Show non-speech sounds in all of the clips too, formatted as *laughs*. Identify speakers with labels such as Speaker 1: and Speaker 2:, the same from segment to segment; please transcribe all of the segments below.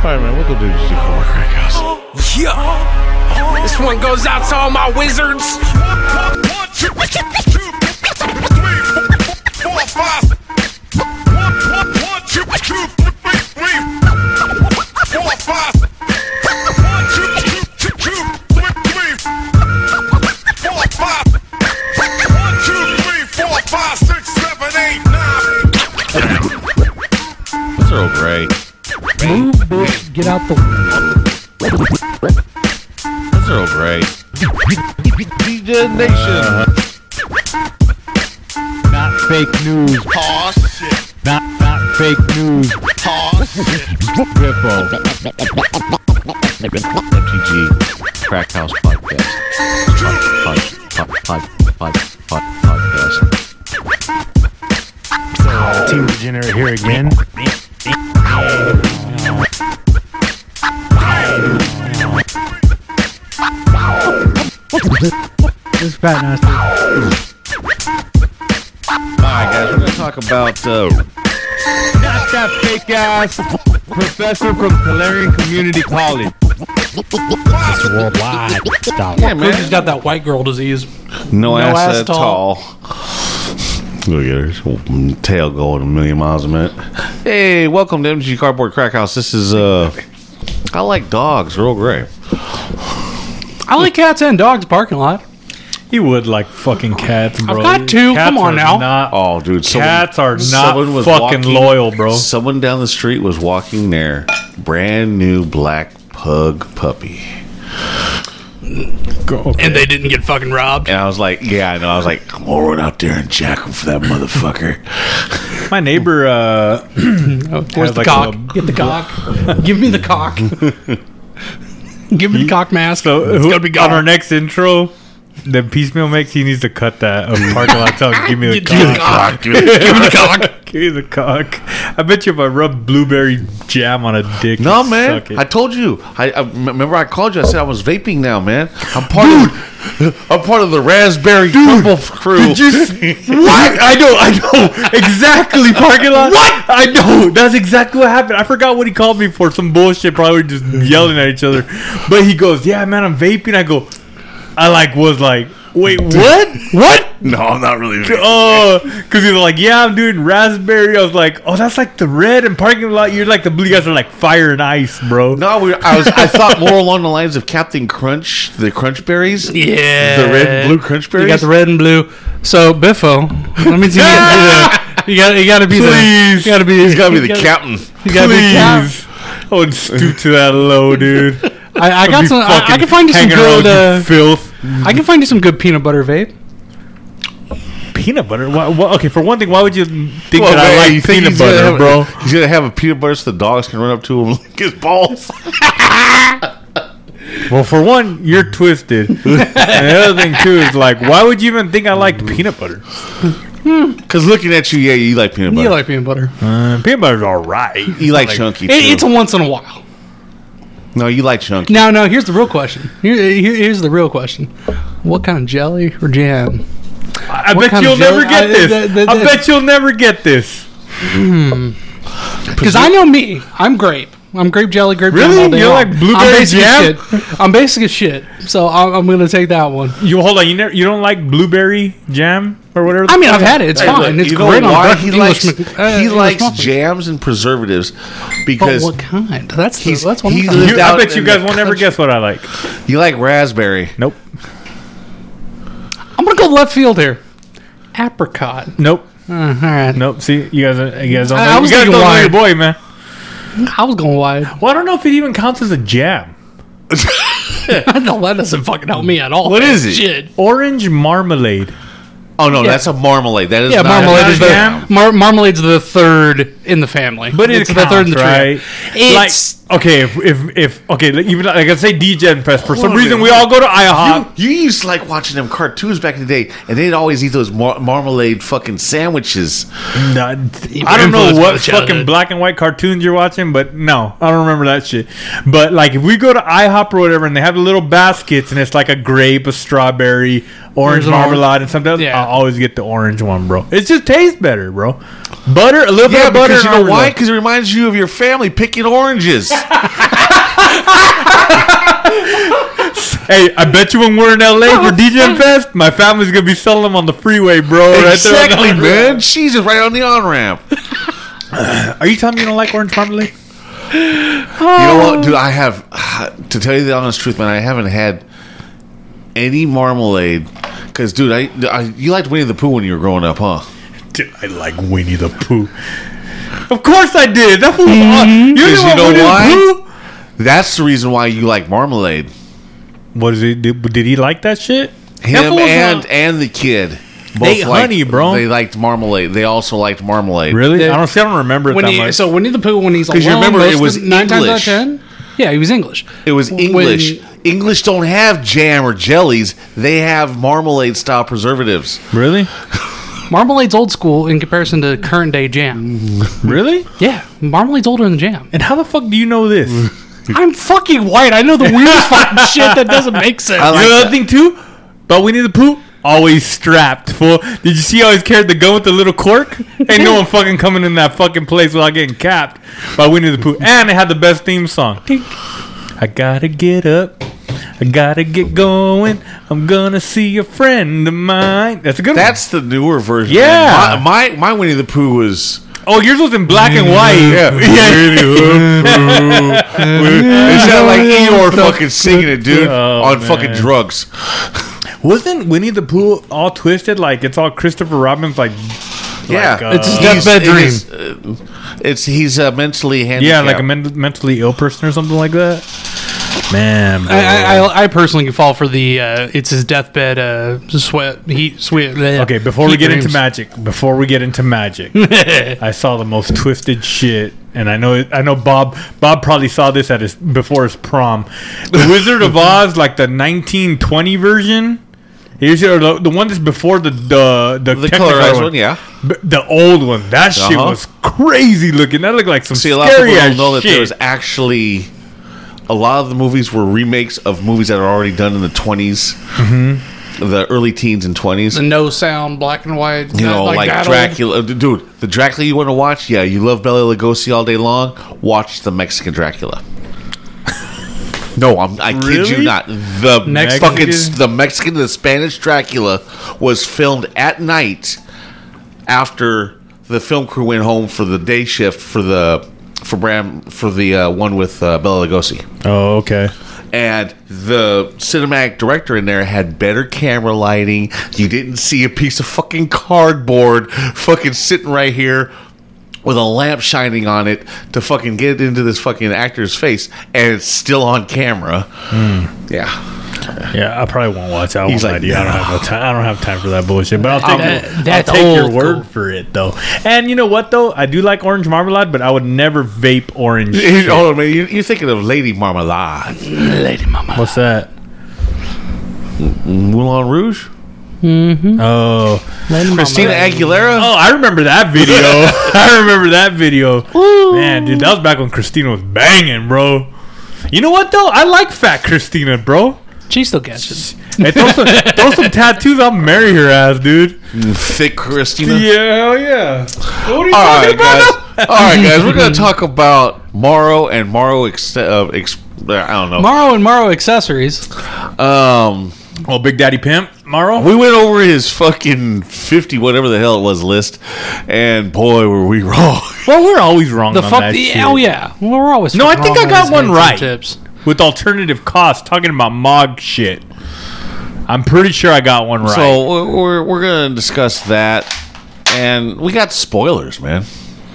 Speaker 1: Spider-Man, what the dude is
Speaker 2: Yeah. This one goes out to all my wizards.
Speaker 1: That's Earl Grey.
Speaker 3: Move, bitch. Get out the.
Speaker 1: That's Earl Grey. DJ Nation.
Speaker 3: Not fake news.
Speaker 4: Aw, shit.
Speaker 3: Not not fake news.
Speaker 4: Aw, shit.
Speaker 3: Riffo.
Speaker 1: MTG Crack House Podcast. Pod, pod, pod, pod, pod, podcast.
Speaker 5: Team Degenerate here again.
Speaker 3: This fat nasty.
Speaker 1: All right, guys, we're gonna talk about uh, not that fake ass professor from Tolarian Community College.
Speaker 5: It's worldwide. Stop.
Speaker 1: Yeah, man.
Speaker 6: She's got that white girl disease.
Speaker 1: No, ass,
Speaker 6: ass
Speaker 1: that tall.
Speaker 6: tall.
Speaker 1: Look at her Her tail going a million miles a minute. Hey, welcome to MG Cardboard Crack House. This is uh, I like dogs. Earl Grey.
Speaker 6: I like cats and dogs parking lot.
Speaker 7: You would like fucking cats, bro.
Speaker 6: got two.
Speaker 7: Cats
Speaker 6: Come on
Speaker 7: are
Speaker 6: now.
Speaker 7: Not,
Speaker 1: Oh, dude, someone-
Speaker 7: cats are not
Speaker 1: someone was
Speaker 7: fucking
Speaker 1: walking-
Speaker 7: loyal, bro.
Speaker 1: Oh, *laughs* Someone down the street was walking their brand new black pug puppy.
Speaker 6: And they didn't get fucking robbed.
Speaker 1: And I was like, yeah, I know. I was like, I'm gonna run out there and jack him for that motherfucker.
Speaker 7: My
Speaker 1: *clears throat*
Speaker 7: neighbor, uh,
Speaker 6: Oh, Where's
Speaker 7: Has,
Speaker 6: the
Speaker 7: like,
Speaker 6: cock?
Speaker 7: a-
Speaker 6: get the cock. Give me
Speaker 7: *laughs*
Speaker 6: the cock. Give me the cock mask.
Speaker 7: so
Speaker 6: it's
Speaker 7: who-
Speaker 6: gonna be
Speaker 7: on
Speaker 6: gone.
Speaker 7: our next intro that piecemeal makes, he needs to cut that.
Speaker 1: *laughs*
Speaker 7: Of parking lot talk. Give me the
Speaker 6: *laughs* Give me the
Speaker 7: cock.
Speaker 6: cock. Give me the cock.
Speaker 7: Give me the cock. I bet you if I rub blueberry jam on a dick,
Speaker 1: No,
Speaker 7: you'd
Speaker 1: man.
Speaker 7: suck it.
Speaker 1: I
Speaker 7: *laughs*
Speaker 1: told you. I, I m- remember I called you. I said I was vaping now, man. I'm part of. I'm part of the raspberry crumble crew. *laughs*
Speaker 7: Did you s- what? I know, I know exactly. Parking lot. What? I know. That's exactly what happened. I forgot what he called me for. Some bullshit. Probably just yelling at each other. But he goes, "Yeah, man, I'm vaping." I go, I like was like, "Wait, what? What?"
Speaker 1: no, I'm not really.
Speaker 7: Oh, because he was like, "Yeah, I'm doing raspberry." I was like, "Oh, that's like the red and parking lot. You're like the blue you guys are like fire and ice, bro."
Speaker 1: No, we, I was. I thought more along the lines of Captain Crunch, the Crunch Berries, the
Speaker 6: Yeah.
Speaker 1: red and blue Crunch
Speaker 6: You got
Speaker 1: Berries.
Speaker 6: the red and blue. So Biffo, let me see. You got you got to be the.
Speaker 7: Please.
Speaker 6: You got to be.
Speaker 1: He's got to be the
Speaker 6: you gotta-
Speaker 1: captain.
Speaker 6: You got to be. captain.
Speaker 7: Please, I would stoop to that low,
Speaker 6: *laughs*
Speaker 7: dude.
Speaker 6: I, I
Speaker 7: I'd
Speaker 6: got
Speaker 7: be
Speaker 6: some. I, I
Speaker 7: fucking
Speaker 6: can find you some
Speaker 7: hanging around
Speaker 6: good. Uh,
Speaker 7: with you filth.
Speaker 6: I can find you some good peanut butter vape.
Speaker 7: peanut butter. Why, why, okay, for one thing, why would you think
Speaker 1: Well,
Speaker 7: that
Speaker 1: man,
Speaker 7: I
Speaker 1: you
Speaker 7: like
Speaker 1: think
Speaker 7: peanut
Speaker 1: he's gonna
Speaker 7: butter,
Speaker 1: have-
Speaker 7: bro?
Speaker 1: He's gonna have a peanut butter so the dogs can run up to him *laughs* and lick his balls.
Speaker 7: Well, for one,
Speaker 1: *laughs*
Speaker 7: you're twisted. and the other thing too is like, why would you even think I liked peanut butter?
Speaker 1: Because looking at you, yeah, you like peanut butter.
Speaker 6: You like peanut butter?
Speaker 7: Uh, peanut butter's all right.
Speaker 1: You like chunky.
Speaker 6: It,
Speaker 1: too.
Speaker 6: it's a once in a while.
Speaker 1: no, you like chunky.
Speaker 6: Now, now, here's the real question. Here, here- here's the real question. What kind of jelly or jam?
Speaker 7: I
Speaker 6: What
Speaker 7: bet
Speaker 6: kind of
Speaker 7: you'll never
Speaker 6: jelly-
Speaker 7: get
Speaker 6: I-
Speaker 7: this.
Speaker 6: the- the-
Speaker 7: I
Speaker 6: the-
Speaker 7: bet you'll never get this.
Speaker 6: Because I know me. I'm grape. I'm grape jelly, grape jam
Speaker 7: Really?
Speaker 6: all day
Speaker 7: You're
Speaker 6: long.
Speaker 7: like blueberry
Speaker 6: I'm basic
Speaker 7: jam?
Speaker 6: As shit. I'm basic as shit. So I'm, I'm gonna take that one.
Speaker 7: You hold on. You never. You don't like blueberry jam or whatever. the
Speaker 6: I mean,
Speaker 7: fuck?
Speaker 6: I've had it. It's
Speaker 1: Hey,
Speaker 6: fine.
Speaker 1: look,
Speaker 6: it's
Speaker 1: you know
Speaker 6: great on
Speaker 1: why
Speaker 6: breakfast.
Speaker 1: he
Speaker 6: English
Speaker 1: likes,
Speaker 6: mc- uh,
Speaker 1: he
Speaker 6: English
Speaker 1: likes
Speaker 6: muffins.
Speaker 1: jams and preservatives
Speaker 6: But
Speaker 1: because
Speaker 6: what kind? That's the,
Speaker 1: he's-
Speaker 6: that's what I'm
Speaker 1: he's
Speaker 6: talking about.
Speaker 7: You, I
Speaker 1: out
Speaker 7: bet you
Speaker 1: in
Speaker 7: guys
Speaker 1: the
Speaker 7: will never
Speaker 1: country.
Speaker 7: guess what I like.
Speaker 1: you like raspberry.
Speaker 7: Nope.
Speaker 6: I'm gonna go left field here. Apricot.
Speaker 7: Nope.
Speaker 6: Uh, *laughs* all right.
Speaker 7: Nope. See, you guys. are- You guys don't.
Speaker 6: I-
Speaker 7: know.
Speaker 6: I
Speaker 7: You
Speaker 6: was
Speaker 7: guys
Speaker 6: thinking
Speaker 7: don't know your
Speaker 6: wine.
Speaker 7: boy, man.
Speaker 6: I was going wide. *laughs*
Speaker 7: Well, I don't know if it even counts as a jam.
Speaker 6: I know that doesn't fucking help me at all.
Speaker 1: What is it?
Speaker 6: Shit.
Speaker 7: Orange marmalade.
Speaker 1: Oh no,
Speaker 6: Yeah.
Speaker 1: that's a marmalade. That is
Speaker 6: Yeah,
Speaker 1: not
Speaker 6: marmalade is
Speaker 7: not a
Speaker 6: the
Speaker 7: jam.
Speaker 6: mar- marmalade's the third in the family,
Speaker 7: But it's, the third in the
Speaker 6: trio.
Speaker 7: right?
Speaker 6: It's
Speaker 7: like okay, if if, if okay, like, even like I say, DJ Fest. For
Speaker 1: on
Speaker 7: some
Speaker 1: a
Speaker 7: reason,
Speaker 1: minute.
Speaker 7: we all go to IHOP.
Speaker 1: You used to like watching them cartoons back in the day, and they'd always eat those mar- marmalade fucking sandwiches.
Speaker 7: Nah, I don't know
Speaker 6: influenced by
Speaker 7: what
Speaker 6: the
Speaker 7: fucking
Speaker 6: childhood.
Speaker 7: black and white cartoons you're watching, but no, I don't remember that shit. But like, if we go to IHOP or whatever, and they have the little baskets, and it's like a grape, a strawberry, orange
Speaker 6: There's an orange-
Speaker 7: marmalade, and something else,
Speaker 6: Yeah.
Speaker 7: I always get the orange one, bro. It just tastes better, bro. Butter, a little bit
Speaker 1: Yeah,
Speaker 7: of butter.
Speaker 1: because you
Speaker 7: and
Speaker 1: know why?
Speaker 7: orange
Speaker 1: Because it reminds you of your family picking
Speaker 7: *laughs*
Speaker 1: oranges.
Speaker 7: oil. Hey, I bet you when we're in LA for DJ Fest, my family's gonna be selling them on the freeway, *laughs* bro. Right there.
Speaker 1: exactly,
Speaker 7: on the-
Speaker 1: man. Jesus, right on the on ramp.
Speaker 7: Are you telling me you don't like orange marmalade?
Speaker 1: You know what, dude? I have *sighs* to tell you the honest truth, man. I haven't had any marmalade because, dude, I, I you liked Winnie the Pooh when you were growing up, huh?
Speaker 7: *laughs* Dude, I like Winnie the Pooh. Of course I did. That was
Speaker 6: Mm-hmm.
Speaker 7: awesome. You,
Speaker 1: Because you
Speaker 7: know
Speaker 1: know
Speaker 7: Winnie
Speaker 1: why?
Speaker 7: the Pooh?
Speaker 1: That's the reason why you like marmalade.
Speaker 7: What is it? Did, did he like that shit? That
Speaker 1: Him
Speaker 7: fool's
Speaker 1: and
Speaker 7: not-
Speaker 1: and the kid. Both
Speaker 7: They
Speaker 1: liked-
Speaker 7: honey, bro.
Speaker 1: They liked marmalade. They also liked marmalade.
Speaker 7: really?
Speaker 6: Yeah.
Speaker 7: I don't see. I don't remember it
Speaker 6: When
Speaker 7: that
Speaker 6: he,
Speaker 7: much.
Speaker 6: so Winnie the Pooh, when he's alone,
Speaker 1: 'Cause you remember
Speaker 6: most
Speaker 1: it
Speaker 6: of
Speaker 1: was
Speaker 6: the- nine times out of
Speaker 1: English.
Speaker 6: ten. Yeah, he was English.
Speaker 1: It was
Speaker 6: When-
Speaker 1: English. English don't have jam or jellies. They have marmalade style preservatives.
Speaker 6: *laughs*
Speaker 7: really?
Speaker 6: marmalade's old school in comparison to current day
Speaker 1: Mm.
Speaker 6: jam.
Speaker 7: Really?
Speaker 6: Yeah, marmalade's older than jam.
Speaker 7: And how the fuck do you know this?
Speaker 1: Mm.
Speaker 6: I'm fucking white. I know
Speaker 1: *laughs*
Speaker 6: the weirdest fucking shit that doesn't make sense.
Speaker 1: I like
Speaker 7: you know
Speaker 1: that.
Speaker 7: the thing too? But Winnie the Pooh always strapped. Fool. Did you see how he's carried the gun with the little cork? Ain't no one fucking coming in that fucking place without getting capped by Winnie the Pooh. And it had the best theme song. I gotta get up. I gotta get going. I'm gonna see a friend of mine. That's a good
Speaker 1: That's the newer version.
Speaker 7: Yeah.
Speaker 1: my, my my Winnie the Pooh was.
Speaker 7: one. Oh, yours was in black and white. *laughs*
Speaker 1: It sounded like
Speaker 7: *laughs*
Speaker 1: Eeyore fucking singing it, dude,
Speaker 7: Oh,
Speaker 1: on
Speaker 7: man.
Speaker 1: fucking drugs.
Speaker 7: Wasn't Winnie the Pooh all twisted? Like it's all Christopher Robin's like
Speaker 1: yeah,
Speaker 7: Like, uh, It's his
Speaker 1: He's-
Speaker 7: deathbed
Speaker 1: it is, uh, it's he's uh, mentally
Speaker 7: Yeah,
Speaker 1: handicapped.
Speaker 7: like a men- mentally ill person or something like that. Man, bro.
Speaker 6: I, I, I personally fall for the uh, it's his deathbed uh, sweat heat sweat. bleh.
Speaker 7: okay, before we
Speaker 6: Heat
Speaker 7: get into
Speaker 6: dreams.
Speaker 7: magic, before we get
Speaker 1: *laughs*
Speaker 7: into magic, I saw the most twisted shit, and I know I know Bob Bob probably saw this at his before his prom, The
Speaker 1: *laughs*
Speaker 7: Wizard of Oz, like the 1920 version. Here's your, the, the one that's before the the the,
Speaker 1: the
Speaker 7: Technicolor
Speaker 1: colorized one. Yeah,
Speaker 7: B- the old one. That shit
Speaker 1: Uh-huh.
Speaker 7: was crazy looking. That looked like some
Speaker 1: see, a lot of
Speaker 7: scary
Speaker 1: people
Speaker 7: ass
Speaker 1: don't know that
Speaker 7: shit.
Speaker 1: there was actually a lot of the movies were remakes of movies that are already done in the 20s
Speaker 7: Mm-hmm.
Speaker 1: the early teens and twenties.
Speaker 6: The no sound black and white.
Speaker 1: You
Speaker 6: not
Speaker 1: know, like,
Speaker 6: that old.
Speaker 1: Dracula, uh, dude. The Dracula you want to watch? Yeah, you love Bela Lugosi all day long. Watch the Mexican Dracula. *laughs* No, I'm, I kid you
Speaker 7: Really?
Speaker 1: not. The
Speaker 7: Mexican-
Speaker 1: fucking s- the Mexican, the Spanish Dracula was filmed at night after the film crew went home for the day shift for the for Bram for the uh, one with uh, Bela Lugosi
Speaker 7: oh, okay.
Speaker 1: and the cinematic director in there had better camera lighting. You didn't see a piece of fucking cardboard fucking sitting right here with a lamp shining on it to fucking get into this fucking actor's face, and it's still on camera. Hmm. Yeah, *laughs*
Speaker 7: Yeah, I probably won't watch. I won't
Speaker 1: He's
Speaker 7: lie
Speaker 1: like,
Speaker 7: to you. I don't
Speaker 1: "Nah."
Speaker 7: have no time. I don't have time for that bullshit. But I'll take,
Speaker 6: That-
Speaker 7: your-
Speaker 6: that's
Speaker 7: I'll take your
Speaker 6: old
Speaker 7: word
Speaker 6: school.
Speaker 7: for it though. And you know what though? I do like orange marmalade, but I would never vape orange. shit.
Speaker 1: hold on, man. You- You're thinking of Lady Marmalade,
Speaker 6: Lady Mama.
Speaker 7: What's that?
Speaker 1: Moulin Rouge,
Speaker 7: Oh,
Speaker 6: Lady
Speaker 1: Christina
Speaker 6: Mama.
Speaker 1: Aguilera.
Speaker 7: oh, I remember
Speaker 1: *laughs*
Speaker 7: that video. *laughs* I remember that video. Man, dude, that was back when Christina was banging, bro. You know what though? I like fat Christina, bro.
Speaker 6: She still gets it.
Speaker 7: Hey, throw, *laughs* some, throw some tattoos. I'll marry her ass, dude.
Speaker 1: Thick Christina.
Speaker 7: Yeah, yeah. What are you
Speaker 1: All
Speaker 7: talking
Speaker 1: right, *laughs*
Speaker 7: about?
Speaker 1: guys. All right, guys. We're gonna talk about Morrow and Morrow. Ex- uh, ex- I don't know.
Speaker 6: Morrow and Morrow accessories.
Speaker 1: um,
Speaker 7: Oh, Big Daddy Pimp, Morrow.
Speaker 1: We went over his fucking 50, whatever the hell it was, list, and boy, were we *laughs* wrong.
Speaker 7: Well, we're always wrong.
Speaker 6: The
Speaker 7: on
Speaker 6: fuck.
Speaker 7: that
Speaker 6: the-
Speaker 7: shit.
Speaker 6: oh yeah. Well, we're always.
Speaker 7: No, I
Speaker 6: fucking
Speaker 7: think
Speaker 6: wrong
Speaker 7: I got
Speaker 6: these
Speaker 7: one
Speaker 6: days and
Speaker 7: right.
Speaker 6: Tips.
Speaker 7: With alternative costs, talking about mog shit. I'm pretty sure I got one right.
Speaker 1: So we're, we're, we're going to discuss that. And we got spoilers, man.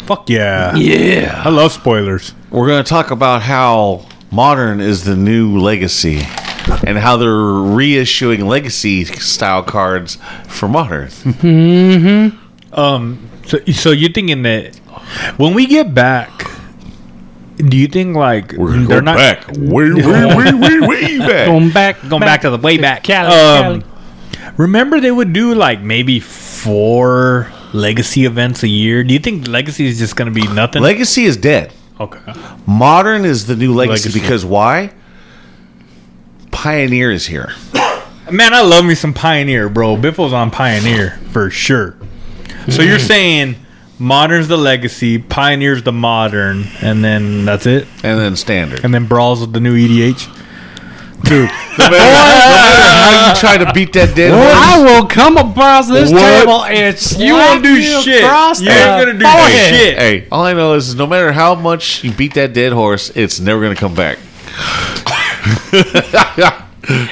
Speaker 7: fuck yeah. Yeah. I love spoilers.
Speaker 1: We're going to talk about how modern is the new legacy and how they're reissuing legacy style cards for *laughs* modern.
Speaker 7: Um. So, so you're thinking that when we get back, do you think like they're not
Speaker 1: Way, way, way, way, *laughs* way back.
Speaker 6: Going back.
Speaker 7: going back, to the way back?
Speaker 6: Cali,
Speaker 7: um,
Speaker 6: Cali.
Speaker 7: Remember they would do like maybe four legacy events a year. Do you think legacy is just going to be nothing?
Speaker 1: Legacy is dead.
Speaker 7: okay.
Speaker 1: Modern is the new legacy
Speaker 7: Legacy.
Speaker 1: because why? Pioneer is here.
Speaker 7: Man, I love me some Pioneer, bro. Biffle's on Pioneer for sure. So you're saying Modern's the legacy, Pioneer's the modern, and then that's it.
Speaker 1: and then standard.
Speaker 7: And then Brawl's with the new EDH. Dude,
Speaker 1: No matter, no matter how you try to beat that dead horse,
Speaker 6: I will come across this
Speaker 1: What?
Speaker 6: table and slap
Speaker 7: you won't do
Speaker 6: you
Speaker 7: shit.
Speaker 6: across
Speaker 7: You
Speaker 6: the
Speaker 7: ain't gonna do
Speaker 6: forehead.
Speaker 7: shit.
Speaker 1: hey, all I know is no matter how much you beat that dead horse, it's never gonna come back.
Speaker 6: *laughs*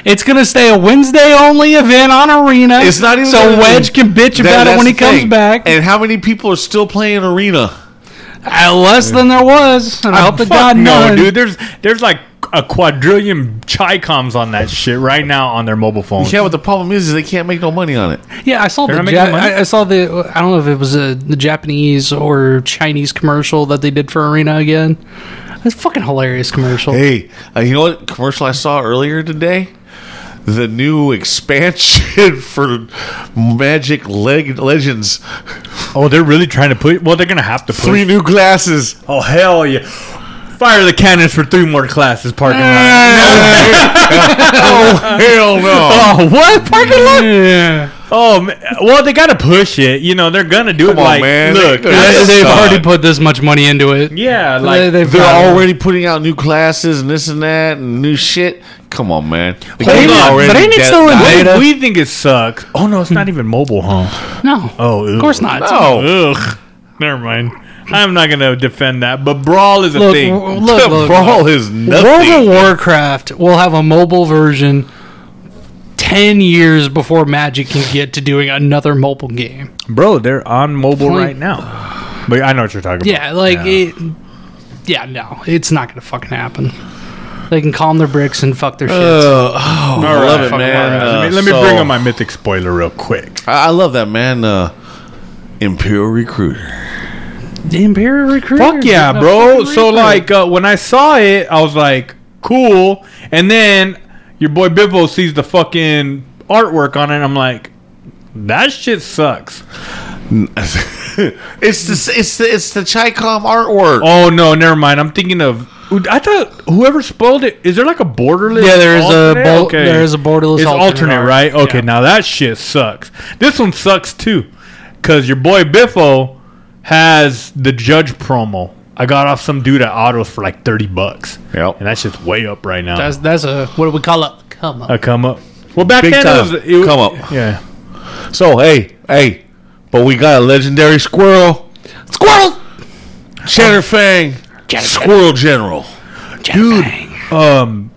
Speaker 6: It's gonna stay a Wednesday only event on Arena.
Speaker 1: It's not even
Speaker 6: so
Speaker 1: gonna-
Speaker 6: Wedge can bitch
Speaker 1: That-
Speaker 6: about it
Speaker 1: that's
Speaker 6: when
Speaker 1: the
Speaker 6: he comes
Speaker 1: thing.
Speaker 6: back.
Speaker 1: And how many people are still playing arena?
Speaker 6: Uh, less than there was. And I hope to
Speaker 7: Fuck
Speaker 6: God
Speaker 7: no,
Speaker 6: none.
Speaker 7: dude. There's there's like a quadrillion chi coms on that shit right now on their mobile phones.
Speaker 1: Yeah, but the problem is, is they can't make no money on it.
Speaker 6: Yeah, I saw
Speaker 7: They're
Speaker 6: the.
Speaker 7: not
Speaker 6: Ja-
Speaker 7: making money?
Speaker 6: I, I saw the. I don't know if it was a, the Japanese or Chinese commercial that they did for Arena again. It's a fucking hilarious commercial.
Speaker 1: Hey, uh, you know what commercial I saw earlier today? The new expansion *laughs* for Magic Leg- Legends.
Speaker 7: Oh, they're really trying to put. Well, they're gonna have to put.
Speaker 1: Three new glasses. *laughs*
Speaker 7: Oh hell yeah! Fire the cannons for three more classes. Parking lot.
Speaker 1: oh hell
Speaker 6: *laughs*
Speaker 1: no!
Speaker 7: Oh what parking lot? Oh man. well, they gotta push it. You know they're gonna do it.
Speaker 1: on,
Speaker 7: like
Speaker 1: man.
Speaker 7: look,
Speaker 1: They- they-
Speaker 6: They-
Speaker 7: let's-
Speaker 6: they've
Speaker 1: suck.
Speaker 6: already put this much money into it.
Speaker 7: yeah,
Speaker 6: They-
Speaker 7: like
Speaker 6: they've
Speaker 1: They're
Speaker 6: got-
Speaker 1: already putting out new classes and this and that and new shit. Come on, man. The
Speaker 7: Hold
Speaker 1: game
Speaker 7: on,
Speaker 1: already
Speaker 6: but ain't it
Speaker 1: dead-
Speaker 6: still in
Speaker 1: died.
Speaker 6: beta?
Speaker 7: we think it sucks. Oh no, it's not even mobile, huh?
Speaker 6: no.
Speaker 7: Oh,
Speaker 6: of course not.
Speaker 1: No.
Speaker 7: Ugh. Never mind. I'm not gonna defend that. But brawl is a
Speaker 6: Look,
Speaker 7: thing. *laughs*
Speaker 6: w- look, look.
Speaker 1: Brawl is
Speaker 6: World of
Speaker 1: nothing.
Speaker 6: Warcraft will have a mobile version ten years before Magic can get to doing another mobile game.
Speaker 7: Bro, they're on mobile
Speaker 6: Point-
Speaker 7: right now. But I know what you're talking about.
Speaker 6: Yeah, like it. Yeah, no, it's not gonna fucking happen. They can calm their bricks and fuck their shit.
Speaker 7: Uh,
Speaker 1: oh, I love it, man.
Speaker 7: let
Speaker 1: Uh,
Speaker 7: me, let me
Speaker 1: so-
Speaker 7: bring up my mythic spoiler real quick.
Speaker 1: I I love that, man. Uh, Imperial Recruiter. *laughs*
Speaker 6: The Imperial Recruiter.
Speaker 7: Fuck yeah, bro. So like uh, when I saw it, I was like, cool. And then your boy Bibbo sees the fucking artwork on it. And I'm like, that shit sucks.
Speaker 1: it's the s- it's the it's the Chi-Com artwork.
Speaker 7: Oh no, never mind. I'm thinking of. I thought whoever spoiled it is there like a borderless?
Speaker 6: Yeah, there is a
Speaker 7: alternate?
Speaker 6: bol- there is a borderless
Speaker 7: It's alternate,
Speaker 6: alternate art.
Speaker 7: right? Okay,
Speaker 6: Yeah.
Speaker 7: now that shit sucks. This one sucks too, because your boy Biffo has the judge promo. I got off some dude at Autos for like thirty bucks.
Speaker 1: Yep.
Speaker 7: and that's just way up right now.
Speaker 6: that's that's a what do we call it? Come
Speaker 7: I
Speaker 6: on.
Speaker 7: come up. Well, back
Speaker 1: Big
Speaker 7: then
Speaker 1: time.
Speaker 7: it was it was-
Speaker 1: Come up.
Speaker 7: Yeah,
Speaker 1: So hey, hey, but we got a legendary squirrel,
Speaker 6: Squirrel.
Speaker 1: Chatterfang, Squirrel General.
Speaker 6: Dude.
Speaker 7: um,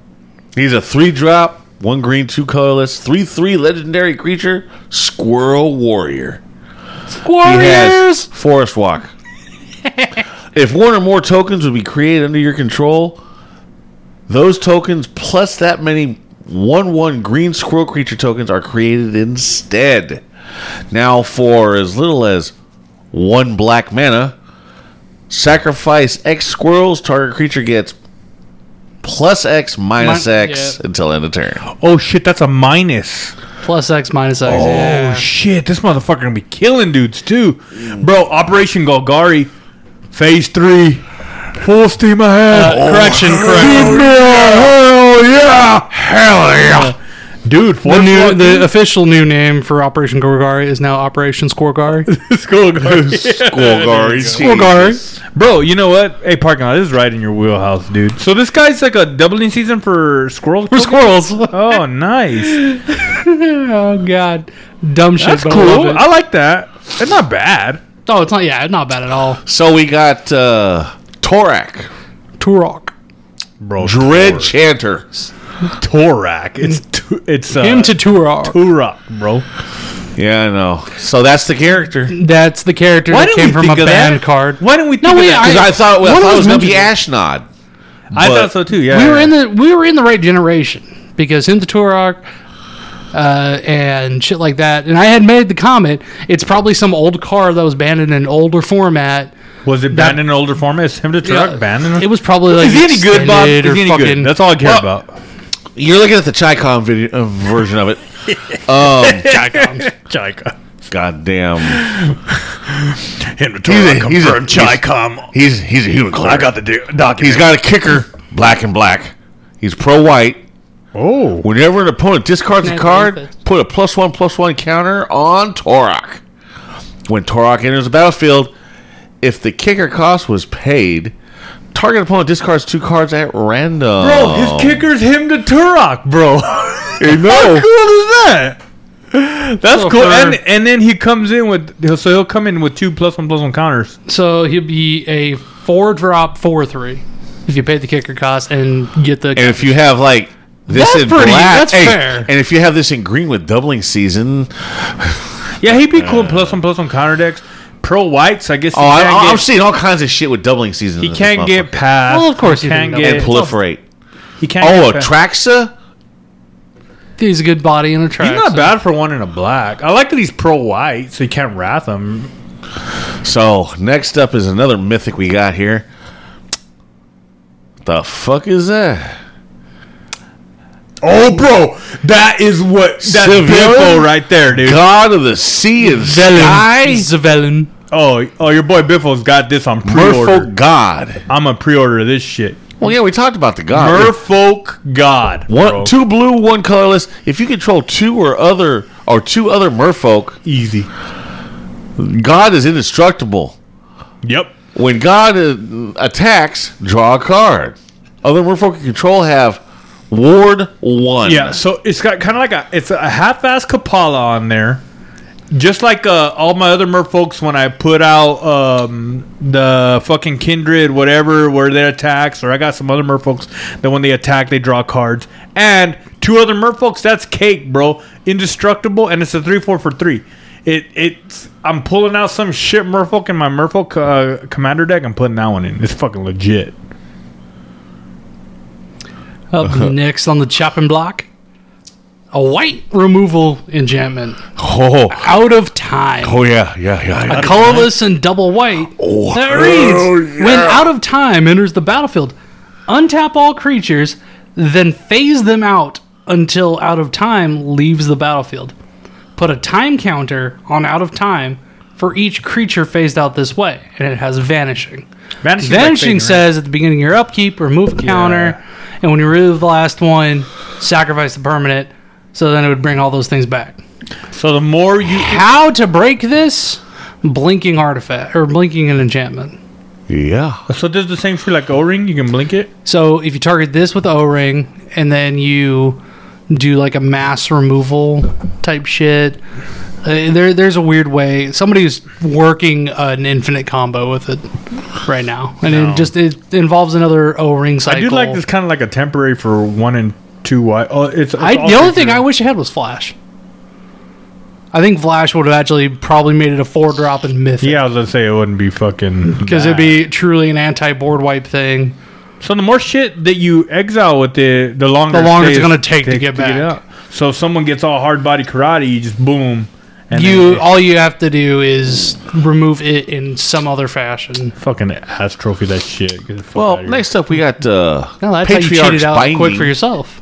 Speaker 1: He's a three drop, one green, two colorless, three three legendary creature, Squirrel Warrior. He has
Speaker 6: Warriors.
Speaker 1: Forest Walk. if one or more tokens would be created under your control, those tokens plus that many one one green squirrel creature tokens are created instead. Now, for as little as one black mana, sacrifice X squirrels. Target creature gets plus X minus
Speaker 6: Min-
Speaker 1: X until end of turn.
Speaker 7: oh shit, that's a minus.
Speaker 6: Plus X minus X.
Speaker 7: Oh shit, this motherfucker gonna be killing dudes too. Bro, Operation Golgari, phase three. Full steam ahead. Oh,
Speaker 6: Correction,
Speaker 7: Give
Speaker 6: correction.
Speaker 7: me a hell yeah. Hell yeah. Uh, Dude,
Speaker 6: The,
Speaker 7: four
Speaker 6: new, the
Speaker 7: *laughs*
Speaker 6: official new name for Operation Gorgari is now Operation Squirgari. *laughs*
Speaker 1: Squirrel
Speaker 7: Bro, you know what? Hey, parking lot, this is right in your wheelhouse, dude. So this guy's like a doubling season for squirrels? For
Speaker 6: *laughs* Squirrels.
Speaker 7: Oh, *laughs* nice.
Speaker 6: oh god, dumb shit.
Speaker 7: That's
Speaker 6: but I love
Speaker 7: cool.
Speaker 6: it.
Speaker 7: I like that. It's not bad.
Speaker 6: Oh, it's not. Yeah, not bad at all.
Speaker 1: So we got uh, Torak,
Speaker 6: Turok.
Speaker 7: Bro,
Speaker 1: Dread Chanter.
Speaker 7: Torak. It's t- it's uh,
Speaker 6: Him to Turok.
Speaker 7: Turok, bro.
Speaker 1: Yeah, I know. So that's the
Speaker 6: *laughs*
Speaker 1: character.
Speaker 6: That's the character
Speaker 7: Why
Speaker 6: that
Speaker 7: didn't
Speaker 6: came
Speaker 7: we
Speaker 6: from a
Speaker 7: think of
Speaker 6: band
Speaker 7: that?
Speaker 6: card.
Speaker 7: Why don't we? Think
Speaker 6: No,
Speaker 7: of
Speaker 6: we-
Speaker 7: that?
Speaker 1: Because I thought, well, I
Speaker 6: One of
Speaker 1: thought it was
Speaker 6: those
Speaker 1: going to be
Speaker 6: mentions
Speaker 1: Ashnod.
Speaker 7: I
Speaker 1: but-
Speaker 7: thought so too. Yeah,
Speaker 6: we were
Speaker 7: yeah.
Speaker 6: in the we were in the right generation because him to Turok. Uh, and shit like that. And I had made the comment, it's probably some old card that was banned in an older format.
Speaker 7: Was it
Speaker 6: that-
Speaker 7: banned in an older format? Is him to Turok
Speaker 6: Yeah,
Speaker 7: banned? In
Speaker 6: It was probably like extended
Speaker 7: Is
Speaker 6: or
Speaker 7: he any
Speaker 6: fucking
Speaker 7: good? That's all I care
Speaker 1: Well-
Speaker 7: *laughs* about.
Speaker 1: You're looking at the Chi-Con video, uh, version
Speaker 6: *laughs*
Speaker 1: of it. Um,
Speaker 7: *laughs* Chica.
Speaker 1: Goddamn.
Speaker 7: Him to
Speaker 1: He's a- he's a- he's-
Speaker 7: Chicom.
Speaker 1: He's he's a human cleric.
Speaker 7: the do- document.
Speaker 1: He's got a kicker, black and black. He's pro-white.
Speaker 7: Oh,
Speaker 1: Whenever an opponent discards a
Speaker 6: Nice
Speaker 1: card,
Speaker 6: defense.
Speaker 1: put a plus one plus one counter on Torok. When Torok enters the battlefield, If the kicker cost was paid, target opponent discards two cards at random.
Speaker 7: Bro, his kicker's him to Turok,
Speaker 1: *laughs*
Speaker 7: bro.
Speaker 1: You know.
Speaker 7: How cool is that? That's
Speaker 6: So
Speaker 7: cool.
Speaker 6: for-
Speaker 7: And and then he comes in with he'll- so he'll come in with two plus one plus one counters.
Speaker 6: So he'll be a four drop four three if you pay the kicker cost and get the.
Speaker 1: And if you have like this
Speaker 6: That's
Speaker 1: in
Speaker 6: pretty-
Speaker 1: black,
Speaker 6: that's fair.
Speaker 1: And if you have this in green with doubling season,
Speaker 7: Yeah, he'd be cool in plus one plus one counter decks. Pro whites, I guess. He
Speaker 1: oh, I,
Speaker 7: can't
Speaker 1: I, I'm
Speaker 7: get,
Speaker 1: seeing all kinds of shit with doubling season.
Speaker 7: he can't get past.
Speaker 6: Well, of course
Speaker 7: he
Speaker 6: he
Speaker 7: can't
Speaker 6: didn't
Speaker 7: get.
Speaker 1: and proliferate.
Speaker 7: he can't.
Speaker 1: Oh,
Speaker 7: get past-
Speaker 1: Atraxa.
Speaker 6: he's a good body and a track.
Speaker 7: He's not bad for one in a black. I like that he's pro white, so you can't wrath him.
Speaker 1: So next up is another mythic we got here. The fuck is that?
Speaker 7: Oh, bro, that is what that's
Speaker 1: Seville?
Speaker 7: Biffo right there, dude.
Speaker 1: God of the sea and sky,
Speaker 6: Zavelin.
Speaker 7: Oh, oh, your boy Biffle's got this on pre-order.
Speaker 1: merfolk god.
Speaker 7: I'm gonna pre-order this shit.
Speaker 1: Well, yeah, we talked about the
Speaker 7: Uh,
Speaker 1: god.
Speaker 7: Merfolk God.
Speaker 1: one,
Speaker 7: bro.
Speaker 1: two blue, one colorless. If you control two or other or two other merfolk,
Speaker 7: easy.
Speaker 1: God is indestructible.
Speaker 7: Yep.
Speaker 1: When God uh, attacks, draw a card. Other merfolk you control have ward one.
Speaker 7: Yeah. So it's got kind of like a it's a half-ass Kapala on there, just like uh, all my other Merfolks when I put out um, the fucking Kindred, whatever, where they attacks, or I got some other Merfolks that when they attack they draw cards, and two other Merfolks. That's cake, bro. Indestructible, and it's a three-four for three. It it's I'm pulling out some shit Merfolk in my Merfolk uh, commander deck. I'm putting that one in. It's fucking legit.
Speaker 6: Up next on the chopping block, a white removal enchantment
Speaker 1: Oh,
Speaker 6: out of time.
Speaker 1: oh yeah, yeah, yeah. yeah.
Speaker 6: A colorless and double white that
Speaker 1: Oh,
Speaker 6: reads when out of time enters the battlefield untap all creatures then phase them out until out of time leaves the battlefield put a time counter on out of time for each creature phased out this way and it has vanishing
Speaker 7: Vanishing,
Speaker 6: vanishing says at the beginning of your upkeep remove a counter and when you remove the last one sacrifice the permanent so then it would bring all those things back
Speaker 7: So the more you
Speaker 6: how to break this blinking artifact or blinking an enchantment.
Speaker 1: yeah.
Speaker 7: So does the same for like O ring? You can blink it.
Speaker 6: So if you target this with O ring and then you do like a mass removal type shit, uh, there there's a weird way. Somebody's working an infinite combo with it right now, and it just it involves another O ring cycle.
Speaker 7: I do like this kind of like a temporary for one and two white. Oh, it's, it's
Speaker 6: I,
Speaker 7: all
Speaker 6: the only
Speaker 7: three
Speaker 6: thing I wish I had was Flash. I think Flash would have actually probably made it a four drop in Mythic.
Speaker 7: Yeah, I was gonna say it wouldn't be fucking
Speaker 6: Because it'd be truly an anti-board wipe thing.
Speaker 7: so. The more shit that you exile with it, the longer
Speaker 6: The longer it's
Speaker 7: stays-
Speaker 6: gonna take to get back.
Speaker 7: out. So if someone gets all hard body karate, you just boom. And
Speaker 6: You
Speaker 7: then-
Speaker 6: all you have to do is remove it in some other fashion.
Speaker 7: fucking ass trophy that shit. Get the fuck
Speaker 1: Well,
Speaker 7: outta here.
Speaker 1: next up we got uh,
Speaker 6: No, that's how you cheat
Speaker 1: Patriarch's
Speaker 6: it out
Speaker 1: Binding.
Speaker 6: quick for yourself.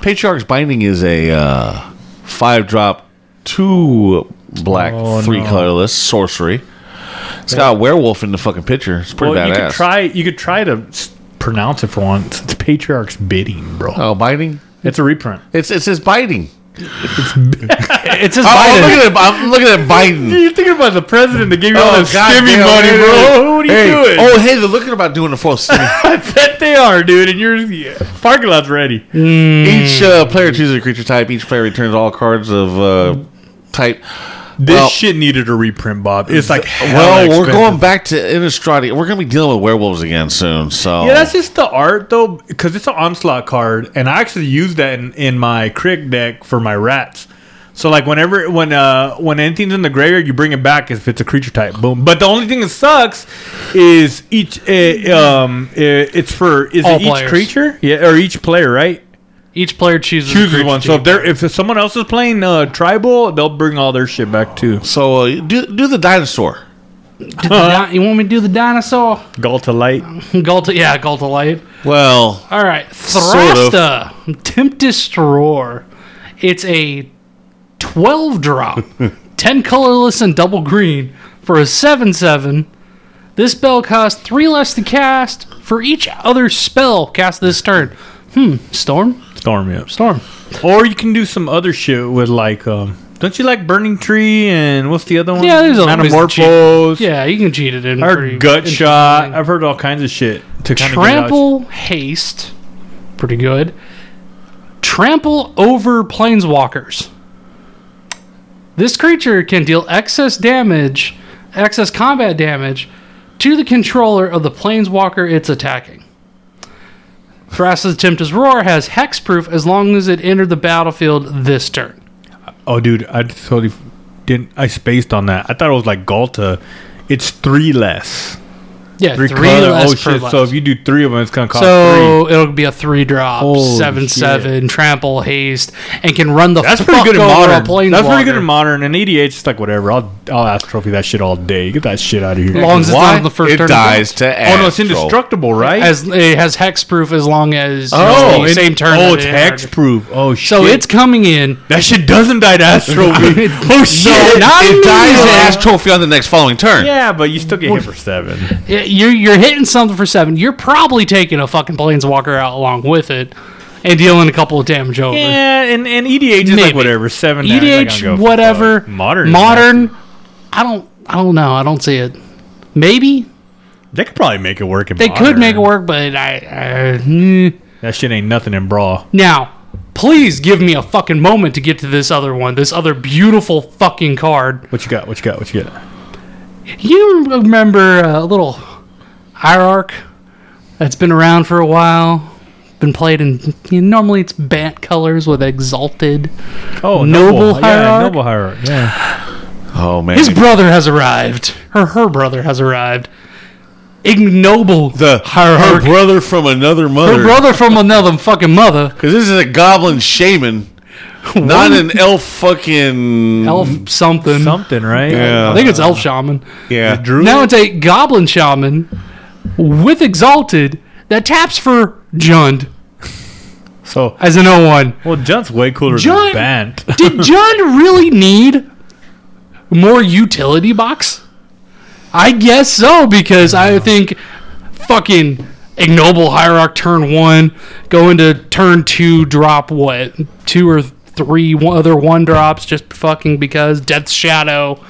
Speaker 1: Patriarch's Binding is a uh, five drop, two black,
Speaker 7: Oh,
Speaker 1: three
Speaker 7: no.
Speaker 1: colorless sorcery. It's got a werewolf in the fucking picture. It's pretty
Speaker 7: well, you
Speaker 1: badass.
Speaker 7: could try. You could try to s- pronounce it for once. It's Patriarch's bidding, bro.
Speaker 1: oh, biting.
Speaker 7: It's a reprint.
Speaker 1: It's it says biting.
Speaker 6: It's his
Speaker 1: I'm,
Speaker 7: *laughs*
Speaker 6: Biden.
Speaker 1: looking Oh, at I'm looking at Biden.
Speaker 7: You're thinking Oh, about the president that gave you all
Speaker 1: Oh,
Speaker 7: this
Speaker 1: goddamn,
Speaker 7: skimmy money,
Speaker 1: hey,
Speaker 7: bro. What are you
Speaker 1: hey.
Speaker 7: doing?
Speaker 1: Oh, hey, they're looking about doing the full
Speaker 7: *laughs*
Speaker 1: stimmy.
Speaker 7: I bet they are, dude. And your parking lot's ready.
Speaker 1: each uh, player chooses a creature type. Each player returns all cards of uh, type.
Speaker 7: This
Speaker 1: Well-
Speaker 7: shit needed a reprint, Bob. It's like
Speaker 1: Well, we're going back to Innistrad. We're going to be dealing with werewolves again soon. So
Speaker 7: Yeah, that's just the art though, because it's an onslaught card, and I actually use that in, in my crick deck for my rats. So like whenever when uh when anything's in the graveyard, you bring it back if it's a creature type. Boom. But the only thing that sucks is each uh, um uh, it's for is
Speaker 6: All
Speaker 7: it each
Speaker 6: players.
Speaker 7: creature yeah or each player right
Speaker 6: Each player chooses, a
Speaker 7: chooses
Speaker 6: creature
Speaker 7: one.
Speaker 6: to
Speaker 7: So if
Speaker 6: keep.
Speaker 7: they're if someone else is playing uh, tribal, they'll bring all their shit back too.
Speaker 1: so uh, do do the dinosaur.
Speaker 6: Did the di- you want me to do the dinosaur? *laughs*
Speaker 7: Galta Light.
Speaker 6: Galta, yeah, Galta light.
Speaker 1: Well,
Speaker 6: All right,
Speaker 1: Sort of.
Speaker 6: Thrasta, Tempest Roar. It's a twelve drop, ten colorless and double green for a seven seven. This spell costs three less to cast for each other spell cast this turn. Hmm, storm,
Speaker 7: Storm, yeah.
Speaker 6: storm.
Speaker 7: Or you can do some other shit with like um Don't you like Burning Tree and what's the other one?
Speaker 6: Yeah, there's other ways to cheat.
Speaker 7: Metamorphose.
Speaker 6: Yeah, you can cheat it in.
Speaker 7: Or
Speaker 6: pretty
Speaker 7: gut
Speaker 6: interesting
Speaker 7: shot.
Speaker 6: thing.
Speaker 7: I've heard all kinds of shit to kinda get out.
Speaker 6: Trample haste, pretty good. Trample over planeswalkers. This creature can deal excess damage, excess combat damage, to the controller of the planeswalker it's attacking. Thras's Temptus Roar has hexproof as long as it entered the battlefield this turn.
Speaker 7: Oh, dude, I totally f- didn't. I spaced on that. I thought it was like Galta. It's three less.
Speaker 6: Yeah, three,
Speaker 7: color.
Speaker 6: less
Speaker 7: oh
Speaker 6: per
Speaker 7: shit!
Speaker 6: less.
Speaker 7: So if you do three of them, it's gonna cost
Speaker 6: So it it'll be a three drop,
Speaker 7: Holy
Speaker 6: seven
Speaker 7: shit.
Speaker 6: seven, trample, haste, and can run the.
Speaker 7: three. That's pretty
Speaker 6: fuck
Speaker 7: good in
Speaker 6: over a
Speaker 7: modern. That's pretty good
Speaker 6: planeswalker.
Speaker 7: in modern. And EDH, it's like whatever. I'll I'll ask trophy that shit all day. Get that shit out of here.
Speaker 6: As long as it's not
Speaker 1: Why?
Speaker 6: on the first
Speaker 1: it
Speaker 6: turn. of
Speaker 1: dies to
Speaker 7: oh no, it's
Speaker 1: Astral.
Speaker 7: indestructible, right?
Speaker 6: the- As it has hex proof as long as you know,
Speaker 7: oh,
Speaker 6: the
Speaker 7: it-
Speaker 6: same turn.
Speaker 7: Oh,
Speaker 6: that
Speaker 7: it's
Speaker 6: it entered.
Speaker 7: hex proof. Oh shit!
Speaker 6: So it's
Speaker 7: *laughs*
Speaker 6: coming in.
Speaker 7: that shit doesn't die to *laughs* Astro. oh shit!
Speaker 6: not
Speaker 1: It dies
Speaker 6: immediately.
Speaker 1: to Ash Trophy on the next following turn.
Speaker 7: yeah, but you still get hit for seven.
Speaker 6: Yeah, You're you're hitting something for seven. You're probably taking a fucking planeswalker out along with it, and dealing a couple of damage over.
Speaker 7: Yeah, and, and EDH is
Speaker 6: Maybe.
Speaker 7: like whatever seven. damage, I
Speaker 6: EDH,
Speaker 7: gotta go
Speaker 6: whatever.
Speaker 7: fuck. Modern, is
Speaker 6: modern. I don't. I don't know. I don't see it. Maybe
Speaker 7: They could probably make it work. In
Speaker 6: they could
Speaker 7: modern.
Speaker 6: make it work, but I. I mm.
Speaker 7: That shit ain't nothing in brawl.
Speaker 6: Now, please give me a fucking moment to get to this other one. This other beautiful fucking card.
Speaker 7: What you got? What you got? What you got?
Speaker 6: You remember a little hierarch that's been around for a while. Been played in you know, normally it's Bant colors with exalted.
Speaker 7: Oh,
Speaker 6: Noble
Speaker 7: Yeah,
Speaker 6: Hierarch?
Speaker 7: noble hierarch. Yeah.
Speaker 1: Oh man.
Speaker 6: His brother has arrived, or her brother has arrived. Ignoble
Speaker 1: the her
Speaker 6: hierarch.
Speaker 1: brother from another mother.
Speaker 6: Her brother from another fucking mother.
Speaker 1: Because this is a goblin shaman, not an elf fucking.
Speaker 6: Elf something.
Speaker 7: Something, right?
Speaker 6: I think it's
Speaker 1: Uh,
Speaker 6: elf shaman.
Speaker 1: Yeah.
Speaker 6: Now it's a goblin shaman with exalted that taps for Jund
Speaker 7: So,
Speaker 6: as an 01.
Speaker 7: well, Junt's way cooler than
Speaker 6: Junt-
Speaker 7: Bant. *laughs*
Speaker 6: Did Jund really need more utility box? I guess so because I think fucking ignoble hierarch turn one, go into turn two, drop what two or three one, other one drops just fucking because death shadow,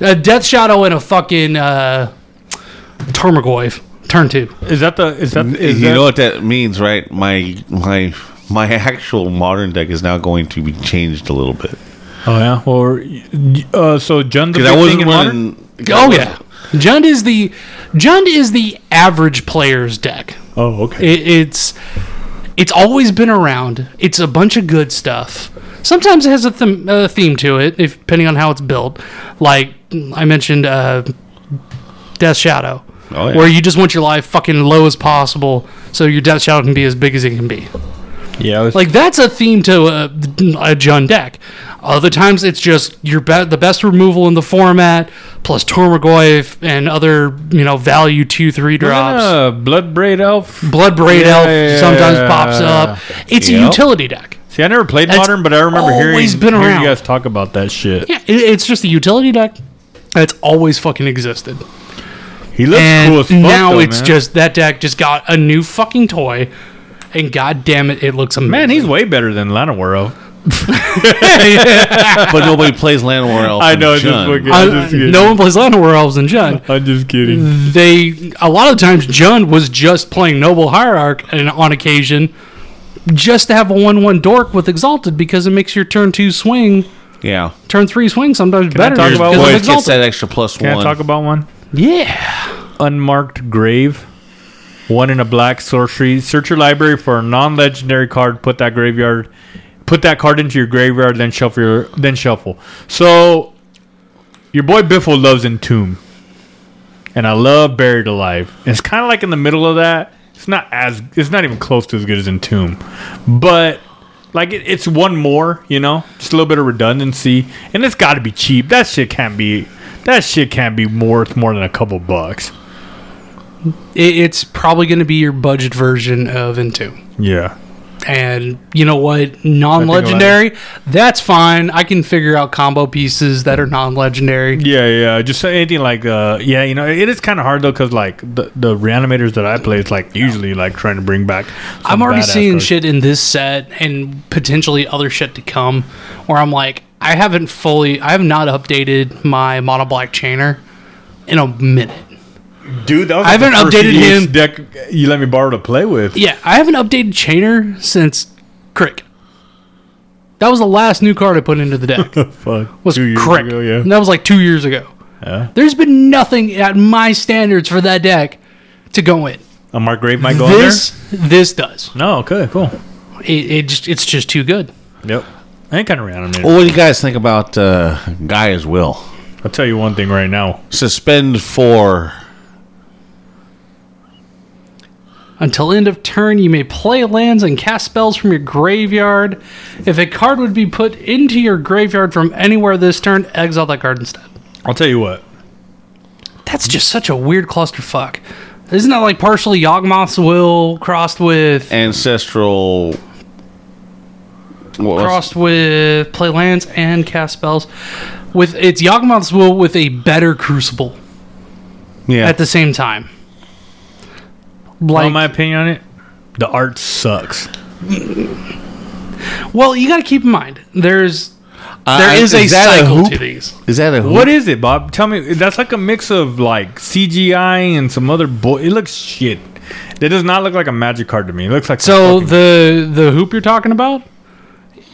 Speaker 6: a death shadow and a fucking uh, Tarmogoyf turn two.
Speaker 7: Is that the? Is that? Is
Speaker 1: you
Speaker 7: that,
Speaker 1: know what that means, right? My my my actual modern deck is now going to be changed a little bit
Speaker 7: Oh yeah. Or uh, so Junt's
Speaker 1: because I wasn't
Speaker 7: in modern?
Speaker 1: running.
Speaker 6: Oh yeah, Jund is the Jund is the average player's deck.
Speaker 7: Oh okay.
Speaker 6: It, it's it's always been around. It's a bunch of good stuff. Sometimes it has a, them a theme to it, if, depending on how it's built. Like I mentioned, uh, Death Shadow,
Speaker 1: Oh, yeah.
Speaker 6: where you just want your life fucking low as possible, so your Death Shadow can be as big as it can be.
Speaker 7: yeah. I was,
Speaker 6: Like that's a theme to a, a Jun deck. Other times it's just your be- the best removal in the format, plus Tormagoyf and other you know value two three drops.
Speaker 7: uh, Bloodbraid Elf.
Speaker 6: Blood Braid
Speaker 7: Yeah,
Speaker 6: Elf
Speaker 7: yeah,
Speaker 6: sometimes
Speaker 7: yeah.
Speaker 6: pops up. It's a
Speaker 1: Yep.
Speaker 6: utility deck.
Speaker 7: See, I never played
Speaker 6: That's
Speaker 7: modern, but I remember hearing,
Speaker 6: always been
Speaker 7: hearing
Speaker 6: around.
Speaker 7: you guys talk about that shit.
Speaker 6: Yeah, it, it's just a utility deck that's always fucking existed.
Speaker 7: He looks
Speaker 6: and
Speaker 7: cool as fuck.
Speaker 6: now
Speaker 7: though,
Speaker 6: it's
Speaker 7: man.
Speaker 6: just that deck just got a new fucking toy, and god damn it, it looks amazing.
Speaker 7: man. He's way better than Lanowaro.
Speaker 1: but nobody plays Land War Elf.
Speaker 7: *laughs* I
Speaker 1: and
Speaker 7: know, it's just
Speaker 1: Jund.
Speaker 7: fucking-
Speaker 6: I-
Speaker 7: I'm just kidding.
Speaker 6: no one plays Land of Werewolves and Jund.
Speaker 7: I'm just kidding.
Speaker 6: They a lot of times Jund was just playing Noble Hierarch and on occasion, just to have a one-one dork with Exalted because it makes your turn two swing,
Speaker 1: Yeah.
Speaker 6: turn three swing sometimes better
Speaker 7: talk
Speaker 6: just
Speaker 7: about
Speaker 6: because
Speaker 7: what
Speaker 6: of
Speaker 1: Boy, it gets
Speaker 6: Exalted.
Speaker 1: that extra plus
Speaker 7: Can I
Speaker 1: one.
Speaker 7: talk about one?
Speaker 6: Yeah.
Speaker 7: unmarked grave. One in a black sorcery. Search your library for a non-legendary card. Put that graveyard, put that card into your graveyard. Then shuffle. Your, then shuffle. So, your boy Biffle loves Entomb, and I love Buried Alive. It's kind of like in the middle of that. It's not as. It's not even close to as good as Entomb, but like it, it's one more. You know, just a little bit of redundancy, and it's got to be cheap. That shit can't be. That shit can't be worth more than a couple bucks.
Speaker 6: it, it's probably going to be your budget version of Into.
Speaker 7: Yeah.
Speaker 6: And you know what? Non legendary, that's fine. I can figure out combo pieces that are non legendary.
Speaker 7: Yeah, yeah. Just say anything like, uh, yeah, you know, it is kind of hard though, because like the, the reanimators that I play is like usually like trying to bring back. some
Speaker 6: I'm already
Speaker 7: badass
Speaker 6: seeing
Speaker 7: cards.
Speaker 6: shit in this set and potentially other shit to come where I'm like, I haven't fully, I have not updated my mono black chainer in a minute.
Speaker 7: Dude, that was
Speaker 6: I
Speaker 7: like
Speaker 6: haven't
Speaker 7: the first
Speaker 6: updated
Speaker 7: EDH
Speaker 6: him.
Speaker 7: Deck you let me borrow to play with.
Speaker 6: Yeah, I haven't updated chainer since Crick. That was the last new card I put into the
Speaker 7: *laughs*
Speaker 6: deck.
Speaker 7: Fuck.
Speaker 6: was
Speaker 7: two years
Speaker 6: Crick.
Speaker 7: ago, yeah.
Speaker 6: And that was like two years ago. There's been nothing at my standards for that deck to go in.
Speaker 7: A Mark Grave might go
Speaker 6: this this does.
Speaker 7: in there. No, okay, cool.
Speaker 6: It, it just it's just too good.
Speaker 7: Yep. I ain't kind of reanimated.
Speaker 6: Oh.
Speaker 1: Well, what do you guys think about uh, Guy as Will?
Speaker 7: I'll tell you one thing right now.
Speaker 1: Suspend for
Speaker 6: Until end of turn, you may play lands and cast spells from your graveyard. If a card would be put into your graveyard from anywhere this turn, exile that card instead.
Speaker 7: I'll tell you what.
Speaker 6: That's just such a weird clusterfuck. Isn't that like partially Yawgmoth's will crossed with
Speaker 1: ancestral. What was-
Speaker 6: crossed with play lands and cast spells? With it's Yawgmoth's will with a better crucible
Speaker 1: yeah.
Speaker 6: at the same time. Like,
Speaker 7: On my opinion on it, the art sucks.
Speaker 6: well, you got to keep in mind there's there
Speaker 1: I-
Speaker 6: is a
Speaker 1: Uh, is that a
Speaker 6: cycle
Speaker 1: hoop?
Speaker 6: to these.
Speaker 1: is that a
Speaker 7: What is it, Bob? Tell me. That's like a mix of like CGI and some other boy. It looks shit. That does not look like a magic card to me. It looks like
Speaker 6: So the the hoop you're talking about,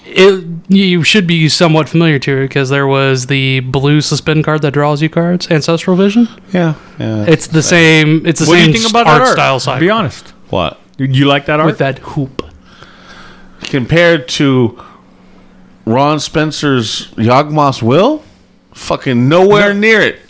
Speaker 6: it you should be somewhat familiar to it because there was the blue suspend card that draws you cards, Ancestral Vision.
Speaker 1: Yeah. yeah.
Speaker 6: It's the same. It's the
Speaker 7: what do
Speaker 6: same
Speaker 7: you think about
Speaker 6: art
Speaker 7: that art?
Speaker 6: style cycle.
Speaker 7: Be honest.
Speaker 1: What?
Speaker 7: Do you like that art?
Speaker 6: with that hoop.
Speaker 1: Compared to Ron Spencer's Yagmas Will? Fucking nowhere near it.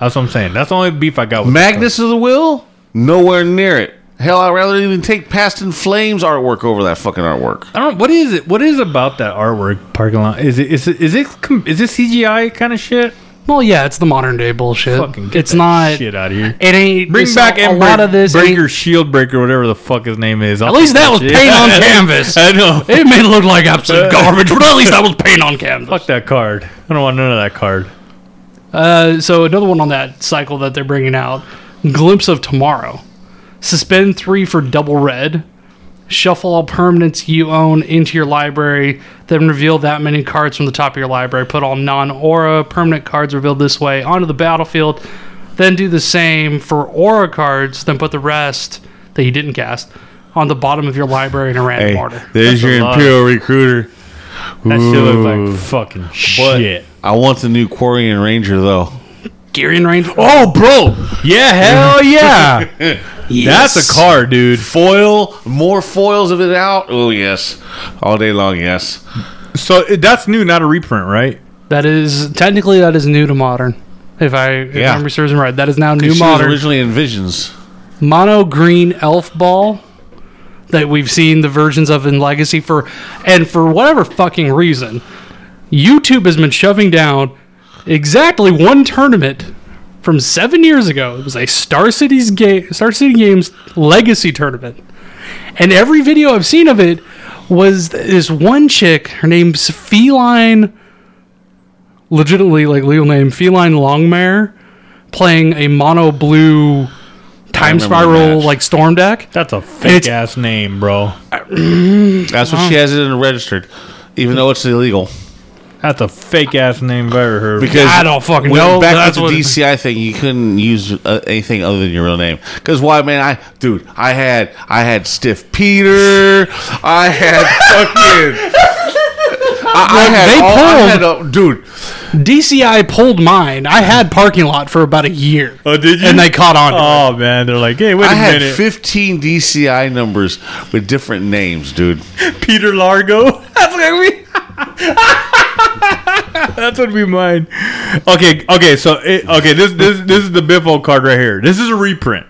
Speaker 7: That's what I'm saying. That's the only beef I got. with
Speaker 1: Magnus of the Will? Nowhere near it. Hell, I'd rather even take Past in Flames artwork over that fucking artwork.
Speaker 7: I don't. What is it? What is about that artwork parking lot? Is it? Is it? Is it? com- Is it CGI kind of shit?
Speaker 6: Well, yeah, it's the modern day bullshit.
Speaker 7: Fucking get
Speaker 6: it's
Speaker 7: that
Speaker 6: not.
Speaker 7: shit out of here.
Speaker 6: It ain't.
Speaker 7: Bring
Speaker 6: it's
Speaker 7: back
Speaker 6: a,
Speaker 7: and
Speaker 6: lot of this. ain't-
Speaker 7: Breaker Shield Breaker, whatever the fuck his name is.
Speaker 6: at least that
Speaker 7: *laughs*
Speaker 6: was paint on canvas.
Speaker 7: I know.
Speaker 6: *laughs* It may look like
Speaker 7: *laughs*
Speaker 6: absolute garbage, but at least that was paint on canvas.
Speaker 7: Fuck that card. I don't want none of that card.
Speaker 6: Uh, so another one on that cycle that they're bringing out: Glimpse of Tomorrow. Suspend three for double red. Shuffle all permanents you own into your library, then reveal that many cards from the top of your library. Put all non-aura permanent cards revealed this way onto the battlefield. Then do the same for aura cards. Then put the rest that you didn't cast on the bottom of your library in a random order.
Speaker 1: there's
Speaker 7: your Imperial
Speaker 1: Recruiter.
Speaker 7: That shit looks like fucking shit.
Speaker 1: I want the new Quarian Ranger, though.
Speaker 6: Garion Ranger.
Speaker 7: Oh, bro. Yeah, *laughs* hell yeah. That's a card, dude.
Speaker 1: Foil, more foils of it out. Oh, yes. All day long, yes.
Speaker 7: So it- that's new, not a reprint, right?
Speaker 6: That is technically that is new to modern. If I if
Speaker 1: Yeah.
Speaker 6: memory serves me right, that is now
Speaker 1: She
Speaker 6: new
Speaker 1: was
Speaker 6: modern.
Speaker 1: originally in Visions.
Speaker 6: Mono green elf ball that we've seen the versions of in Legacy for, and for whatever fucking reason, YouTube has been shoving down exactly one tournament from seven years ago. It was a Star Cities game, Star City Games Legacy tournament, and every video I've seen of it was this one chick. Her name's Feline. Legitimately, like legal name, Feline Longmare, playing a mono blue time
Speaker 1: remember the
Speaker 6: spiral
Speaker 1: match.
Speaker 6: like storm deck.
Speaker 7: That's a fake ass name, bro.
Speaker 1: That's what she
Speaker 6: Uh-huh.
Speaker 1: has it in registered, even though it's illegal.
Speaker 7: That's a fake ass name I've ever heard.
Speaker 1: Because
Speaker 6: I don't fucking
Speaker 1: when
Speaker 6: know.
Speaker 1: Back
Speaker 6: That's
Speaker 1: with
Speaker 6: what-
Speaker 1: the DCI thing, you couldn't use uh, anything other than your real name. Because why, man? I dude, I had I had Stiff Peter. I had
Speaker 6: *laughs*
Speaker 1: fucking. I, I had
Speaker 6: they
Speaker 1: all, I had
Speaker 6: pulled-
Speaker 1: a- dude.
Speaker 6: DCI pulled mine. I had parking lot for about a year.
Speaker 7: oh, did you?
Speaker 6: And they caught on. to it.
Speaker 7: Oh man, they're like, hey, wait
Speaker 1: I
Speaker 7: a
Speaker 1: had
Speaker 7: minute,
Speaker 1: 15 DCI numbers with different names, dude.
Speaker 7: Peter Largo. That's gonna be. That's gonna be mine. Okay, okay, so it, okay, this this this is the Biffo card right here. This is a reprint,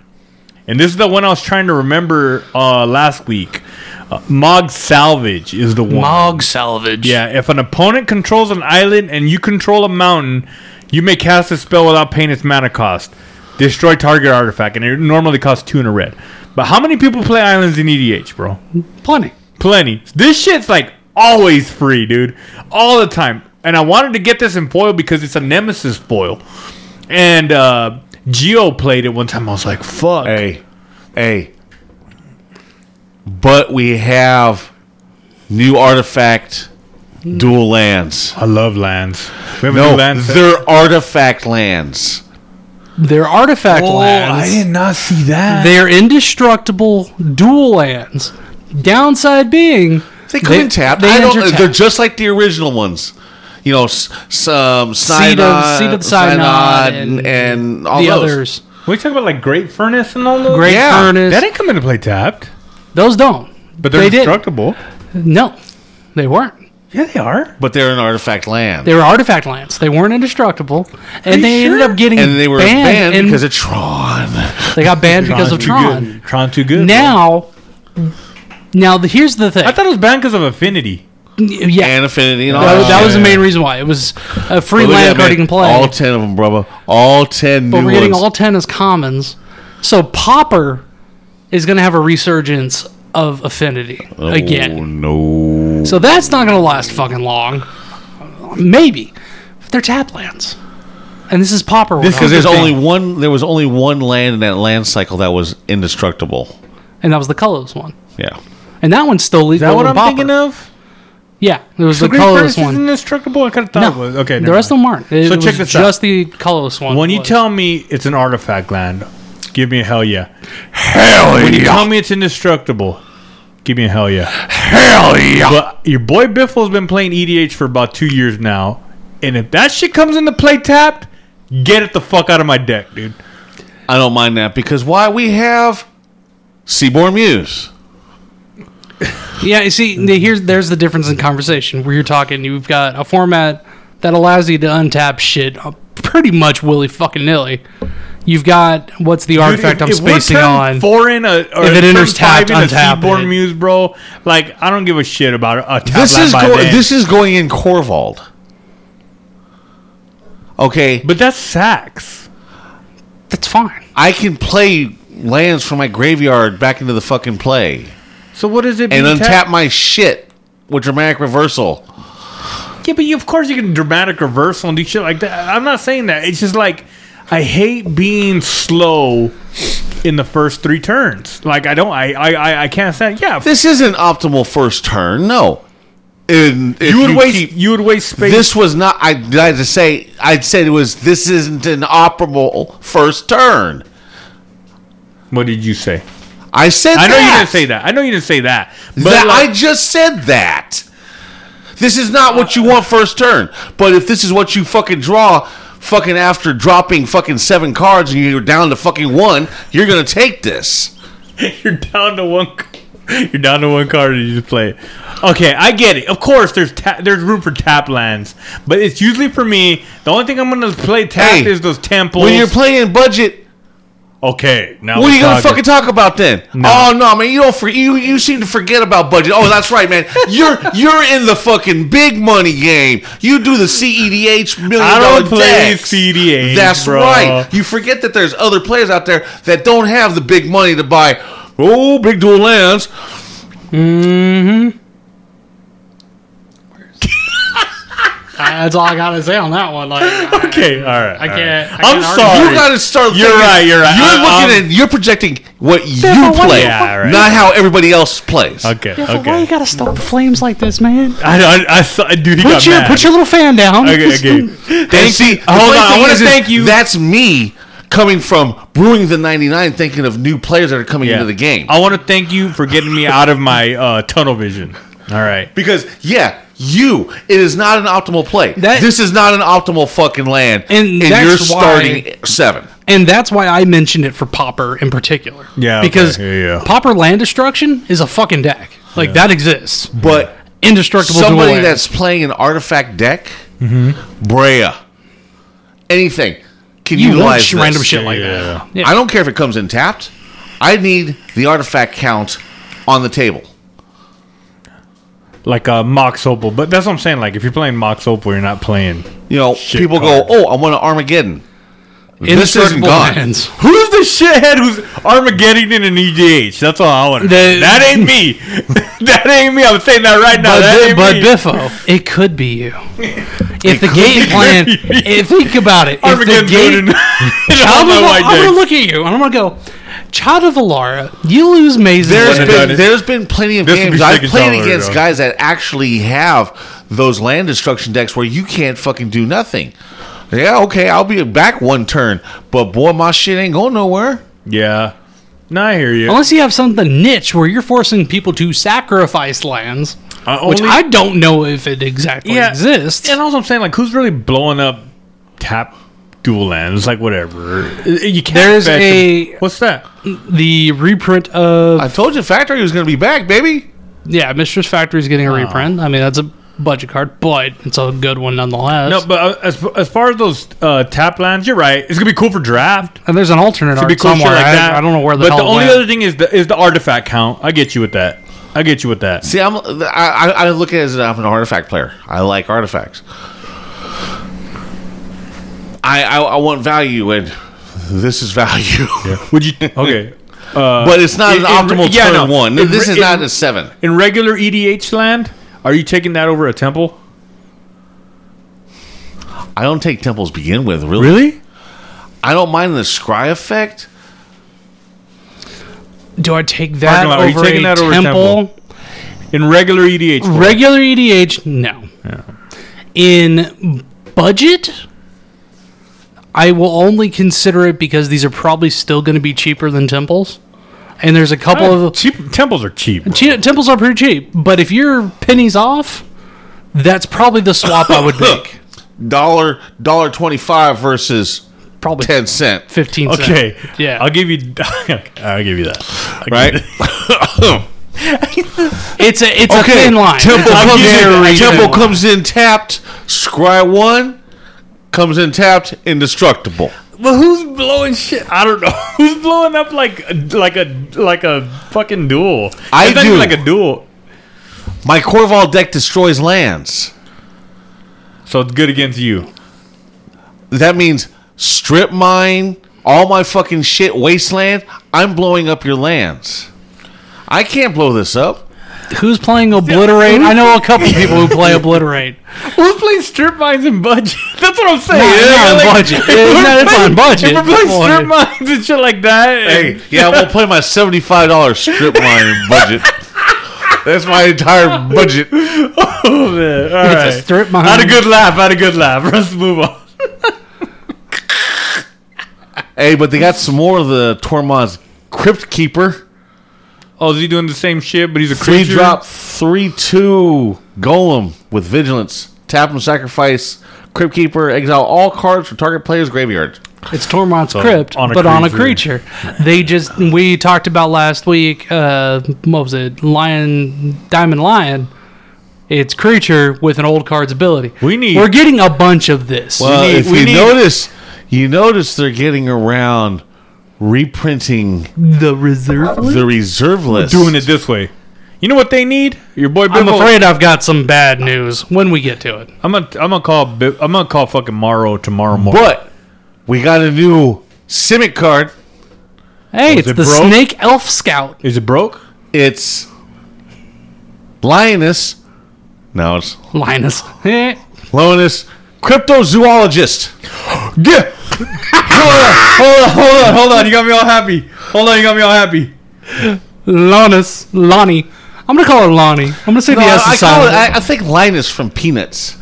Speaker 7: and this is the one I was trying to remember uh, last week. Uh, Mog Salvage is the one.
Speaker 6: Mog salvage.
Speaker 7: Yeah, if an opponent controls an island and you control a mountain, you may cast a spell without paying its mana cost. Destroy target artifact, and it normally costs two and a red. But how many people play islands in EDH, bro?
Speaker 6: *laughs* Plenty.
Speaker 7: Plenty. This shit's like always free, dude. All the time. And I wanted to get this in foil because it's a Nemesis foil. And uh Geo played it one time. I was like, fuck.
Speaker 1: Hey, hey. But we have new artifact Dual lands.
Speaker 7: I love lands. We have a
Speaker 1: No,
Speaker 7: new land. set.
Speaker 1: they're artifact lands.
Speaker 6: They're artifact
Speaker 7: Oh, I
Speaker 6: lands.
Speaker 7: did not see that.
Speaker 6: They're indestructible dual lands. Downside being
Speaker 1: They come in tap.
Speaker 6: They
Speaker 1: I don't.
Speaker 6: enter tap.
Speaker 1: They're just like the original ones. You know, s- some
Speaker 6: Seed of,
Speaker 1: Synod-
Speaker 6: seed of the
Speaker 1: Synod
Speaker 6: Synod
Speaker 1: and, and all
Speaker 6: the
Speaker 1: those.
Speaker 6: others.
Speaker 7: we talk about like Great Furnace and all those.
Speaker 6: Great
Speaker 1: Yeah,
Speaker 6: Furnace.
Speaker 7: That didn't come into play tapped,
Speaker 6: those don't.
Speaker 7: but they're
Speaker 6: They did.
Speaker 7: indestructible.
Speaker 6: No, they weren't.
Speaker 7: Yeah, they are.
Speaker 1: But they're an artifact land,
Speaker 6: They were artifact lands. They weren't indestructible, and
Speaker 7: you
Speaker 6: they ended
Speaker 7: sure?
Speaker 6: up getting
Speaker 1: and they were
Speaker 6: banned,
Speaker 1: banned
Speaker 6: and
Speaker 1: because of Tron.
Speaker 6: they got banned because of
Speaker 7: too
Speaker 6: Tron.
Speaker 7: Good. Tron too good.
Speaker 6: Now, now the, here's the thing.
Speaker 7: I thought it was banned because of affinity.
Speaker 6: yeah,
Speaker 1: and Affinity and all
Speaker 6: that,
Speaker 1: that.
Speaker 6: was- that
Speaker 1: shit.
Speaker 6: was the main reason why it was a free
Speaker 1: Look at
Speaker 6: land
Speaker 1: that,
Speaker 6: card you
Speaker 1: man.
Speaker 6: can play.
Speaker 1: All ten of them, brother. All ten
Speaker 6: but
Speaker 1: new
Speaker 6: we're getting
Speaker 1: ones.
Speaker 6: all 10 as commons. So Popper is going to have a resurgence of Affinity
Speaker 1: Oh
Speaker 6: again.
Speaker 1: no!
Speaker 6: So that's not going to last fucking long. Maybe. But they're tap lands. And this is Popper. we're
Speaker 1: Because
Speaker 6: going
Speaker 1: there's
Speaker 6: to.
Speaker 1: only one. There was only one land in that land cycle that was indestructible.
Speaker 6: And that was the colorless one.
Speaker 1: Yeah.
Speaker 6: And that one's still
Speaker 7: Is
Speaker 6: legal.
Speaker 7: that what
Speaker 6: in
Speaker 7: I'm
Speaker 6: Pauper.
Speaker 7: thinking of?
Speaker 6: Yeah, it was the
Speaker 7: Great Furnace
Speaker 6: colorless
Speaker 7: is
Speaker 6: one.
Speaker 7: indestructible. I could have thought
Speaker 6: No,
Speaker 7: it was. Okay,
Speaker 6: the rest of them aren't. It
Speaker 7: So
Speaker 6: was
Speaker 7: check this out.
Speaker 6: just the colorless one.
Speaker 7: When you
Speaker 6: was.
Speaker 7: tell me it's an artifact land, give me a hell yeah.
Speaker 1: Hell
Speaker 7: When you tell me it's indestructible, give me a hell yeah.
Speaker 1: Hell yeah!
Speaker 7: But your boy Biffle's been playing EDH for about two years now, and if that shit comes into play tapped, get it the fuck out of my deck, dude.
Speaker 1: I don't mind that because why we have Seaborn Muse.
Speaker 6: Yeah, you see, the- here's there's the difference in conversation. Where you're talking, you've got a format that allows you to untap shit uh, pretty much willy fucking nilly. You've got what's the artifact I'm
Speaker 7: if we're
Speaker 6: spacing
Speaker 7: turn
Speaker 6: on?
Speaker 7: Four in a, or
Speaker 6: If it
Speaker 7: turn
Speaker 6: enters
Speaker 7: five
Speaker 6: tapped,
Speaker 7: in a
Speaker 6: untap
Speaker 7: Seaborn
Speaker 6: it.
Speaker 7: Muse, bro. Like I don't give a shit about a tap
Speaker 1: This
Speaker 7: land
Speaker 1: is
Speaker 7: by
Speaker 1: go-
Speaker 7: then.
Speaker 1: this is going in Corvald. Okay,
Speaker 7: but that's sacks.
Speaker 6: That's fine.
Speaker 1: I can play lands from my graveyard back into the fucking play
Speaker 7: So what is it?
Speaker 1: and
Speaker 7: being tapped?
Speaker 1: untap my shit with dramatic reversal.
Speaker 7: Yeah, but you, of course you can dramatic reversal and do shit like that. I'm not saying that. It's just like I hate being slow in the first three turns. Like I don't. I I I, I can't stand. Yeah,
Speaker 1: This isn't optimal first turn. No, and if
Speaker 7: you would waste.
Speaker 1: keep-
Speaker 7: you would waste space.
Speaker 1: this was not. I I to say. I'd say it was. This isn't an optimal first turn.
Speaker 7: what did you say?
Speaker 1: I said.
Speaker 7: I know
Speaker 1: that.
Speaker 7: you didn't say that. I know you didn't say that. But
Speaker 1: That-
Speaker 7: like,
Speaker 1: I just said that. This is not what you want first turn. But if this is what you fucking draw, fucking after dropping fucking seven cards and you're down to fucking one, you're gonna take this.
Speaker 7: *laughs* you're down to one. c- You're down to one card and you just play it. Okay, I get it. Of course, there's ta- there's room for tap lands, but it's usually for me. The only thing I'm gonna play tap
Speaker 1: Hey,
Speaker 7: is those temples.
Speaker 1: When you're playing budget,
Speaker 7: okay, now
Speaker 1: what are you gonna fucking
Speaker 7: fucking?
Speaker 1: talk about then? Oh no, man, you don't. For- you you seem to forget about budget. Oh, that's right, man. You're you're in the fucking big money game. You do the CEDH million
Speaker 7: I
Speaker 1: dollar
Speaker 7: don't play E
Speaker 1: decks.
Speaker 7: CDA.
Speaker 1: That's
Speaker 7: bro.
Speaker 1: right. You forget that there's other players out there that don't have the big money to buy. Oh, big dual lands.
Speaker 6: That's all I gotta say on that one. Like,
Speaker 1: *laughs*
Speaker 6: I,
Speaker 7: Okay, all right. I
Speaker 6: can't- I
Speaker 7: I'm
Speaker 6: can't argue.
Speaker 7: sorry.
Speaker 1: You got to start.
Speaker 7: You're
Speaker 1: thinking-
Speaker 7: right, you're right.
Speaker 1: You're
Speaker 7: I-
Speaker 1: looking
Speaker 7: I'm-
Speaker 1: at. You're projecting what you
Speaker 6: but why-
Speaker 1: play,
Speaker 7: Yeah, right.
Speaker 1: not how everybody else plays.
Speaker 7: Okay,
Speaker 6: Why you
Speaker 7: okay.
Speaker 6: gotta stop the flames like this, man?
Speaker 7: I, I, I saw, dude, he
Speaker 6: Put
Speaker 7: got
Speaker 6: your
Speaker 7: mad.
Speaker 6: put your little fan down.
Speaker 7: Okay, okay.
Speaker 1: Thank see,
Speaker 7: you.
Speaker 1: the
Speaker 7: Hold
Speaker 1: funny
Speaker 7: on, I
Speaker 1: thing
Speaker 7: wanna
Speaker 1: is, is
Speaker 7: thank you.
Speaker 1: That's me coming from brewing the '99, thinking of new players that are coming into the game.
Speaker 7: I want to thank you for getting me out of my uh, tunnel vision. All right.
Speaker 1: Because yeah, you it is not an optimal play.
Speaker 6: That-
Speaker 1: this is not an optimal fucking land,
Speaker 6: And that's
Speaker 1: you're
Speaker 6: why-
Speaker 1: starting seven.
Speaker 6: *laughs* and that's why I mentioned it for Popper in particular.
Speaker 7: Yeah, okay.
Speaker 6: because
Speaker 7: Yeah, yeah.
Speaker 6: Popper land destruction is a fucking deck. Like that exists.
Speaker 1: But
Speaker 6: Indestructible. dual
Speaker 1: somebody
Speaker 6: lands.
Speaker 1: that's playing an artifact deck,
Speaker 7: Mm-hmm.
Speaker 1: Brea, anything can
Speaker 6: you love
Speaker 1: utilize
Speaker 6: sh-
Speaker 1: this.
Speaker 6: random shit like
Speaker 7: Yeah.
Speaker 6: that. Yeah.
Speaker 1: I don't care if it comes in tapped. I need the artifact count on the table.
Speaker 7: Like uh, Mox Opal. But that's what I'm saying. Like, if you're playing Mox Opal, you're not playing.
Speaker 1: You know,
Speaker 7: Shit
Speaker 1: people
Speaker 7: card.
Speaker 1: go, "Oh, I want an Armageddon." This isn't
Speaker 6: Indestructible
Speaker 1: gone.
Speaker 6: lands.
Speaker 7: Who's the shithead who's Armageddon in an EDH? That's all I want to
Speaker 6: The-
Speaker 7: know. That ain't me. *laughs* that ain't me. I'm saying that right now.
Speaker 6: But,
Speaker 7: that
Speaker 6: Bi-
Speaker 7: ain't
Speaker 6: but
Speaker 7: me.
Speaker 6: Biffo, it could be
Speaker 7: *laughs*
Speaker 6: you. If the game plan, if think about it, if the
Speaker 7: Armageddon *laughs*
Speaker 6: game,
Speaker 7: in, in all
Speaker 6: I'm,
Speaker 7: my
Speaker 6: *laughs* gonna,
Speaker 7: white
Speaker 6: I'm gonna
Speaker 7: decks.
Speaker 6: look at you and I'm gonna go, Child of Alara, you lose Maisie.
Speaker 1: There's
Speaker 7: Wouldn't have done
Speaker 1: been
Speaker 7: it.
Speaker 1: there's been plenty of
Speaker 7: This would
Speaker 1: games
Speaker 7: be
Speaker 1: I've
Speaker 7: freaking
Speaker 1: played
Speaker 7: dollar,
Speaker 1: against
Speaker 7: though.
Speaker 1: guys that actually have those land destruction decks where you can't fucking do nothing. Yeah, okay, I'll be back one turn, but boy, my shit ain't going nowhere.
Speaker 7: Yeah. No, I hear you.
Speaker 6: Unless you have something niche where you're forcing people to sacrifice lands,
Speaker 7: I
Speaker 6: which
Speaker 7: only-
Speaker 6: I don't know if it exactly
Speaker 7: Yeah.
Speaker 6: exists.
Speaker 7: And also, I'm saying like, who's really blowing up tap dual lands? Like, whatever. You can't.
Speaker 6: There's
Speaker 7: fetch
Speaker 6: a-
Speaker 7: them. What's that?
Speaker 6: the reprint of
Speaker 1: I told you Factory was gonna be back, baby.
Speaker 6: yeah, Mistress Factory is getting
Speaker 7: Oh.
Speaker 6: a reprint. I mean, that's a budget card, but it's a good one nonetheless.
Speaker 7: No, but uh, as, as far as those uh, tap lands, you're right. It's gonna be cool for draft.
Speaker 6: and Uh, there's an alternate
Speaker 7: It'd be
Speaker 6: art
Speaker 7: cool shit
Speaker 6: somewhere.
Speaker 7: like
Speaker 6: I-
Speaker 7: that.
Speaker 6: I, don't know where the
Speaker 7: But
Speaker 6: hell
Speaker 7: the
Speaker 6: it
Speaker 7: only
Speaker 6: went.
Speaker 7: other thing is the is the artifact count. I get you with that. I get you with that.
Speaker 1: See, I'm I, I I look at it as I'm an artifact player. I like artifacts. I I, I want value, and this is value,
Speaker 7: Would
Speaker 6: *laughs*
Speaker 7: you? Okay.
Speaker 1: *laughs* but it's not
Speaker 7: in-
Speaker 1: an
Speaker 7: in-
Speaker 1: optimal
Speaker 7: yeah,
Speaker 1: turn
Speaker 7: no.
Speaker 1: one.
Speaker 7: In-
Speaker 1: this is
Speaker 7: in-
Speaker 1: not a seven.
Speaker 7: In regular EDH land, are you taking that over a temple?
Speaker 1: I don't take temples to begin with, really.
Speaker 7: Really?
Speaker 1: I don't mind the scry effect.
Speaker 6: Do I take that
Speaker 7: Parking lot, are you
Speaker 6: over
Speaker 7: taking
Speaker 6: a
Speaker 7: that over
Speaker 6: temple?
Speaker 7: In regular EDH, land.
Speaker 6: Regular EDH, no. In budget, I will only consider it because these are probably still going to be cheaper than temples. And there's a couple
Speaker 7: *laughs*
Speaker 6: of
Speaker 7: cheap temples are cheap. bro.
Speaker 6: che- temples are pretty cheap, but if you're pennies off, that's probably the swap I would make.
Speaker 1: Dollar dollar twenty five versus
Speaker 6: Probably
Speaker 1: ten cent.
Speaker 6: fifteen. cent.
Speaker 7: Okay.
Speaker 6: Yeah.
Speaker 7: I'll give you. *laughs* I'll give you that. I'll give
Speaker 1: Right?
Speaker 7: you
Speaker 1: *laughs*
Speaker 7: that.
Speaker 6: It's a it's a thin line.
Speaker 1: Temple,
Speaker 6: It's a
Speaker 1: comes
Speaker 6: very
Speaker 1: in,
Speaker 6: thin
Speaker 1: temple
Speaker 6: line.
Speaker 1: comes in tapped. Scry one comes in tapped. Indestructible.
Speaker 7: But who's blowing shit? I don't know. *laughs* Who's blowing up like like a like a fucking duel?
Speaker 1: I
Speaker 7: It's not even
Speaker 1: do.
Speaker 7: like a duel.
Speaker 1: My Corval deck destroys lands.
Speaker 7: So it's good against you.
Speaker 1: That means strip mine all my fucking shit wasteland. I'm blowing up your lands. I can't blow this up.
Speaker 6: Who's playing Obliterate? I know a couple people who play Obliterate.
Speaker 7: Who's playing strip mines and budget? *laughs* That's what I'm saying.
Speaker 6: it's not on
Speaker 7: Like,
Speaker 1: *laughs*
Speaker 6: budget.
Speaker 7: if
Speaker 6: It's
Speaker 7: we're
Speaker 6: not- it's
Speaker 7: playing-
Speaker 6: on budget.
Speaker 7: If we're playing
Speaker 6: Come on,
Speaker 7: strip
Speaker 6: dude.
Speaker 7: mines and shit like that.
Speaker 1: Hey, yeah, we'll play my seventy five dollars strip mine budget. That's my entire budget.
Speaker 7: Oh, man. All right.
Speaker 6: It's a strip mine.
Speaker 7: I had a good laugh. I had a
Speaker 1: *laughs*
Speaker 7: good laugh. Let's move on.
Speaker 1: Hey, but they got some more of the Tormod's Crypt Keeper.
Speaker 7: Oh, is he doing the same shit? But he's a
Speaker 1: Three
Speaker 7: creature.
Speaker 1: drop, three two golem with vigilance. Tap and sacrifice Crypt Keeper. Exile all cards from target player's graveyard.
Speaker 6: It's Tormont's crypt,
Speaker 7: on a
Speaker 6: but on a
Speaker 7: creature.
Speaker 6: creature. They just we talked about last week. Uh, what was it? Lion, Diamond Lion. It's creature with an old card's ability.
Speaker 7: We need-
Speaker 6: We're getting a bunch of this.
Speaker 1: Well,
Speaker 7: need-
Speaker 1: Uh, if
Speaker 7: we
Speaker 1: you
Speaker 7: need-
Speaker 1: notice, you notice they're getting around reprinting
Speaker 6: the reserve.
Speaker 1: the reserve list.
Speaker 7: doing it this way. You know what they need? Your boy.
Speaker 6: I'm
Speaker 7: Bimbo-
Speaker 6: afraid I've got some bad news when we get to it.
Speaker 7: I'm gonna I'm gonna call Bi- I'm gonna call fucking Morrow tomorrow morning.
Speaker 1: but we got a new Simic card.
Speaker 6: Hey, it's
Speaker 7: it
Speaker 6: the
Speaker 7: broke?
Speaker 6: Snake Elf Scout.
Speaker 7: Is it broke?
Speaker 1: It's Lioness. No, it's
Speaker 7: *laughs*
Speaker 6: Linus. Eh.
Speaker 1: Lowness, cryptozoologist. Yeah. hold on, hold on,
Speaker 7: Hold on, you got me all happy. Hold on, you got me all happy.
Speaker 6: Lonus. Lonnie. I'm going to call her Lonnie. I'm going to say the S
Speaker 1: Uh, I,
Speaker 6: is
Speaker 1: call it,
Speaker 6: silent.
Speaker 1: I, I think Linus from Peanuts.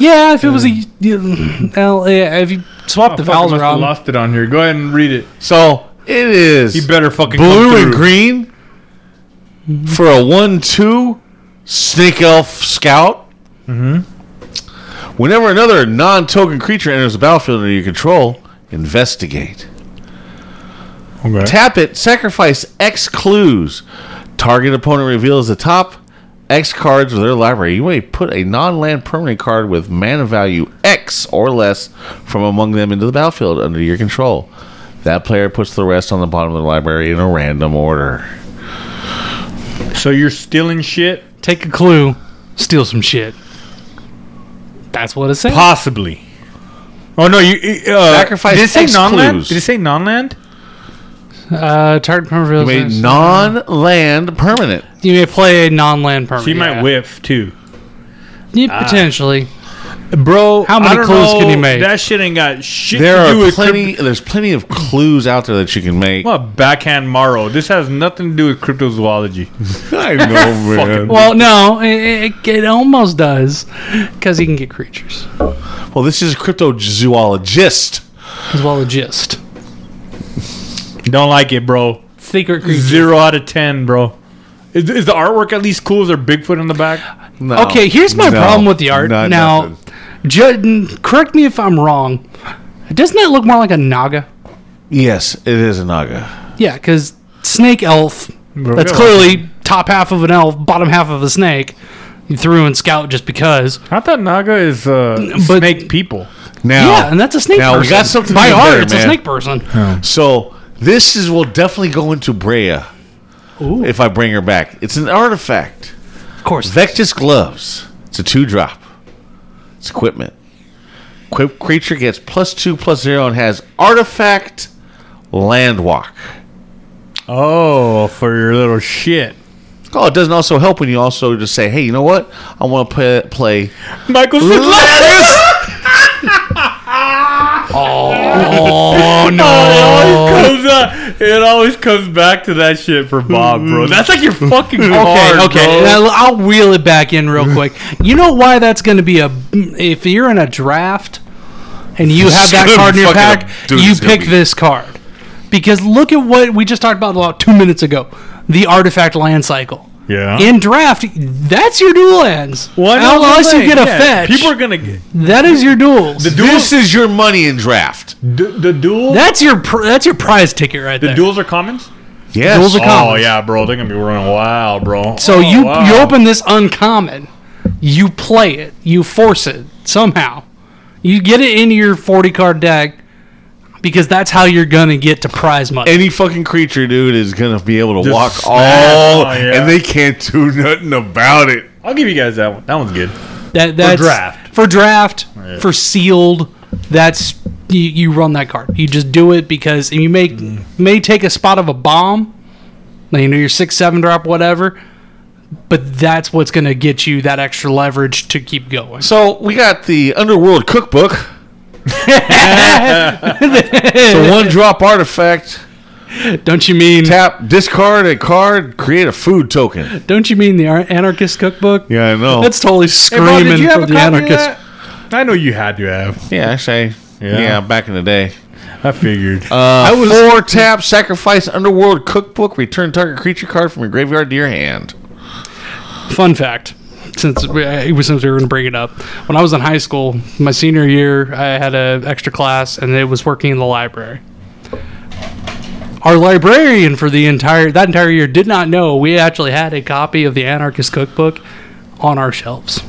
Speaker 6: yeah, if it was a.
Speaker 1: Hmm.
Speaker 6: yeah, L, yeah, if you
Speaker 1: Oh,
Speaker 6: swap the vowels around.
Speaker 7: lost it on here. Go ahead and read it.
Speaker 1: So it is
Speaker 7: He better fucking come
Speaker 1: blue
Speaker 7: through.
Speaker 1: and green for a one-two snake elf scout. Mm-hmm. Whenever another non-token creature enters the battlefield under your control, investigate.
Speaker 7: Okay.
Speaker 1: Tap it, sacrifice X clues. Target opponent reveals the top X cards of their library. You may put a non land permanent card with mana value X or less from among them into the battlefield under your control. That player puts the rest on the bottom of the library in a random order.
Speaker 7: so you're stealing shit?
Speaker 6: take a clue, steal some shit. That's what it says.
Speaker 7: Possibly. Oh no, you uh,
Speaker 1: Sacrifice
Speaker 7: Did it say
Speaker 1: X
Speaker 7: non-land?
Speaker 1: clues.
Speaker 7: Did it say non-land?
Speaker 6: Uh, target permanent
Speaker 1: You may
Speaker 6: reveals.
Speaker 1: non land permanent.
Speaker 6: You may play a non-land permanent.
Speaker 7: She
Speaker 6: yeah.
Speaker 7: might whiff too.
Speaker 1: Ah.
Speaker 6: Yeah, potentially.
Speaker 7: Bro,
Speaker 6: How many
Speaker 7: I don't
Speaker 6: clues can
Speaker 7: know,
Speaker 6: you make?
Speaker 7: That shit ain't got shit
Speaker 1: There
Speaker 7: to do
Speaker 1: are
Speaker 7: with
Speaker 1: plenty. There's plenty of clues out there that you can make.
Speaker 7: What a backhand Morrow. This has nothing to do with *laughs* cryptozoology.
Speaker 1: I know,
Speaker 7: *laughs*
Speaker 1: man.
Speaker 6: Well, no, it, it, it almost does because he can get creatures
Speaker 1: Well, this is a cryptozoologist.
Speaker 6: as well as gist.
Speaker 7: Don't like it, bro.
Speaker 6: Secret creatures.
Speaker 7: Zero out of ten, bro. Is, is the artwork at least cool? Is there Bigfoot on the back?
Speaker 1: No.
Speaker 6: Okay, here's my
Speaker 1: No.
Speaker 6: problem with the art.
Speaker 1: Not
Speaker 6: now,
Speaker 1: nothing.
Speaker 6: ju- correct me if I'm wrong. Doesn't that look more like a naga?
Speaker 1: yes, it is a naga.
Speaker 6: Yeah, because snake elf. That's clearly top half of an elf, bottom half of a snake. You threw in scout just because.
Speaker 7: I thought Naga is uh,
Speaker 6: But-
Speaker 7: snake people.
Speaker 1: Now,
Speaker 6: yeah, and that's a snake.
Speaker 1: Now
Speaker 6: person.
Speaker 1: we got something
Speaker 6: by
Speaker 1: even
Speaker 6: art.
Speaker 1: better,
Speaker 6: it's a
Speaker 1: man.
Speaker 6: snake person.
Speaker 1: Oh. So this is will definitely go into Brea if I bring her back. It's an artifact.
Speaker 6: Of course.
Speaker 1: Vectus gloves. It's a two drop. It's equipment. Equip creature gets plus two plus zero and has artifact land walk.
Speaker 7: Oh, for your little shit.
Speaker 1: Oh, it doesn't also help when you also just say, hey, you know what? I want to play, play
Speaker 7: Michael said, *laughs*
Speaker 6: oh *laughs*
Speaker 7: It
Speaker 6: no.
Speaker 7: always comes up- It always comes back to that shit for Bob, bro. That's
Speaker 6: *laughs*
Speaker 7: like your fucking card,
Speaker 6: Okay, okay.
Speaker 7: bro.
Speaker 6: Now, I'll wheel it back in real quick. You know why that's going to be a if you're in a draft and you have that
Speaker 1: gonna
Speaker 6: card in
Speaker 1: be
Speaker 6: your
Speaker 1: fucking
Speaker 6: pack,
Speaker 1: a- dude,
Speaker 6: you
Speaker 1: it's gonna
Speaker 6: pick
Speaker 1: be-
Speaker 6: this card. Because look at what we just talked about about 2 minutes ago. The artifact land cycle.
Speaker 7: Yeah.
Speaker 6: In draft, that's your dual lands.
Speaker 7: Well, I know the
Speaker 6: Unless you
Speaker 7: thing,
Speaker 6: get a
Speaker 7: yeah.
Speaker 6: fetch.
Speaker 7: People are gonna get
Speaker 6: that is your duels.
Speaker 1: This is your money in draft.
Speaker 7: the, the duel.
Speaker 6: that's your pr- that's your prize ticket right
Speaker 7: the
Speaker 6: there.
Speaker 7: duels are commons.
Speaker 1: Yes.
Speaker 6: Duels are
Speaker 7: Oh
Speaker 6: commons.
Speaker 7: yeah, bro. They're gonna be running wild, bro.
Speaker 6: So
Speaker 7: Oh,
Speaker 6: you
Speaker 7: wow.
Speaker 6: you open this uncommon, you play it, you force it somehow, you get it into your forty card deck because that's how you're gonna get to prize money.
Speaker 1: any fucking creature, dude, is gonna be able to
Speaker 7: Just
Speaker 1: walk
Speaker 7: smash.
Speaker 1: all,
Speaker 7: Oh, yeah.
Speaker 1: and they can't do *laughs* nothing about it.
Speaker 7: I'll give you guys that one. That one's good.
Speaker 6: that that's,
Speaker 7: draft.
Speaker 6: for draft for sealed. That's you, you run that card. You just do it because and you make may take a spot of a bomb. Like, you know your six seven drop whatever. But that's what's going to get you that extra leverage to keep going.
Speaker 1: So we got the Underworld Cookbook. so one drop artifact,
Speaker 6: Don't you mean?
Speaker 1: tap, discard a card, create a food token.
Speaker 6: Don't you mean the Ar- anarchist cookbook?
Speaker 1: Yeah, I know.
Speaker 6: That's totally screaming for the anarchist.
Speaker 7: I know you had to have.
Speaker 1: yeah, actually, yeah.
Speaker 7: Yeah.
Speaker 1: back in the day.
Speaker 7: I figured.
Speaker 1: I was four *laughs* tap, sacrifice Underworld Cookbook, return target creature card from your graveyard to your hand.
Speaker 6: Fun fact. Since we, I- since we were going to bring it up, when I was in high school, my senior year, I had a extra class, and it was working in the library. Our librarian for the entire that entire year did not know we actually had a copy of the Anarchist Cookbook on our shelves.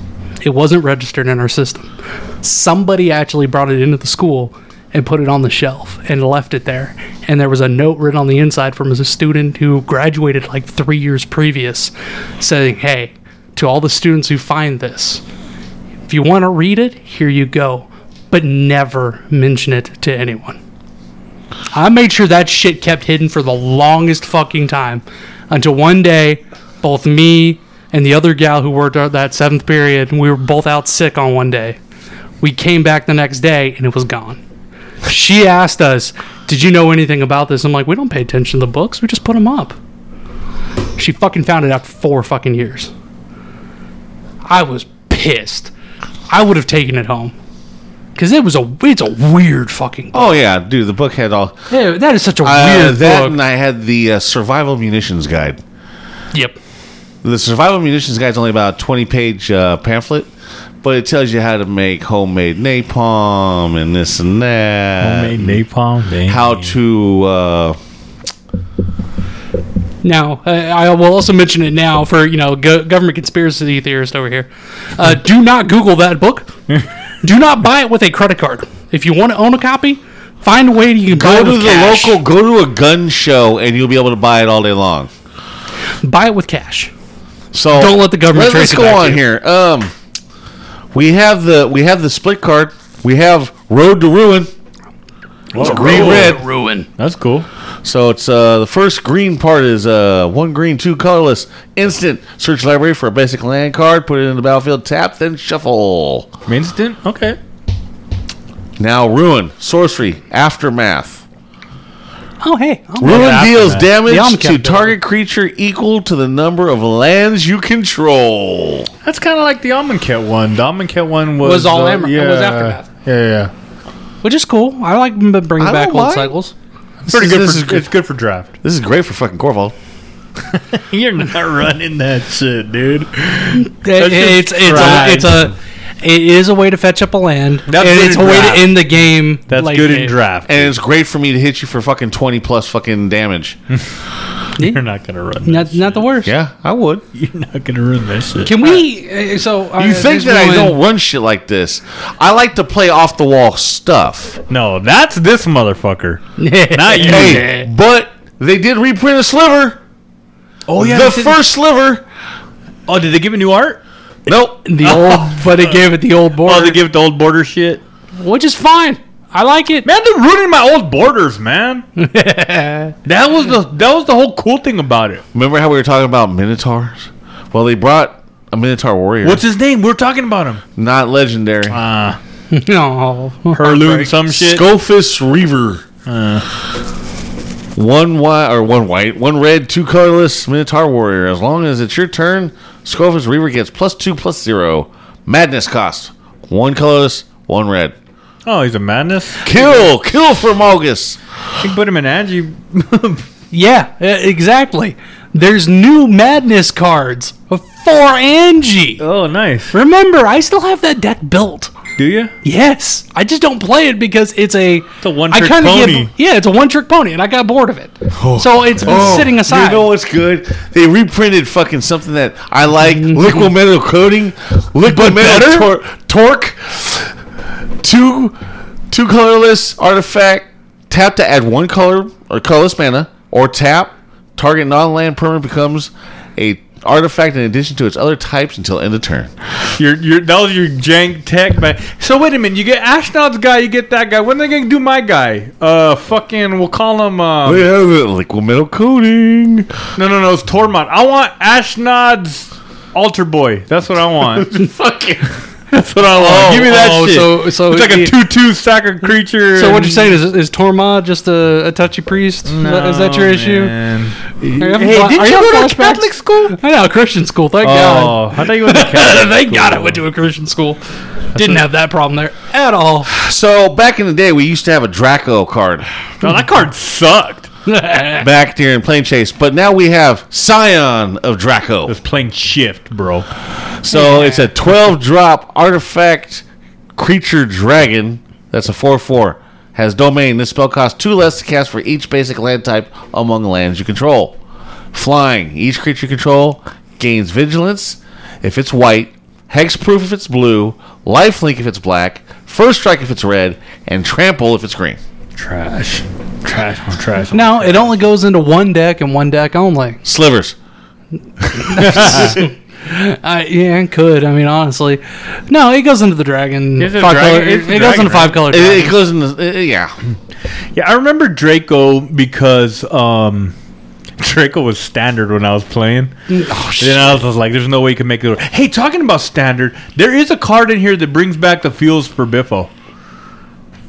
Speaker 6: It wasn't registered in our system. Somebody actually brought it into the school and put it on the shelf and left it there. And there was a note written on the inside from a student who graduated like three years previous saying, Hey, to all the students who find this, if you want to read it, here you go. But never mention it to anyone. I made sure that shit kept hidden for the longest fucking time until one day, both me and the other gal who worked out that seventh period, we were both out sick on one day. We came back the next day and it was gone. She asked us, Did you know anything about this? I'm like, We don't pay attention to the books, we just put them up. She fucking found it after four fucking years. I was pissed. I would have taken it home. Cause it was a it's a weird fucking
Speaker 1: Oh yeah, dude, the book had all.
Speaker 6: yeah, that is such a
Speaker 1: Uh,
Speaker 6: weird
Speaker 1: that
Speaker 6: book.
Speaker 1: and I had the uh, Survival Munitions Guide.
Speaker 6: Yep.
Speaker 1: The survival munitions guide's only about a twenty-page uh, pamphlet, but it tells you how to make homemade napalm and this and
Speaker 7: Uh,
Speaker 1: that.
Speaker 7: napalm.
Speaker 1: How to uh,
Speaker 6: Now, uh, I will also mention it now for you know go- government conspiracy theorist over here. Uh, do not Google that book. do not buy it with a credit card. If you want to own a copy, find a way you can buy
Speaker 1: go
Speaker 6: it
Speaker 1: to
Speaker 6: with
Speaker 1: the
Speaker 6: cash.
Speaker 1: local, go to a gun show, and you'll be able to buy it all day long.
Speaker 6: Buy it with cash.
Speaker 1: So
Speaker 6: Don't let the government
Speaker 1: Let's
Speaker 6: trace it
Speaker 1: go
Speaker 6: back to
Speaker 1: on
Speaker 6: you.
Speaker 1: here. Um, we have the we have the split card. We have Road to Ruin. It's green red.
Speaker 6: Ruin.
Speaker 7: That's cool.
Speaker 1: So it's uh, the first green part is uh, one green, two colorless, instant. Search library for a basic land card. Put it in the battlefield. Tap, then shuffle.
Speaker 7: Instant? Okay.
Speaker 1: Now ruin, sorcery, aftermath.
Speaker 6: Oh hey, I'll-
Speaker 1: Ruin deals
Speaker 7: aftermath.
Speaker 6: Yeah, I'm
Speaker 1: damage to
Speaker 6: kept
Speaker 1: target creature equal to the number of lands you control.
Speaker 7: That's kind of like the Almond Cat one. The Almond Cat one was.
Speaker 6: Was all
Speaker 7: uh,
Speaker 6: Amber- was Aftermath.
Speaker 7: Yeah, yeah.
Speaker 6: which is cool. I like m- bringing
Speaker 1: I
Speaker 6: back
Speaker 1: don't
Speaker 6: old
Speaker 1: mind.
Speaker 6: cycles.
Speaker 7: Pretty
Speaker 1: is-
Speaker 7: good
Speaker 1: this
Speaker 7: for,
Speaker 1: is good.
Speaker 7: It's good for draft.
Speaker 1: This is great for fucking Corval.
Speaker 7: *laughs* You're *laughs* not running that shit, dude.
Speaker 6: It-
Speaker 7: That's just
Speaker 6: it's it's a,
Speaker 7: pride.
Speaker 6: it's a it is a way to fetch up a land.
Speaker 7: That's
Speaker 6: and
Speaker 7: good
Speaker 6: it's a
Speaker 7: in
Speaker 6: way
Speaker 7: draft.
Speaker 6: to end the game.
Speaker 7: That's
Speaker 6: late
Speaker 7: good
Speaker 6: game.
Speaker 7: in draft.
Speaker 1: And it's great for me to hit you for fucking 20 plus fucking damage.
Speaker 7: You're not gonna run. that
Speaker 6: Not not the worst.
Speaker 1: Yeah, I would.
Speaker 7: You're not gonna run that shit.
Speaker 6: Can we? uh, So uh,
Speaker 1: You think
Speaker 6: there's
Speaker 1: that I
Speaker 6: one-
Speaker 1: don't run shit like this. I like to play off the wall stuff.
Speaker 7: No, that's this motherfucker.
Speaker 6: *laughs*
Speaker 7: Not you.
Speaker 1: Hey, but they did reprint a sliver.
Speaker 7: Oh
Speaker 1: the
Speaker 7: they did-
Speaker 1: first sliver.
Speaker 7: Oh, did they give it new art?
Speaker 1: Nope.
Speaker 6: the old, but they gave it the old
Speaker 7: Oh, they
Speaker 6: board,
Speaker 7: give it the old border shit.
Speaker 6: which is fine. I like it.
Speaker 7: Man, they're ruining my old borders, *laughs* man. that was the that was the whole cool thing about it.
Speaker 1: Remember how we were talking about Minotaurs? Well, they brought a Minotaur warrior.
Speaker 7: What's his name? We are talking about him.
Speaker 1: not legendary?
Speaker 7: Ah,
Speaker 6: No, *laughs*
Speaker 7: Herloon, some shit.
Speaker 1: Scophus Reaver. Uh. One white or one white, one red, two colorless Minotaur warrior. As long as it's your turn, Scophus Reaver gets plus two, plus zero. Madness cost one colorless, one red.
Speaker 7: Oh, he's a madness.
Speaker 1: Kill, kill for Mogus.
Speaker 7: You can put him in Angie. *laughs*
Speaker 6: yeah, e- exactly. There's new madness cards for Angie.
Speaker 7: oh, nice.
Speaker 6: Remember, I still have that deck built.
Speaker 7: Do you?
Speaker 6: Yes, I just don't play it because it's a it's
Speaker 7: a one-trick pony. Oh.
Speaker 6: yeah, it's a one trick pony, and I got bored of it. so it's been sitting aside.
Speaker 1: Oh, You know what's good? They reprinted fucking something that I like: liquid metal coating, liquid metal tor- torque, two two colorless artifact. Tap to add one color or colorless mana, or tap target non-land permanent becomes a artifact in addition to its other types until end of turn.
Speaker 7: Your your that was your jank tech. But so wait a minute. You get astronauts guy. You get that guy. When are they gonna do my guy? Uh, fucking. We'll call him. Um,
Speaker 1: They have it, liquid metal coating.
Speaker 7: No, no, no. It's Tormod. I want Ashnod's altar boy. That's what I *laughs* want.
Speaker 1: Fuck it.
Speaker 7: That's what I want. Give me that
Speaker 6: oh,
Speaker 7: shit.
Speaker 6: so- so
Speaker 7: it's like a
Speaker 6: it-
Speaker 7: two-two sack of creature.
Speaker 6: so what you're
Speaker 7: and-
Speaker 6: saying is, is Tormod just a, a touchy priest? Is that- is that your
Speaker 7: Oh,
Speaker 6: issue?
Speaker 7: man.
Speaker 6: Hey,
Speaker 7: Hey, did you go to Catholic school?
Speaker 6: I know Christian school. Thank God.
Speaker 7: Oh, I thought you
Speaker 6: *laughs*
Speaker 7: went to Catholic
Speaker 6: Thank God I
Speaker 7: school.
Speaker 6: went to a Christian school. Didn't have that problem there at all.
Speaker 1: So back in the day, we used to have a Draco card.
Speaker 7: No, that
Speaker 6: *laughs*
Speaker 7: card sucked.
Speaker 1: back there in plane chase. But now we have Scion of Draco.
Speaker 7: It's playing shift, bro.
Speaker 1: So it's a 12 drop artifact creature dragon. That's a 4 4. Has domain. This spell costs two less to cast for each basic land type among lands you control. Flying. Each creature you control gains vigilance if it's white, hexproof if it's blue, lifelink if it's black, first strike if it's red, and trample if it's green.
Speaker 7: Trash. Trash on trash. on-
Speaker 6: No, it only goes into one deck and one deck only.
Speaker 1: Slivers.
Speaker 6: I yeah, it could. I mean, honestly, no, it goes into the dragon.
Speaker 7: It's a
Speaker 6: five
Speaker 7: dragon-
Speaker 6: color.
Speaker 7: it's
Speaker 6: It,
Speaker 7: a
Speaker 6: it goes
Speaker 7: dragon,
Speaker 6: into five
Speaker 7: right?
Speaker 6: color.
Speaker 1: It, it
Speaker 6: dragons.
Speaker 1: goes in the. uh, yeah.
Speaker 7: Yeah, I remember Draco because um, Draco was standard when I was playing.
Speaker 6: Oh, shit.
Speaker 7: Then I was, like, "There's no way you can make it." Hey, talking about standard, there is a card in here that brings back the feels for Biffo.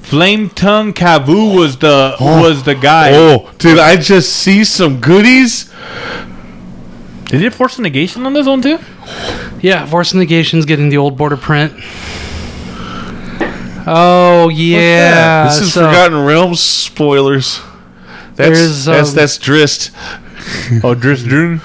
Speaker 7: Flame Tongue Kavu was the was the guy.
Speaker 1: Oh, did I just see some goodies?
Speaker 7: Did it force negation on this one too?
Speaker 6: Yeah, Force Negation's getting the old border print. Oh yeah,
Speaker 1: this is
Speaker 6: so-
Speaker 1: Forgotten Realms spoilers. That's
Speaker 6: There's,
Speaker 1: that's
Speaker 6: um,
Speaker 1: that's Drist.
Speaker 7: Oh, Drisdrun.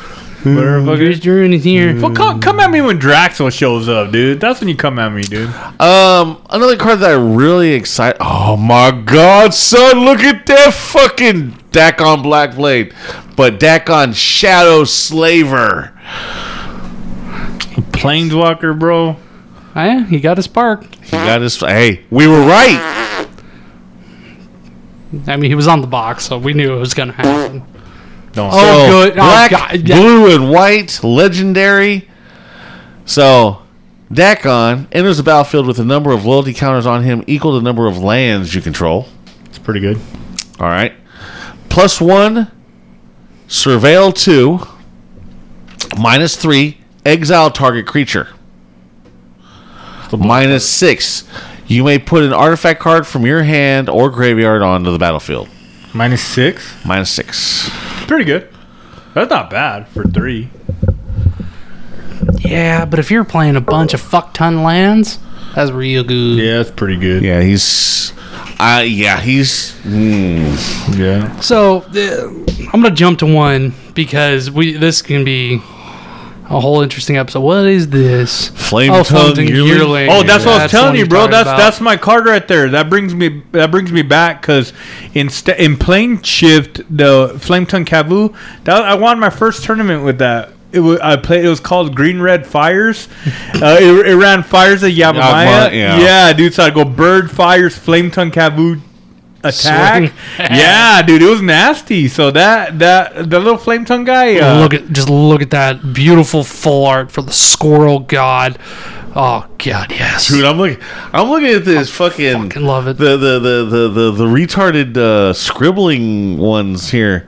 Speaker 6: Here's Drew in here.
Speaker 1: Mm-hmm.
Speaker 7: Well, come, come at me when Draxel shows up, dude. That's when you come at me, dude.
Speaker 1: Um, another card that I really excited. Oh my god, son! Look at that fucking Dakon Black Blade, but Dakon Shadow Slaver.
Speaker 7: Planeswalker, bro.
Speaker 6: Oh, Yeah, he got a spark.
Speaker 1: He got his. Hey, we were right.
Speaker 6: I mean, he was on the box, so we knew it was gonna happen.
Speaker 7: No,
Speaker 6: Oh,
Speaker 1: So,
Speaker 6: good. Oh,
Speaker 1: Black,
Speaker 6: God, yeah.
Speaker 1: blue, and white, legendary. So, Dakon enters the battlefield with a number of loyalty counters on him equal to the number of lands you control.
Speaker 7: it's pretty good.
Speaker 1: All right. plus one, surveil two, minus three, exile target creature. Minus six, you may put an artifact card from your hand or graveyard onto the battlefield.
Speaker 7: Minus six.
Speaker 1: Minus six.
Speaker 7: Pretty good. That's not bad for three.
Speaker 6: Yeah, but if you're playing a bunch of fuck ton lands, that's real good.
Speaker 7: Yeah, that's pretty good.
Speaker 1: Yeah, he's. Uh, yeah, he's. hmm.
Speaker 7: Yeah.
Speaker 6: So uh, I'm gonna jump to one because we this can be a whole interesting episode. What is this?
Speaker 1: Flame
Speaker 6: Oh,
Speaker 1: tongue
Speaker 6: Fountain
Speaker 1: yearling.
Speaker 6: Yearling.
Speaker 7: Oh, that's what I was
Speaker 6: That's the
Speaker 7: telling
Speaker 6: one
Speaker 7: you,
Speaker 6: you're
Speaker 7: bro.
Speaker 6: talking
Speaker 7: That's
Speaker 6: about.
Speaker 7: that's my card right there. That brings me that brings me back because in st- in plane shift the flame tongue cavu that I won my first tournament with that. It was I played. It was called Green
Speaker 1: *laughs*
Speaker 7: Red Fires. Uh, it, it ran fires at Yabamaya.
Speaker 1: Yabamaya, yeah.
Speaker 7: dude. So I go bird fires, flame tongue cavu
Speaker 6: Swing.
Speaker 7: attack. yeah, dude. It was nasty. So that that the little flame tongue guy. Uh,
Speaker 6: look at just look at that beautiful full art for the squirrel god. Oh god, yes.
Speaker 1: Dude, I'm looking. I'm looking at this fucking.
Speaker 6: fucking love it.
Speaker 1: The the the the the, the retarded uh, scribbling ones here.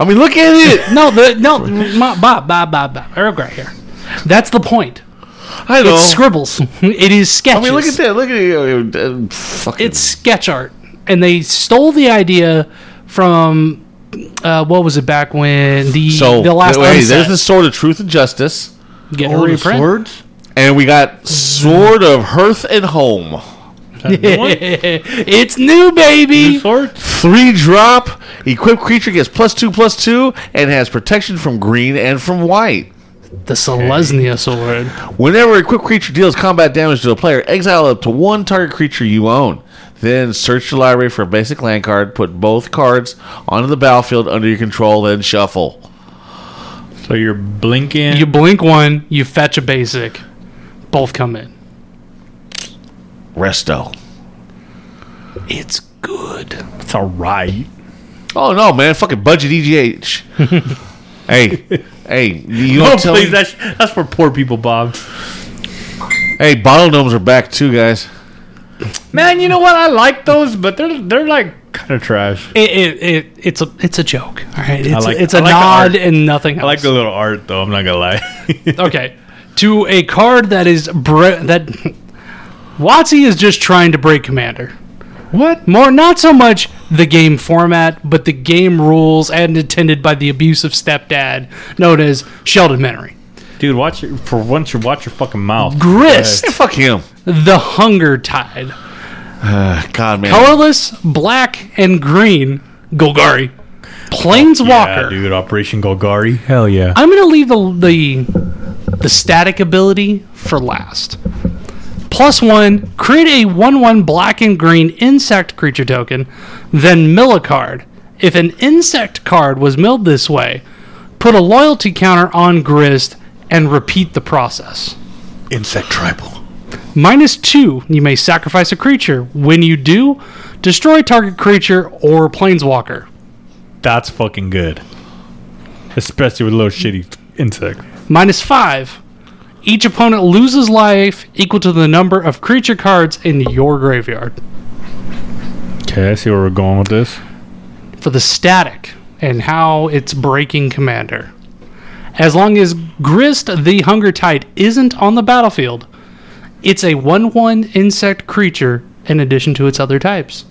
Speaker 1: I mean, look at it.
Speaker 6: no, the no, my, Bob, Bob, Bob, Bob. Eric, right here. That's the point.
Speaker 1: I know.
Speaker 6: It's scribbles. *laughs* It is
Speaker 1: I
Speaker 6: sketches.
Speaker 1: mean, look at that. Look at it. Uh, uh, fucking.
Speaker 6: It's sketch art, and they stole the idea from uh, what was it back when the
Speaker 1: so.
Speaker 6: the last
Speaker 1: wait,
Speaker 6: Unset.
Speaker 1: there's the sword of truth and justice,
Speaker 6: getting
Speaker 7: oh,
Speaker 6: a
Speaker 7: the
Speaker 6: reprint. *laughs*
Speaker 7: swords.
Speaker 1: and we got sword of hearth and home.
Speaker 6: it's new, baby.
Speaker 7: Swords.
Speaker 1: Three drop. Equipped creature gets plus two plus two and has protection from green and from white.
Speaker 6: The Selesnya sword.
Speaker 1: Whenever a equipped creature deals combat damage to a player, exile up to one target creature you own. Then search your library for a basic land card, put both cards onto the battlefield under your control, then shuffle.
Speaker 7: So you're blinking.
Speaker 6: You blink one, you fetch a basic. Both come in.
Speaker 1: Resto.
Speaker 6: It's good.
Speaker 7: it's all right.
Speaker 1: Oh no, man! Fucking budget *laughs* EGH. hey, hey, you don't
Speaker 7: Oh,
Speaker 1: tell
Speaker 7: please,
Speaker 1: me.
Speaker 7: that's, that's for poor people, Bob.
Speaker 1: Hey, bottle gnomes are back too, guys.
Speaker 7: Man, you know what? I like those, but they're they're like kind of trash.
Speaker 6: It, it, it it's a it's a joke. All right, it's
Speaker 7: like-
Speaker 6: it's
Speaker 7: I
Speaker 6: a
Speaker 7: like the
Speaker 6: nod
Speaker 7: art.
Speaker 6: and nothing else.
Speaker 7: I like the little art, though. I'm not gonna lie. *laughs*
Speaker 6: okay, to a card that is bre- that *laughs* Watsy is just trying to break Commander.
Speaker 7: what?
Speaker 6: More, not so much the game format, but the game rules and intended by the abusive stepdad known as Sheldon Menery.
Speaker 7: Dude, watch your, for once. You watch your fucking mouth.
Speaker 6: Grist,
Speaker 1: Hey, fuck him.
Speaker 6: the Hunger Tide.
Speaker 1: Uh, God, man.
Speaker 6: Colorless, black, and green, Golgari.
Speaker 7: Oh, Yeah,
Speaker 6: Planeswalker.
Speaker 7: dude. Operation Golgari. Hell yeah.
Speaker 6: I'm gonna leave the, the the static ability for last. Plus one, create a one-one black and green insect creature token, then mill a card. If an insect card was milled this way, put a loyalty counter on Grist and repeat the process.
Speaker 4: Insect tribal.
Speaker 6: Minus two, you may sacrifice a creature. When you do, destroy target creature or planeswalker.
Speaker 7: That's fucking good. Especially with little shitty insect.
Speaker 6: Minus five. Each opponent loses life equal to the number of creature cards in your graveyard.
Speaker 7: Okay, I see where we're going with this.
Speaker 6: For the static and how it's breaking commander. As long as Grist the Hunger Tide isn't on the battlefield, it's a 1 1 insect creature in addition to its other types.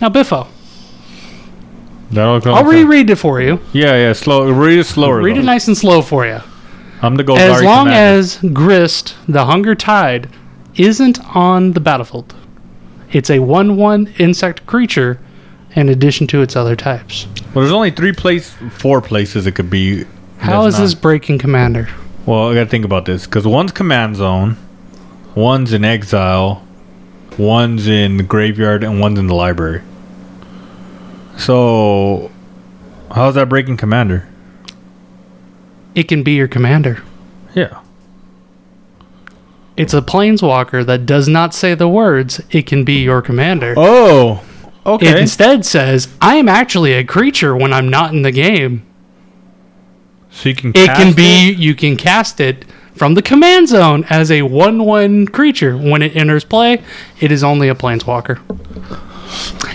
Speaker 6: Now, Biffo,
Speaker 7: That'll come.
Speaker 6: I'll reread it for you.
Speaker 7: Yeah, yeah. Slow. Read it slower.
Speaker 6: Read it
Speaker 7: though.
Speaker 6: nice and slow for you.
Speaker 7: I'm the Golgari.
Speaker 6: As long
Speaker 7: commander.
Speaker 6: as Grist, the Hunger Tide, isn't on the battlefield, it's a 1 1 insect creature in addition to its other types.
Speaker 7: Well, there's only three place, four places it could be.
Speaker 6: How is
Speaker 7: That's not-
Speaker 6: this breaking Commander?
Speaker 7: Well, I gotta think about this because one's command zone, one's in exile, one's in the graveyard, and one's in the library. So, how's that breaking commander?
Speaker 6: It can be your commander.
Speaker 7: Yeah.
Speaker 6: It's a planeswalker that does not say the words, it can be your commander.
Speaker 7: Oh,
Speaker 6: It
Speaker 7: okay.
Speaker 6: instead says, I am actually a creature when I'm not in the game.
Speaker 7: so you can
Speaker 6: It
Speaker 7: cast
Speaker 6: can be, you can cast it from the command zone as a 1 1 creature. When it enters play, it is only a planeswalker.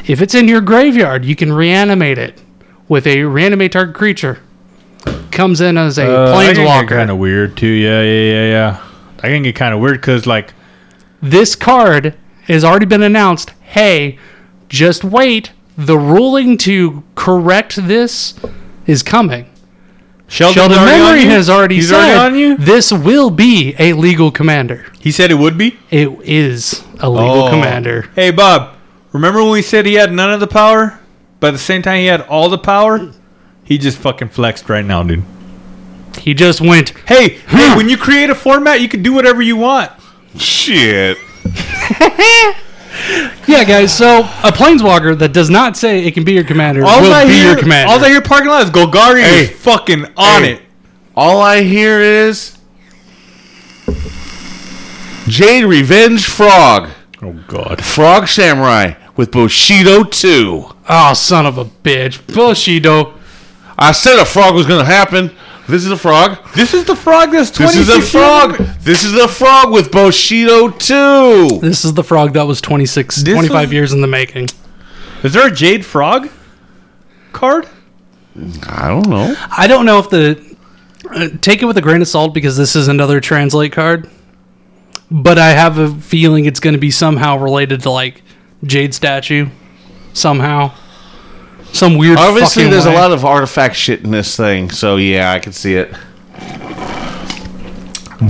Speaker 6: If it's in your graveyard, you can reanimate it with a reanimate target creature. Comes in as a
Speaker 7: Uh,
Speaker 6: planeswalker.
Speaker 7: Kind of weird too. Yeah, yeah, yeah, yeah. I can get kind of weird because like
Speaker 6: this card has already been announced. Hey, just wait. The ruling to correct this is coming.
Speaker 7: Sheldon,
Speaker 6: Sheldon Memory has already
Speaker 7: He's
Speaker 6: said
Speaker 7: already on you.
Speaker 6: this will be a legal commander.
Speaker 7: He said it would be.
Speaker 6: It is a legal
Speaker 7: Oh.
Speaker 6: commander.
Speaker 7: Hey Bob, remember when we said he had none of the power, but at the same time he had all the power? He just fucking flexed right now, dude.
Speaker 6: He just went.
Speaker 7: Hey, hey, when you create a format, you can do whatever you want.
Speaker 1: Shit.
Speaker 6: Yeah, guys. So a planeswalker that does not say it can be your commander
Speaker 7: All
Speaker 6: will
Speaker 7: I
Speaker 6: be
Speaker 7: hear,
Speaker 6: your commander.
Speaker 7: All I hear parking lot is Golgari is
Speaker 1: Hey.
Speaker 7: fucking on
Speaker 1: Hey.
Speaker 7: it.
Speaker 1: All I hear is Jade Revenge Frog.
Speaker 7: Oh god.
Speaker 1: Frog Samurai with Bushido 2.
Speaker 6: oh, son of a bitch, Bushido.
Speaker 1: I said a frog was gonna happen. This is a frog.
Speaker 7: This is the frog that's
Speaker 1: This
Speaker 7: 20
Speaker 1: is a frog. This is a frog with Bushido 2.
Speaker 6: This is the frog that was 26,
Speaker 7: This
Speaker 6: 25
Speaker 7: was-
Speaker 6: years in the making.
Speaker 7: Is there a jade frog card?
Speaker 1: I don't know.
Speaker 6: I don't know if the uh, take it with a grain of salt because this is another translate card, but I have a feeling it's going to be somehow related to like Jade statue, somehow, some weird.
Speaker 1: Obviously,
Speaker 6: fucking
Speaker 1: there's
Speaker 6: way.
Speaker 1: a lot of artifact shit in this thing, so yeah, I can see it.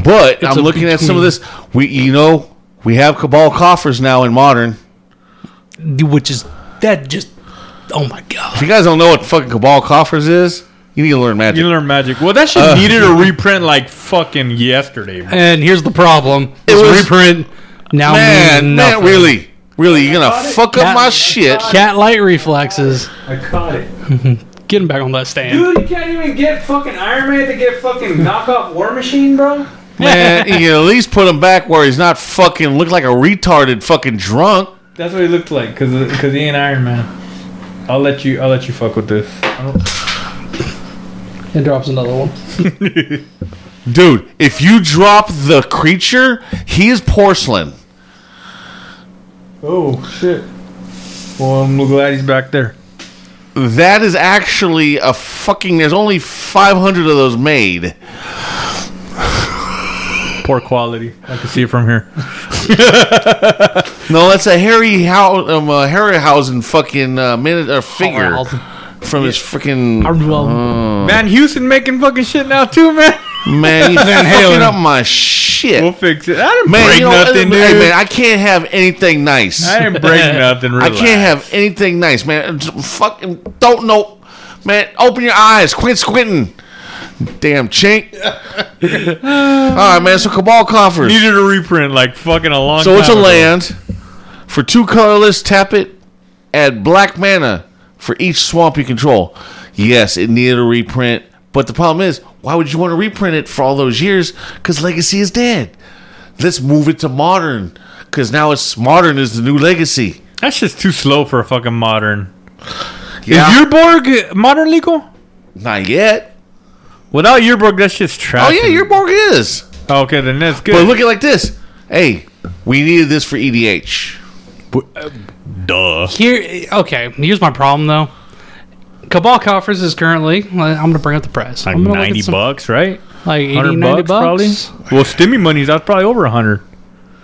Speaker 1: But I'm
Speaker 6: a
Speaker 1: looking at some of this. We, you know, we have Cabal coffers now in modern.
Speaker 6: which is that just oh my god.
Speaker 1: If you guys don't know what fucking Cabal coffers is, you need to learn magic.
Speaker 7: You learn magic. Well, that shit needed a reprint like fucking yesterday. bro.
Speaker 6: And here's the problem: it
Speaker 1: was-
Speaker 6: reprint now
Speaker 1: man, man,
Speaker 6: mean nothing.
Speaker 1: really, really, you're gonna fuck up
Speaker 6: Cat-
Speaker 1: my shit.
Speaker 6: cat light reflexes.
Speaker 7: I caught it.
Speaker 6: Getting back on that stand,
Speaker 7: Dude, you can't even get fucking Iron Man to get fucking knockoff War Machine, bro.
Speaker 1: *laughs* Man, you can at least put him back where he's not fucking look like a retarded fucking drunk.
Speaker 7: That's what he looked like, cause, cause he ain't Iron Man. I'll let you, I'll let you fuck with this.
Speaker 6: and drops another one.
Speaker 1: Dude, if you drop the creature, he is porcelain.
Speaker 7: Oh shit. Well, I'm glad he's back there.
Speaker 1: That is actually a fucking. There's only 500 of those made.
Speaker 7: Poor quality. I can see it from here.
Speaker 1: No, that's a Harry How um, uh, Harryhausen fucking uh, minute or figure Uh,
Speaker 6: Harryhausen.
Speaker 1: from his
Speaker 7: *laughs*
Speaker 1: freaking
Speaker 6: Well,
Speaker 7: Man, Houston making fucking shit now too, man.
Speaker 1: man. He's
Speaker 7: Halen.
Speaker 1: fucking up my shit.
Speaker 7: We'll fix it. I didn't
Speaker 1: man,
Speaker 7: break
Speaker 1: you know,
Speaker 7: nothing, dude.
Speaker 1: hey, man, I can't have anything nice.
Speaker 7: I didn't break
Speaker 1: *laughs*
Speaker 7: nothing.
Speaker 1: I
Speaker 7: Relax.
Speaker 1: can't have anything nice, man. Just fucking don't know, man. Open your eyes, quit squinting, damn
Speaker 7: *laughs*
Speaker 1: chink. All right, man. So Cabal coffers.
Speaker 7: Needed a reprint like fucking a long.
Speaker 1: So it's a
Speaker 7: time ago.
Speaker 1: land for two colorless. Tap it, add black mana for each swamp you control. Yes, it needed a reprint, but the problem is, why would you want to reprint it for all those years? Because Legacy is dead. Let's move it to modern, because now it's modern is the new Legacy.
Speaker 7: That's just too slow for a fucking modern.
Speaker 1: Yeah,
Speaker 7: Is Yearborg modern legal?
Speaker 1: not yet.
Speaker 7: Without Yearborg, that's just trash.
Speaker 1: Oh yeah, your borg is.
Speaker 7: Okay, then that's good.
Speaker 1: But look at it like this. Hey, we needed this for E EDH.
Speaker 7: duh.
Speaker 6: here, okay. Here's my problem though. Cabal coffers is currently. I'm gonna bring up the price.
Speaker 7: Like
Speaker 6: I'm gonna look at
Speaker 7: ninety
Speaker 6: some-
Speaker 7: bucks, right?
Speaker 6: like 80,
Speaker 7: 100
Speaker 6: 90
Speaker 7: bucks, probably.
Speaker 6: bucks.
Speaker 7: Well, stimmy money's that's probably over hundred.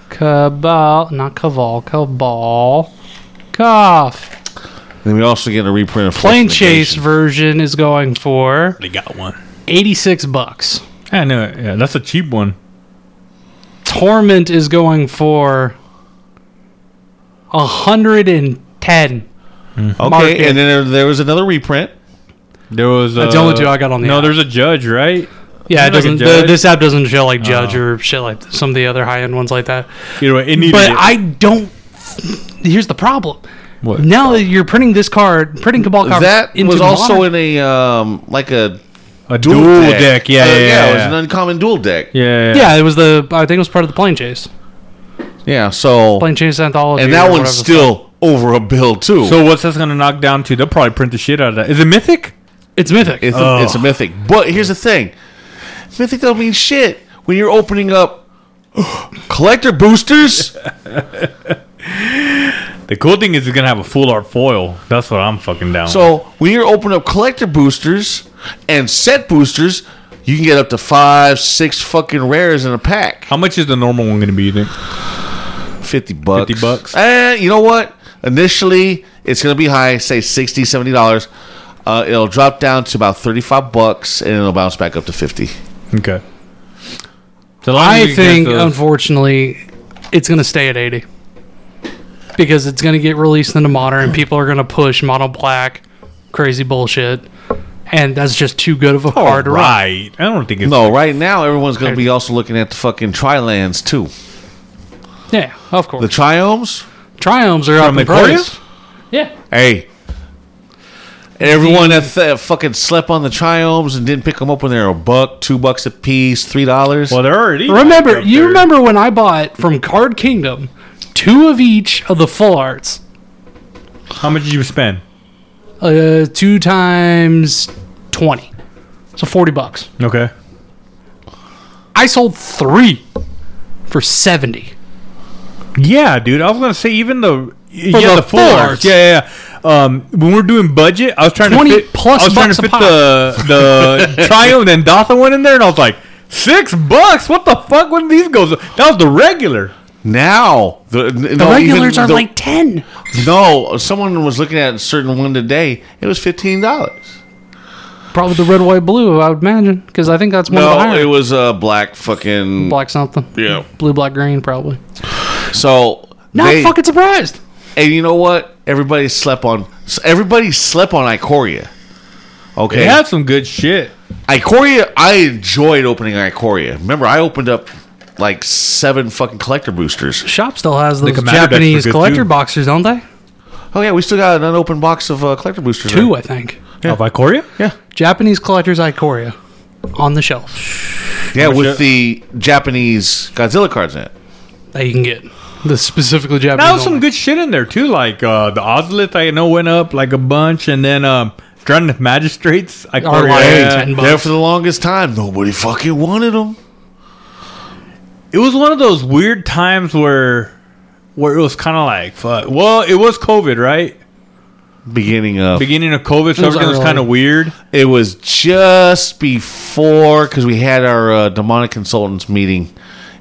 Speaker 6: Cabal, not Caval, Cabal. Cough.
Speaker 1: Then we also get a reprint of
Speaker 6: Plane
Speaker 1: Force
Speaker 6: Chase
Speaker 1: Negation.
Speaker 6: version is going for
Speaker 7: They got one.
Speaker 6: 86 bucks.
Speaker 7: I know. it. Yeah, that's a cheap one.
Speaker 6: Torment is going for 110.
Speaker 1: Okay,
Speaker 6: market.
Speaker 1: and then there, there was another reprint.
Speaker 7: There was.
Speaker 6: That's the
Speaker 7: uh,
Speaker 6: only two I got on the
Speaker 7: No,
Speaker 6: app.
Speaker 7: there's a judge, right?
Speaker 6: Yeah,
Speaker 7: Like a
Speaker 6: it doesn't. The,
Speaker 7: judge? Oh.
Speaker 6: this app doesn't show like Judge or shit like some of the other high end ones like that.
Speaker 7: You know, it needed.
Speaker 6: But
Speaker 7: it.
Speaker 6: I don't. Here's the problem.
Speaker 7: What?
Speaker 6: Now that you're printing this card, printing Cabal card
Speaker 1: That
Speaker 6: into
Speaker 1: was also
Speaker 6: modern-
Speaker 1: in a um like a
Speaker 7: a dual, deck. Yeah,
Speaker 1: Uh,
Speaker 7: Oh, yeah, yeah,
Speaker 1: It was an uncommon dual deck. Yeah,
Speaker 7: yeah,
Speaker 6: Yeah, it was the. I think it was part of the Plane Chase.
Speaker 1: so
Speaker 6: Plane Chase Anthology.
Speaker 1: and
Speaker 6: or
Speaker 1: that
Speaker 6: whatever
Speaker 1: one's
Speaker 6: the
Speaker 1: still over a bill too.
Speaker 7: So what's that's gonna knock down to? They'll probably print the shit out of that. Is it mythic?
Speaker 6: It's mythic.
Speaker 1: It's
Speaker 7: uh,
Speaker 1: a, it's a mythic. But here's the thing mythic don't mean shit when you're *gasps* opening up collector boosters.
Speaker 7: The cool thing is it's gonna have a full art foil. That's what I'm fucking down. with.
Speaker 1: So when you open up collector boosters and set boosters, you can get up to five, six fucking rares in a pack.
Speaker 7: how much is the normal one gonna be? You think?
Speaker 1: Fifty bucks.
Speaker 7: 50 bucks.
Speaker 1: And you know what? Initially, it's gonna be high, say 60 dollars. Uh, it'll drop down to about thirty-five bucks, and it'll bounce back up to fifty.
Speaker 7: Okay. So long as
Speaker 6: I
Speaker 7: you get
Speaker 6: think,
Speaker 7: the-
Speaker 6: unfortunately, it's going to stay at 80 because it's going to get released into modern. and People are going to push mono black, crazy bullshit, and that's just too good
Speaker 7: Oh,
Speaker 6: of a card to run.
Speaker 7: right. I don't think it's
Speaker 1: No, right now everyone's gonna be also looking at the fucking Trilands too.
Speaker 6: Yeah, of
Speaker 1: The
Speaker 6: course.
Speaker 1: Triomes,
Speaker 6: Triumphs are up
Speaker 7: From
Speaker 6: in
Speaker 7: Aquarius?
Speaker 6: price. Yeah,
Speaker 1: hey. Everyone that th- fucking slept on the Triomes and didn't pick them up when they were a buck, two bucks a piece, three dollars.
Speaker 7: Well, they're already.
Speaker 6: remember
Speaker 7: Right
Speaker 6: you
Speaker 7: there.
Speaker 6: remember when I bought from Card Kingdom two of each of the full arts,
Speaker 7: how much did you spend?
Speaker 6: uh, two times twenty, so forty bucks.
Speaker 7: Okay.
Speaker 6: I sold three for seventy.
Speaker 7: Yeah, dude. I was gonna say even the yeah
Speaker 6: the
Speaker 7: the full
Speaker 6: full
Speaker 7: arts.
Speaker 6: arts.
Speaker 7: Yeah, yeah. yeah. Um, when we're doing budget, I was trying
Speaker 6: 20
Speaker 7: to fit,
Speaker 6: plus
Speaker 7: I was trying to
Speaker 6: bucks a
Speaker 7: fit
Speaker 6: pop.
Speaker 7: the
Speaker 6: *laughs*
Speaker 7: the Triumph and Dotha one in there, and I was like six bucks. What the fuck? When these goes? That was the regular.
Speaker 1: Now the,
Speaker 6: The regulars are like ten.
Speaker 1: no. Someone was looking at a certain one today. It was fifteen dollars.
Speaker 6: Probably the red, white, blue. I would imagine because I think that's one of the
Speaker 1: No,
Speaker 6: higher.
Speaker 1: it was a black fucking
Speaker 6: black something.
Speaker 1: Yeah.
Speaker 6: Blue, black, green, probably.
Speaker 1: So
Speaker 6: Not
Speaker 1: they-
Speaker 6: fucking surprised.
Speaker 1: And you know what? Everybody slept on. Everybody slept on Icoria. Okay,
Speaker 7: They had some good shit.
Speaker 1: Icoria. I enjoyed opening Icoria. Remember, I opened up like seven fucking collector boosters.
Speaker 6: Shop still has those
Speaker 7: Commander decks were
Speaker 6: Japanese
Speaker 7: good,
Speaker 6: collector
Speaker 7: too.
Speaker 6: boxers, don't they?
Speaker 1: Oh yeah, we still got an unopened box of uh, collector boosters.
Speaker 6: Two,
Speaker 1: there.
Speaker 6: I think.
Speaker 7: Yeah. Of Icoria?
Speaker 1: Yeah,
Speaker 6: Japanese collectors Icoria on the shelf
Speaker 1: yeah,
Speaker 7: Which, uh,
Speaker 1: with the Japanese Godzilla cards in it.
Speaker 6: that you can get. The specifically Japanese.
Speaker 7: That was some
Speaker 6: only.
Speaker 7: good shit in there too. Like uh, the Ozlith, I know went up like a bunch, and then um, Drowned Magistrates. I
Speaker 6: Are like
Speaker 7: yeah.
Speaker 6: 10 bucks.
Speaker 1: There for the longest time, nobody fucking wanted them.
Speaker 7: it was one of those weird times where where it was kind of like fuck. Well, it was COVID, right?
Speaker 1: Beginning of
Speaker 7: Beginning of COVID, so
Speaker 6: It was
Speaker 7: everything was
Speaker 6: early.
Speaker 7: kind of weird.
Speaker 1: It was just before because we had our uh, demonic consultants meeting,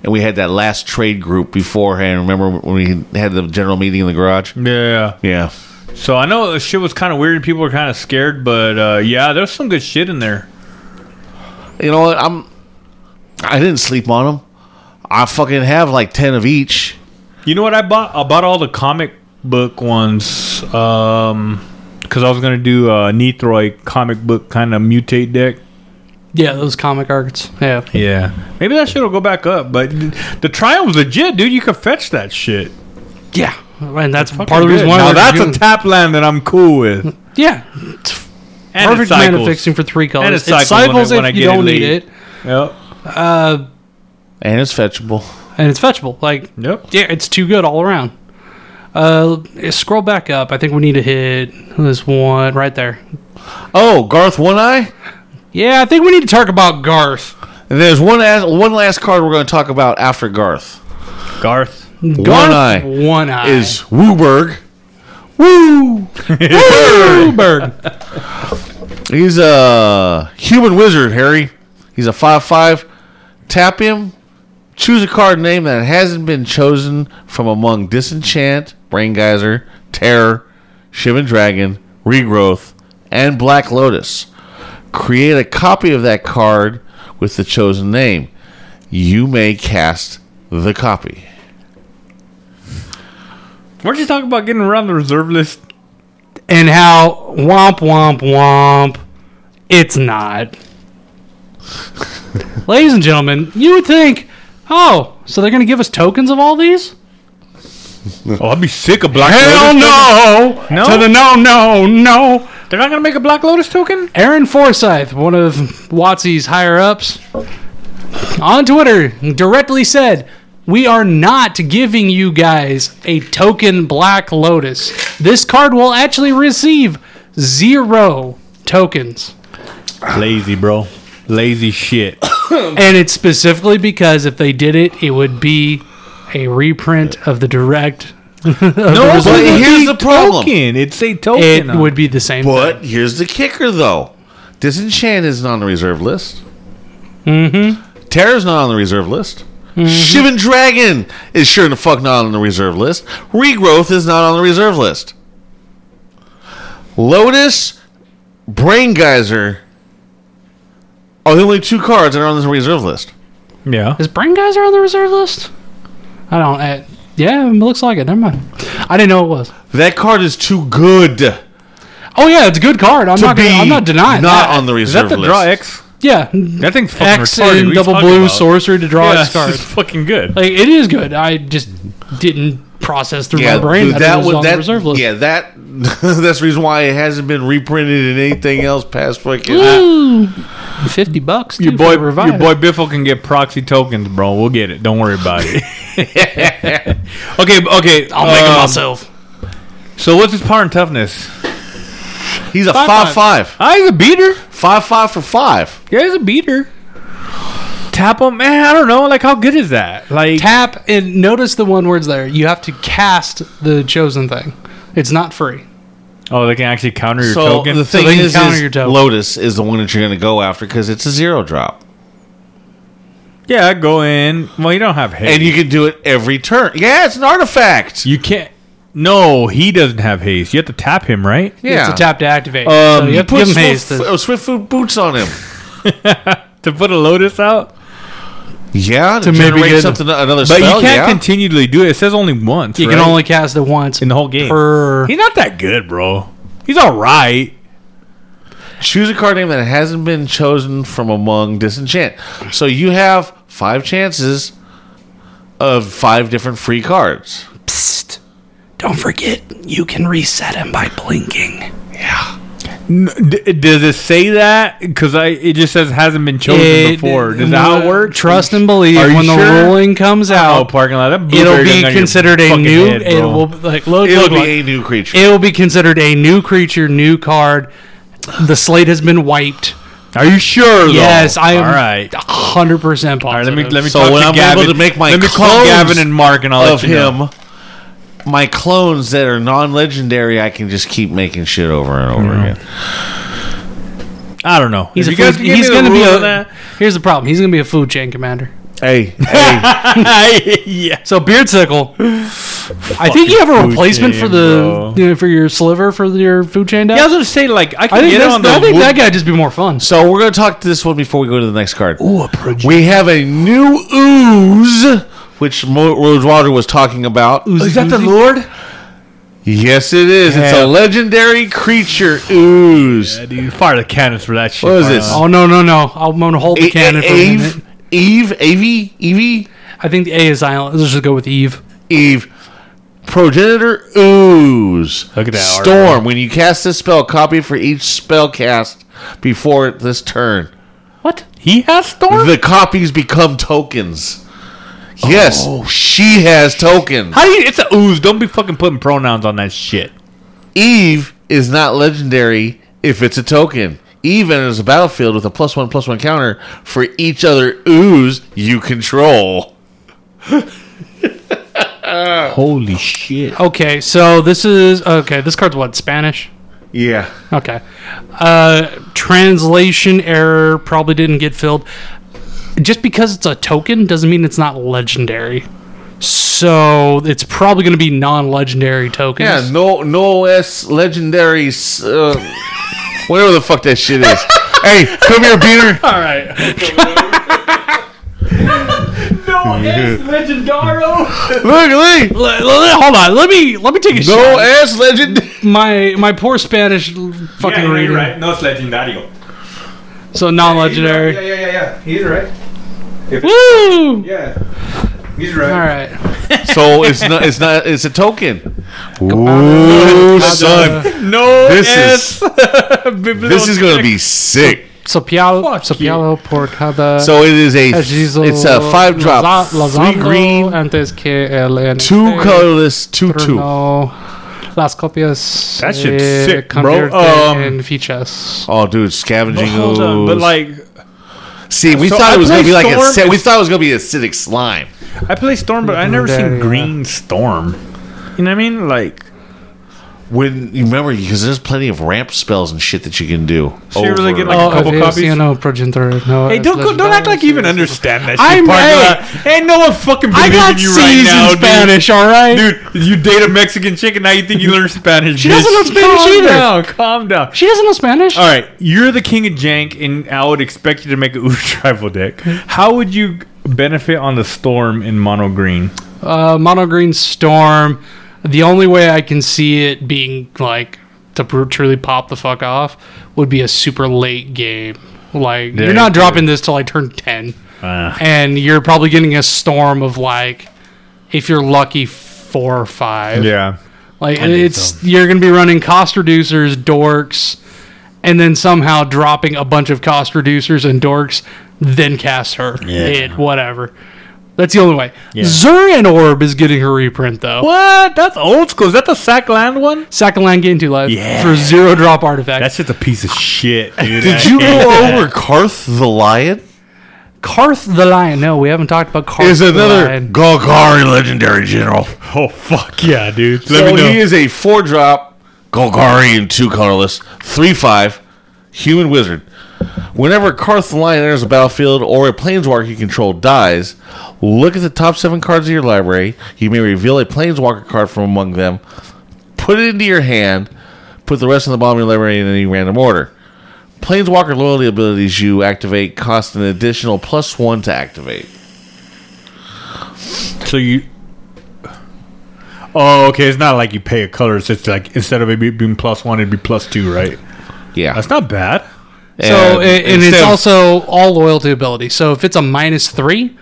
Speaker 1: and we had that last trade group beforehand. Remember when we had the general meeting in the garage?
Speaker 7: Yeah.
Speaker 1: Yeah,
Speaker 7: So I know the shit was kind of weird and people were kind of scared, but uh, yeah, there's some good shit in there.
Speaker 1: you know what? I'm. I didn't sleep on them. I fucking have like ten of each.
Speaker 7: You know what I bought? I bought all the comic book ones because I was gonna do a Neathroid comic book kind of mutate deck.
Speaker 6: Yeah, those comic arts. Yeah.
Speaker 7: Yeah, maybe that shit will go back up. But th- the trial was legit, dude. You could fetch that shit.
Speaker 6: Yeah. And that's part of the reason
Speaker 7: Good.
Speaker 6: why
Speaker 7: now
Speaker 6: we're
Speaker 7: that's a
Speaker 6: doing-
Speaker 7: tap land that I'm cool with.
Speaker 6: Yeah.
Speaker 7: And
Speaker 6: Perfect mana fixing for three colors.
Speaker 7: And it
Speaker 6: it
Speaker 7: cycles
Speaker 6: cycles,
Speaker 7: when I- when I
Speaker 6: if
Speaker 7: get
Speaker 6: you
Speaker 7: it
Speaker 6: don't need
Speaker 7: late.
Speaker 6: it.
Speaker 7: Yep.
Speaker 1: And it's fetchable.
Speaker 6: And it's fetchable. Like
Speaker 7: Yep.
Speaker 6: Yeah, it's too good all around. Uh, scroll back up. I think we need to hit this one right there.
Speaker 1: Oh, Garth One Eye.
Speaker 6: Yeah, I think we need to talk about Garth.
Speaker 1: And there's one as, one last card we're going to talk about after Garth.
Speaker 7: Garth.
Speaker 1: one
Speaker 6: Garth
Speaker 1: Eye
Speaker 6: One Eye
Speaker 1: is Wooberg.
Speaker 6: Bird.
Speaker 1: He's a human wizard, Harry. He's a 5 5. Tap him. Choose a card name that hasn't been chosen from among Disenchant, Brain Geyser, Terror, Shivan Dragon, Regrowth, and Black Lotus. Create a copy of that card with the chosen name. You may cast the copy.
Speaker 7: Weren't you talking about getting around the reserve list?
Speaker 6: and how womp womp womp. It's not. *laughs* Ladies and gentlemen, you would think, oh, so they're gonna give us tokens of all these?
Speaker 7: Oh, I'd be sick of Black
Speaker 6: Hell
Speaker 7: Lotus.
Speaker 6: no!
Speaker 7: No?
Speaker 6: To the no, no, no.
Speaker 7: They're not gonna make a Black Lotus token.
Speaker 6: Aaron Forsyth, one of Watsy's higher ups, on Twitter directly said, We are not giving you guys a token Black Lotus. This card will actually receive zero tokens.
Speaker 7: Lazy, bro. Lazy shit.
Speaker 6: And it's specifically because if they did it, it would be a reprint of the direct *laughs*
Speaker 7: No,
Speaker 1: but
Speaker 7: it would
Speaker 1: here's
Speaker 7: be
Speaker 1: the problem.
Speaker 7: Token. It's a token.
Speaker 6: It
Speaker 7: on
Speaker 6: would be the same.
Speaker 1: But here's the kicker, though. Disenchant isn't on the reserve list. Mm-hmm.
Speaker 6: Mm-hmm.
Speaker 1: Terror's not on the reserve list. Shivan Dragon is sure the fuck not on the reserve list. Regrowth is not on the reserve list. Lotus, Brain Geyser are the only two cards that are on the reserve list.
Speaker 7: Yeah.
Speaker 6: Is Brain Geyser on the reserve list? I don't. Uh, yeah, it looks like it. Never mind. I didn't know it was.
Speaker 1: That card is too good to
Speaker 6: Oh yeah, it's a good card. I'm not. Gonna, I'm not denying
Speaker 1: not
Speaker 6: that.
Speaker 1: on the
Speaker 7: Is
Speaker 1: reserve
Speaker 7: that the
Speaker 1: list.
Speaker 7: draw X?
Speaker 6: yeah,
Speaker 7: That thing's fucking
Speaker 6: X
Speaker 7: retarded. What
Speaker 6: and
Speaker 7: are you
Speaker 6: double
Speaker 7: talking
Speaker 6: blue
Speaker 7: about?
Speaker 6: sorcery to draw
Speaker 7: Yeah,
Speaker 6: X card.
Speaker 7: It's fucking good.
Speaker 6: Like it is good. I just didn't process through my brain
Speaker 1: dude,
Speaker 6: that, it was
Speaker 1: would-
Speaker 6: on the reserve list.
Speaker 1: Yeah, that *laughs* that's the reason why it hasn't been reprinted in anything else past fucking.
Speaker 6: Ooh, fifty bucks. Dude,
Speaker 7: Your boy,
Speaker 6: for Revive.
Speaker 7: your boy Biffle can get proxy tokens, bro. We'll get it. Don't worry about it. *laughs* okay, b- okay.
Speaker 6: I'll make it
Speaker 7: um,
Speaker 6: myself.
Speaker 7: So what's his power and toughness?
Speaker 1: He's a five five,
Speaker 7: Ah, he's a beater.
Speaker 1: five five for five.
Speaker 7: Yeah, he's a beater. Tap him, man. I don't know. Like, how good is that? Like,
Speaker 6: Tap and notice the one words there. You have to cast the chosen thing. It's not free.
Speaker 7: oh, they can actually counter your
Speaker 1: So
Speaker 7: token.
Speaker 1: the
Speaker 7: So
Speaker 1: thing
Speaker 7: they can
Speaker 1: is,
Speaker 6: counter
Speaker 1: is
Speaker 6: your token.
Speaker 1: Lotus is the one that you're going to go after because it's a zero drop,
Speaker 7: yeah, go in. Well, you don't have haste.
Speaker 1: and you can do it every turn. Yeah, it's an artifact.
Speaker 7: you can't. No, he doesn't have haste. You have to tap him, right?
Speaker 1: yeah,
Speaker 6: It's a tap to activate.
Speaker 7: Um,
Speaker 6: so you have to
Speaker 1: Put
Speaker 6: give him haste.
Speaker 1: Swift,
Speaker 6: to-
Speaker 1: uh, Swift Food boots on him.
Speaker 7: *laughs* To put a lotus out,
Speaker 1: Yeah, to,
Speaker 6: maybe
Speaker 1: generate
Speaker 6: get-
Speaker 1: something another
Speaker 7: but
Speaker 1: spell.
Speaker 7: you can't
Speaker 1: yeah.
Speaker 7: continually do it. It says only once.
Speaker 6: You can
Speaker 7: right?
Speaker 6: only cast it once
Speaker 7: in the whole game.
Speaker 6: per.
Speaker 7: He's not that good, bro. He's all right.
Speaker 1: Choose a card name that hasn't been chosen from among disenchant. So you have five chances of five different free cards.
Speaker 6: Psst. Don't forget, you can reset him by blinking.
Speaker 7: N- d- does it say that? Because I it just says hasn't been chosen before. Does that how it work?
Speaker 6: uh, Trust and believe
Speaker 7: Are you
Speaker 6: when the
Speaker 7: sure?
Speaker 6: ruling comes
Speaker 7: Oh,
Speaker 6: out,
Speaker 7: parking lot. That
Speaker 6: it'll
Speaker 7: blueberry
Speaker 6: be
Speaker 7: done got your
Speaker 6: considered a
Speaker 7: fucking
Speaker 6: new.
Speaker 7: head,
Speaker 6: it
Speaker 7: bro.
Speaker 6: will like look,
Speaker 1: It'll
Speaker 6: look
Speaker 1: be
Speaker 6: like-
Speaker 1: a new creature.
Speaker 6: it will be considered a new creature, new card. The slate has been wiped.
Speaker 7: Are you sure? Though?
Speaker 6: Yes, I am.
Speaker 7: All right.
Speaker 6: hundred percent
Speaker 7: All right.
Speaker 6: positive.
Speaker 7: Let me let me
Speaker 1: So
Speaker 7: talk
Speaker 1: when
Speaker 7: to
Speaker 1: I'm
Speaker 7: Gavin.
Speaker 1: able to make my
Speaker 7: let me call
Speaker 1: clones
Speaker 7: Gavin and Mark, and I'll
Speaker 1: of
Speaker 7: let you know.
Speaker 1: him. My clones that are non-legendary, I can just keep making shit over and over again.
Speaker 7: I don't know.
Speaker 6: He's, a
Speaker 7: If you
Speaker 6: food,
Speaker 7: guys can give
Speaker 6: he's
Speaker 7: me the
Speaker 6: gonna be
Speaker 7: rules
Speaker 6: a.
Speaker 7: on that-
Speaker 6: Here's the problem. He's gonna be a food chain commander.
Speaker 1: Hey, hey,
Speaker 7: *laughs* yeah.
Speaker 6: So
Speaker 7: *sighs*
Speaker 6: beard sickle. I think you have a
Speaker 7: Fucking
Speaker 6: replacement
Speaker 7: food
Speaker 6: for
Speaker 7: chain,
Speaker 6: the
Speaker 7: bro.
Speaker 6: you know, for your sliver for your food chain deck.
Speaker 7: Yeah, I was gonna say like I
Speaker 6: I
Speaker 7: can
Speaker 6: think,
Speaker 7: get
Speaker 6: that's-
Speaker 7: on the.
Speaker 6: I think
Speaker 7: wood-
Speaker 6: that guy'd just be more
Speaker 1: *laughs*
Speaker 6: fun.
Speaker 1: so we're gonna talk to this one before we go to the next card. we have a new ooze, which Mo- Rosewater was talking about.
Speaker 7: Is that the Lord?
Speaker 1: Yes, it is. It's
Speaker 7: Yeah.
Speaker 1: a legendary creature ooze.
Speaker 7: Yeah, dude, fire the cannons for that shit.
Speaker 1: What is
Speaker 7: Parking
Speaker 1: this?
Speaker 7: lot.
Speaker 6: Oh no no no! I'm gonna hold the
Speaker 1: A-
Speaker 6: cannon
Speaker 1: A-
Speaker 6: for a minute.
Speaker 1: Eve, Eve, E Avie, Evie,
Speaker 6: I think the A is silent. Let's just go with Eve.
Speaker 1: Eve. Progenitor ooze.
Speaker 7: Look at that art,
Speaker 1: storm. When you cast this spell, copy for each spell cast before this turn.
Speaker 6: What?
Speaker 7: He has storm.
Speaker 1: The copies become tokens. Yes,
Speaker 7: Oh.
Speaker 1: she has tokens.
Speaker 7: How do you? It's a ooze. Don't be fucking putting pronouns on that shit.
Speaker 1: Eve is not legendary if it's a token. Eve enters the battlefield with a plus one plus one counter for each other ooze you control.
Speaker 7: Holy shit!
Speaker 6: Okay, so this is okay. This card's what Spanish.
Speaker 1: Yeah.
Speaker 6: Okay. Uh, translation error probably didn't get filled. Just because it's a token doesn't mean it's not legendary. So it's probably going to be non-legendary tokens.
Speaker 1: Yeah, no, no S legendary, s- uh, whatever the fuck that shit is. hey, come here, Beater. All right. no S legendaro. Look,
Speaker 6: L- l- hold on. Let me let me take a
Speaker 1: look. No
Speaker 6: shot.
Speaker 1: S legend.
Speaker 6: my my poor Spanish l- fucking reading.
Speaker 7: No, it's legendario.
Speaker 6: So non-legendary.
Speaker 7: yeah, yeah, yeah. He's right.
Speaker 6: Woo!
Speaker 7: Yeah, he's
Speaker 6: All
Speaker 7: right.
Speaker 6: right.
Speaker 1: So it's not. It's not. It's a token.
Speaker 6: Ooh,
Speaker 1: son.
Speaker 7: No,
Speaker 1: This
Speaker 7: yes.
Speaker 1: is this is gonna be sick.
Speaker 6: Sopialo,
Speaker 7: Fuck
Speaker 6: sopialo por cada.
Speaker 1: So it is a.
Speaker 6: hechizo
Speaker 1: It's a five drop,
Speaker 6: laza-
Speaker 1: three
Speaker 6: lazando
Speaker 1: green,
Speaker 6: Antes que el
Speaker 1: two
Speaker 6: NXT.
Speaker 1: colorless, two two.
Speaker 6: No. Las copias.
Speaker 7: That shit's
Speaker 6: eh,
Speaker 7: sick, bro.
Speaker 6: convierten
Speaker 7: Um,
Speaker 6: in features.
Speaker 1: Oh, dude, scavenging.
Speaker 7: Hold on,
Speaker 1: ooze.
Speaker 7: but like
Speaker 1: see, we
Speaker 7: So
Speaker 1: thought
Speaker 7: I
Speaker 1: it was gonna
Speaker 7: play
Speaker 1: be like
Speaker 7: Storm
Speaker 1: a, we
Speaker 7: is-
Speaker 1: thought it was gonna be acidic slime.
Speaker 7: I play storm, but I never
Speaker 6: Legendary,
Speaker 7: seen
Speaker 6: yeah.
Speaker 7: green storm. You know what I mean? Like,
Speaker 1: When you remember, because there's plenty of ramp spells and shit that you can do.
Speaker 7: you really get, like,
Speaker 6: Oh,
Speaker 7: uh, a couple
Speaker 6: if
Speaker 7: copies?
Speaker 6: You know, Progenitor. No,
Speaker 7: hey, don't
Speaker 6: it's
Speaker 7: go, don't act like you even
Speaker 6: legendary.
Speaker 7: understand that shit.
Speaker 6: I'm-
Speaker 7: Parker. Ain't no one fucking
Speaker 6: I
Speaker 7: believing
Speaker 6: got
Speaker 7: you
Speaker 6: C's
Speaker 7: right now,
Speaker 6: in Spanish, all right?
Speaker 7: dude. Dude, you date a Mexican chick and now you think you learn Spanish.
Speaker 6: She doesn't know
Speaker 7: bitch.
Speaker 6: Spanish
Speaker 7: calm
Speaker 6: either.
Speaker 7: Down, calm down.
Speaker 6: She doesn't know Spanish.
Speaker 7: All right, you're the king of jank, and I would expect you to make a *laughs* Oosh tribal deck. How would you benefit on the storm in mono green?
Speaker 6: Uh, Mono Green Storm. The only way I can see it being like to pr- truly pop the fuck off would be a super late game. Like you're not dropping this till I turn ten, and you're probably getting a storm of like, if you're lucky, four or five.
Speaker 7: Yeah,
Speaker 6: Like it's you're gonna be running cost reducers, dorks, and then somehow dropping a bunch of cost reducers and dorks, then cast her. It whatever. That's the only way. Zurin Orb is getting a reprint though.
Speaker 7: what? That's old school. Is that the Sack Land one?
Speaker 6: Second line gain two life
Speaker 7: Yeah.
Speaker 6: for zero drop artifact.
Speaker 7: That's just a piece of *laughs* shit, dude.
Speaker 1: Did you roll over Karth the Lion?
Speaker 6: Karth the Lion. No, we haven't talked about Karth
Speaker 1: Is
Speaker 6: the
Speaker 1: another
Speaker 6: Lion.
Speaker 1: Golgari legendary general.
Speaker 7: Oh fuck yeah, dude.
Speaker 1: so
Speaker 7: Let me know.
Speaker 1: he is a four drop Golgari and two colorless, three five, human wizard. Whenever Karth the Lion enters a battlefield or a planeswalker you control dies, look at the top seven cards of your library. You may reveal a planeswalker card from among them, put it into your hand, put the rest on the bottom of your library in any random order. Planeswalker loyalty abilities you activate cost an additional plus one to activate.
Speaker 7: So you. Oh, okay. It's not like you pay a color. It's just like instead of it be- being plus one, it'd be plus two, right?
Speaker 1: Yeah.
Speaker 7: That's not bad.
Speaker 6: So
Speaker 1: And
Speaker 6: and, and it's
Speaker 1: instead of-
Speaker 6: also all loyalty ability. So if it's a minus three,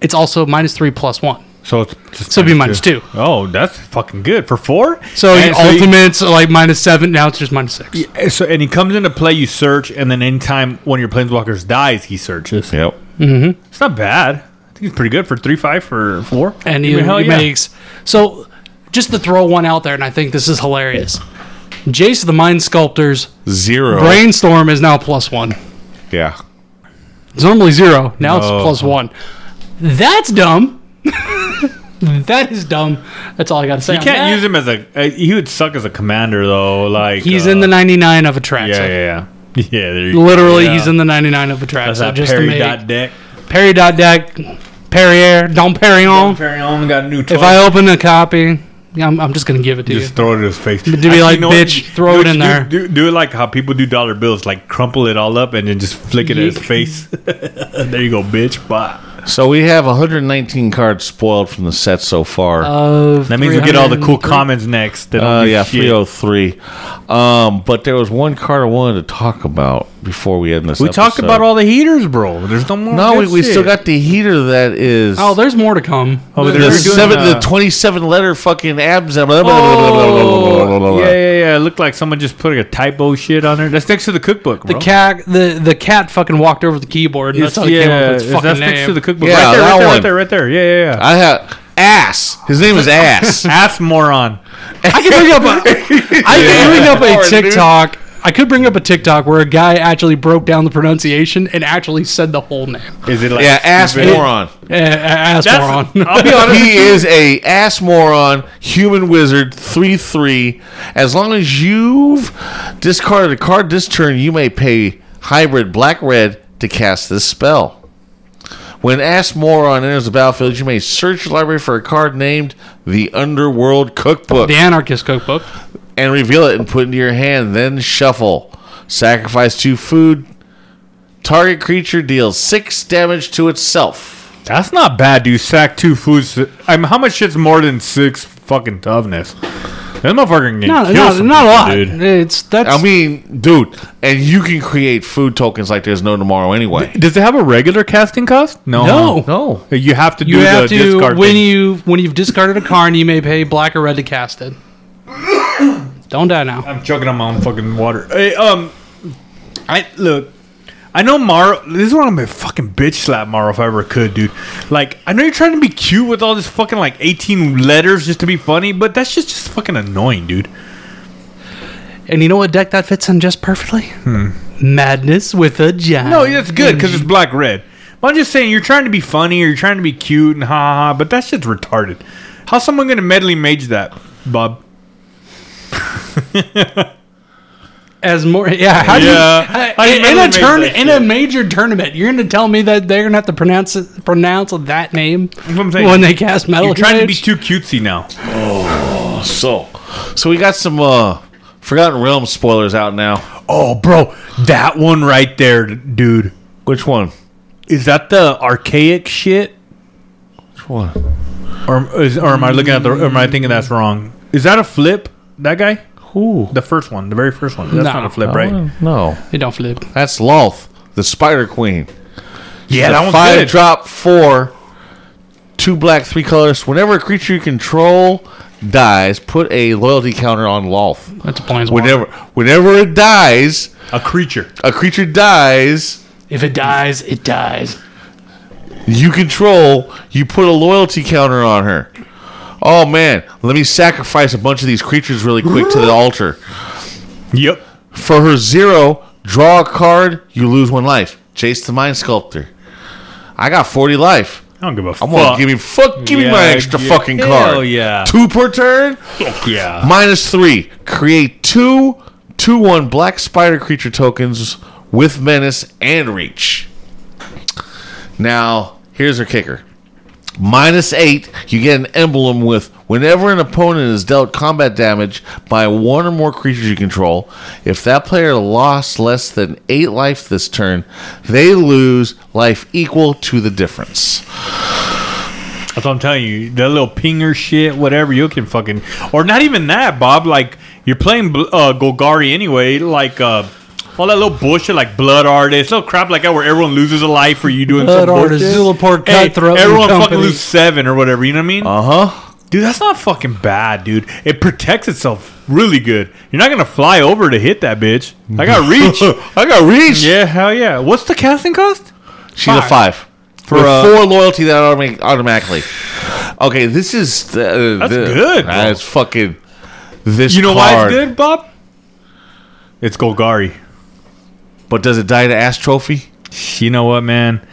Speaker 6: it's also minus three plus one.
Speaker 7: So it's just
Speaker 6: So it'd be minus two.
Speaker 7: Oh, that's fucking good for four.
Speaker 6: So
Speaker 7: And
Speaker 6: your ultimates are like minus seven. Now it's just minus six.
Speaker 7: he- so and he comes into play, you search, and then anytime one of your planeswalkers dies, he searches.
Speaker 1: Yep.
Speaker 7: It's not bad. I think it's pretty good for three, five, for four.
Speaker 6: and
Speaker 7: I
Speaker 6: he,
Speaker 7: mean, hell
Speaker 6: he
Speaker 7: yeah.
Speaker 6: makes so just to throw one out there and i think this is hilarious jace the mind sculptor's
Speaker 1: Zero.
Speaker 6: brainstorm is now plus one
Speaker 1: Yeah.
Speaker 6: it's normally zero now it's
Speaker 7: No.
Speaker 6: plus one that's dumb *laughs* that is dumb that's all i gotta say
Speaker 7: You can't use him as a. Uh, he would suck as a commander though. Like
Speaker 6: he's
Speaker 7: uh,
Speaker 6: in the 99 of attract
Speaker 7: Yeah,
Speaker 6: so
Speaker 7: yeah, yeah. *laughs* Yeah, there you go.
Speaker 6: literally
Speaker 7: Yeah.
Speaker 6: he's in the 99 of attract
Speaker 7: That's
Speaker 6: so
Speaker 7: that
Speaker 6: just
Speaker 7: Perry
Speaker 6: to make
Speaker 7: dot deck.
Speaker 6: perry dot deck perrier don perignon
Speaker 7: Perry on got a new.
Speaker 6: if i open a copy I'm, I'm just gonna give it to you
Speaker 7: just throw it in his face, to
Speaker 6: be like, "Bitch, throw it in there."
Speaker 7: Do, do it like how people do dollar bills, like crumple it all up and then just flick it at his
Speaker 6: *laughs*
Speaker 7: face. there you go, bitch. Bye.
Speaker 1: So we have 119 cards spoiled from the set so far.
Speaker 6: Oh,
Speaker 1: Uh,
Speaker 6: of
Speaker 7: That means we get all the cool
Speaker 6: 303.
Speaker 7: comments next. That don't do
Speaker 1: Oh, yeah,
Speaker 7: shit.
Speaker 1: 303. Um, but there was one card I wanted to talk about before we end this.
Speaker 7: We talked
Speaker 1: episode.
Speaker 7: about all the heaters, bro. There's no more.
Speaker 1: No, we,
Speaker 7: good
Speaker 1: we still
Speaker 7: shit.
Speaker 1: got the heater that is
Speaker 6: Oh, there's more to come.
Speaker 7: Oh, but
Speaker 1: the
Speaker 7: they're doing,
Speaker 1: seven,
Speaker 7: uh,
Speaker 1: the 27 letter fucking abs.
Speaker 7: Oh, yeah, yeah, yeah. It looked like someone just put a typo shit on there. That's next to the cookbook,
Speaker 6: the
Speaker 7: bro.
Speaker 6: cat, the the cat fucking walked over the keyboard. And that's how
Speaker 7: It's-
Speaker 6: he
Speaker 7: yeah,
Speaker 6: came up with
Speaker 7: it's-
Speaker 6: its fucking
Speaker 7: that's next to
Speaker 6: name.
Speaker 7: the cookbook.
Speaker 1: Yeah,
Speaker 7: right, there,
Speaker 1: that
Speaker 7: right, there,
Speaker 1: one.
Speaker 7: right there, right there. Yeah, yeah, yeah.
Speaker 1: I have ass. His name is
Speaker 7: *laughs*
Speaker 1: ass.
Speaker 7: Ass moron.
Speaker 6: I could bring
Speaker 7: *laughs*
Speaker 6: up a, I could bring up a TikTok. I could bring up a TikTok where a guy actually broke down the pronunciation and actually said the whole name.
Speaker 7: Is it like
Speaker 1: yeah, ass
Speaker 7: stupid?
Speaker 1: moron.
Speaker 6: Uh, ass
Speaker 7: That's-
Speaker 6: moron.
Speaker 7: I'll be
Speaker 1: *laughs*
Speaker 7: honest.
Speaker 1: he is a ass moron, human wizard, three three. As long as you've discarded a card this turn, you may pay hybrid black red to cast this spell. When ass moron enters the battlefield, you may search your library for a card named the Underworld Cookbook
Speaker 6: *laughs* the Anarchist Cookbook.
Speaker 1: and reveal it and put it into your hand. Then shuffle. Sacrifice two food. Target creature deals six damage to itself.
Speaker 7: That's not bad, dude. Sack two foods. I mean, how much shit's more than six fucking toughness? That motherfucker can
Speaker 6: No,
Speaker 7: kill
Speaker 6: no,
Speaker 7: some
Speaker 6: not a
Speaker 7: people,
Speaker 6: lot.
Speaker 7: dude.
Speaker 6: It's that's.
Speaker 1: I mean, dude, and you can create food tokens like there's no tomorrow anyway.
Speaker 7: Does it have a regular casting cost? No,
Speaker 6: No.
Speaker 7: no. You have to do
Speaker 6: you
Speaker 7: the
Speaker 6: have to
Speaker 7: discard
Speaker 6: when
Speaker 7: thing.
Speaker 6: you when you've discarded a card, you may pay black or red to cast it. *coughs* Don't die now.
Speaker 7: I'm choking on my own fucking water. Hey, um, I look. I know Maro. This is what I'm gonna fucking bitch slap Maro if I ever could, dude. Like, I know you're trying to be cute with all this fucking like 18 letters just to be funny, but that's just just fucking annoying, dude.
Speaker 6: And you know what deck that fits in just perfectly?
Speaker 7: Hmm.
Speaker 6: Madness with a jab.
Speaker 7: No, that's good because it's black red. But I'm just saying you're trying to be funny or you're trying to be cute and ha ha ha, but that shit's retarded. How's someone gonna medley mage that, Bob?
Speaker 6: As more, yeah. How
Speaker 7: Yeah.
Speaker 6: do you, uh,
Speaker 7: How do you
Speaker 6: in- in,
Speaker 7: really
Speaker 6: a
Speaker 7: make
Speaker 6: turn
Speaker 7: that
Speaker 6: in a major tournament? You're going to tell me that they're going to have to pronounce it, pronounce that name
Speaker 7: what I'm saying.
Speaker 6: when they cast metal.
Speaker 7: You're trying to be
Speaker 6: Oh, Mage?
Speaker 7: too cutesy now.
Speaker 1: So, so we got some uh Forgotten Realms spoilers out now.
Speaker 7: Oh, bro, that one right there, dude.
Speaker 1: Which one?
Speaker 7: Is that the archaic shit,
Speaker 1: Which one?
Speaker 7: or is, or am I looking at the? Or am I thinking that's wrong? Is that a flip? That guy? Who? The first one, the very first one. That's
Speaker 6: No.
Speaker 7: not a flip, right?
Speaker 1: Hmm, No,
Speaker 6: They don't flip.
Speaker 1: that's Loth, the Spider Queen.
Speaker 7: Yeah, that one's
Speaker 1: five
Speaker 7: good.
Speaker 1: drop four, two black, three colors. Whenever a creature you control dies, put a loyalty counter on Loth.
Speaker 6: That's a planeswalker.
Speaker 1: Whenever, whenever it dies,
Speaker 7: a creature.
Speaker 1: a creature dies.
Speaker 6: If it dies, it dies.
Speaker 1: You control. You put a loyalty counter on her. Oh man, let me sacrifice a bunch of these creatures really quick to the altar.
Speaker 7: Yep.
Speaker 1: For her zero, draw a card. You lose one life. Chase the mind sculptor. I got forty life.
Speaker 7: I don't give a
Speaker 1: I'm
Speaker 7: fuck.
Speaker 1: gonna give me fuck. Give me my
Speaker 7: Yeah,
Speaker 1: extra
Speaker 7: yeah.
Speaker 1: fucking
Speaker 7: Hell
Speaker 1: card.
Speaker 7: yeah.
Speaker 1: Two per turn.
Speaker 7: yeah.
Speaker 1: Minus three. Create two, two one black spider creature tokens with menace and reach. Now here's her kicker. Minus eight. You get an emblem with whenever an opponent is dealt combat damage by one or more creatures you control. If that player lost less than eight life this turn, they lose life equal to the difference.
Speaker 7: That's what I'm telling you. That little pinger shit, whatever, you can fucking. Or not even that, Bob. Like, you're playing bl- uh, Golgari anyway. Like, uh, all that little bullshit, like Blood Artist, little crap like that where everyone loses a life for you doing
Speaker 6: Blood
Speaker 7: some
Speaker 6: Artist,
Speaker 7: bullshit.
Speaker 6: Zulaport,
Speaker 7: Hey,
Speaker 6: Cutthroat and
Speaker 7: everyone fucking
Speaker 6: company.
Speaker 7: lose seven or whatever, you know what I mean?
Speaker 1: Uh huh.
Speaker 7: dude, that's not fucking bad, dude. It protects itself really good. You're not going to fly over to hit that bitch. I got
Speaker 6: *laughs*
Speaker 7: reach.
Speaker 1: I got reach.
Speaker 7: yeah, hell yeah. What's the casting cost?
Speaker 1: She's a five for
Speaker 7: With
Speaker 1: four loyalty that automatic, automatically. Okay, this is uh,
Speaker 7: That's
Speaker 1: the-
Speaker 7: good, bro.
Speaker 1: That's fucking this.
Speaker 7: You know why
Speaker 1: card.
Speaker 7: it's good, Bob? It's Golgari.
Speaker 1: But does it die to ass trophy?
Speaker 7: you know what, man?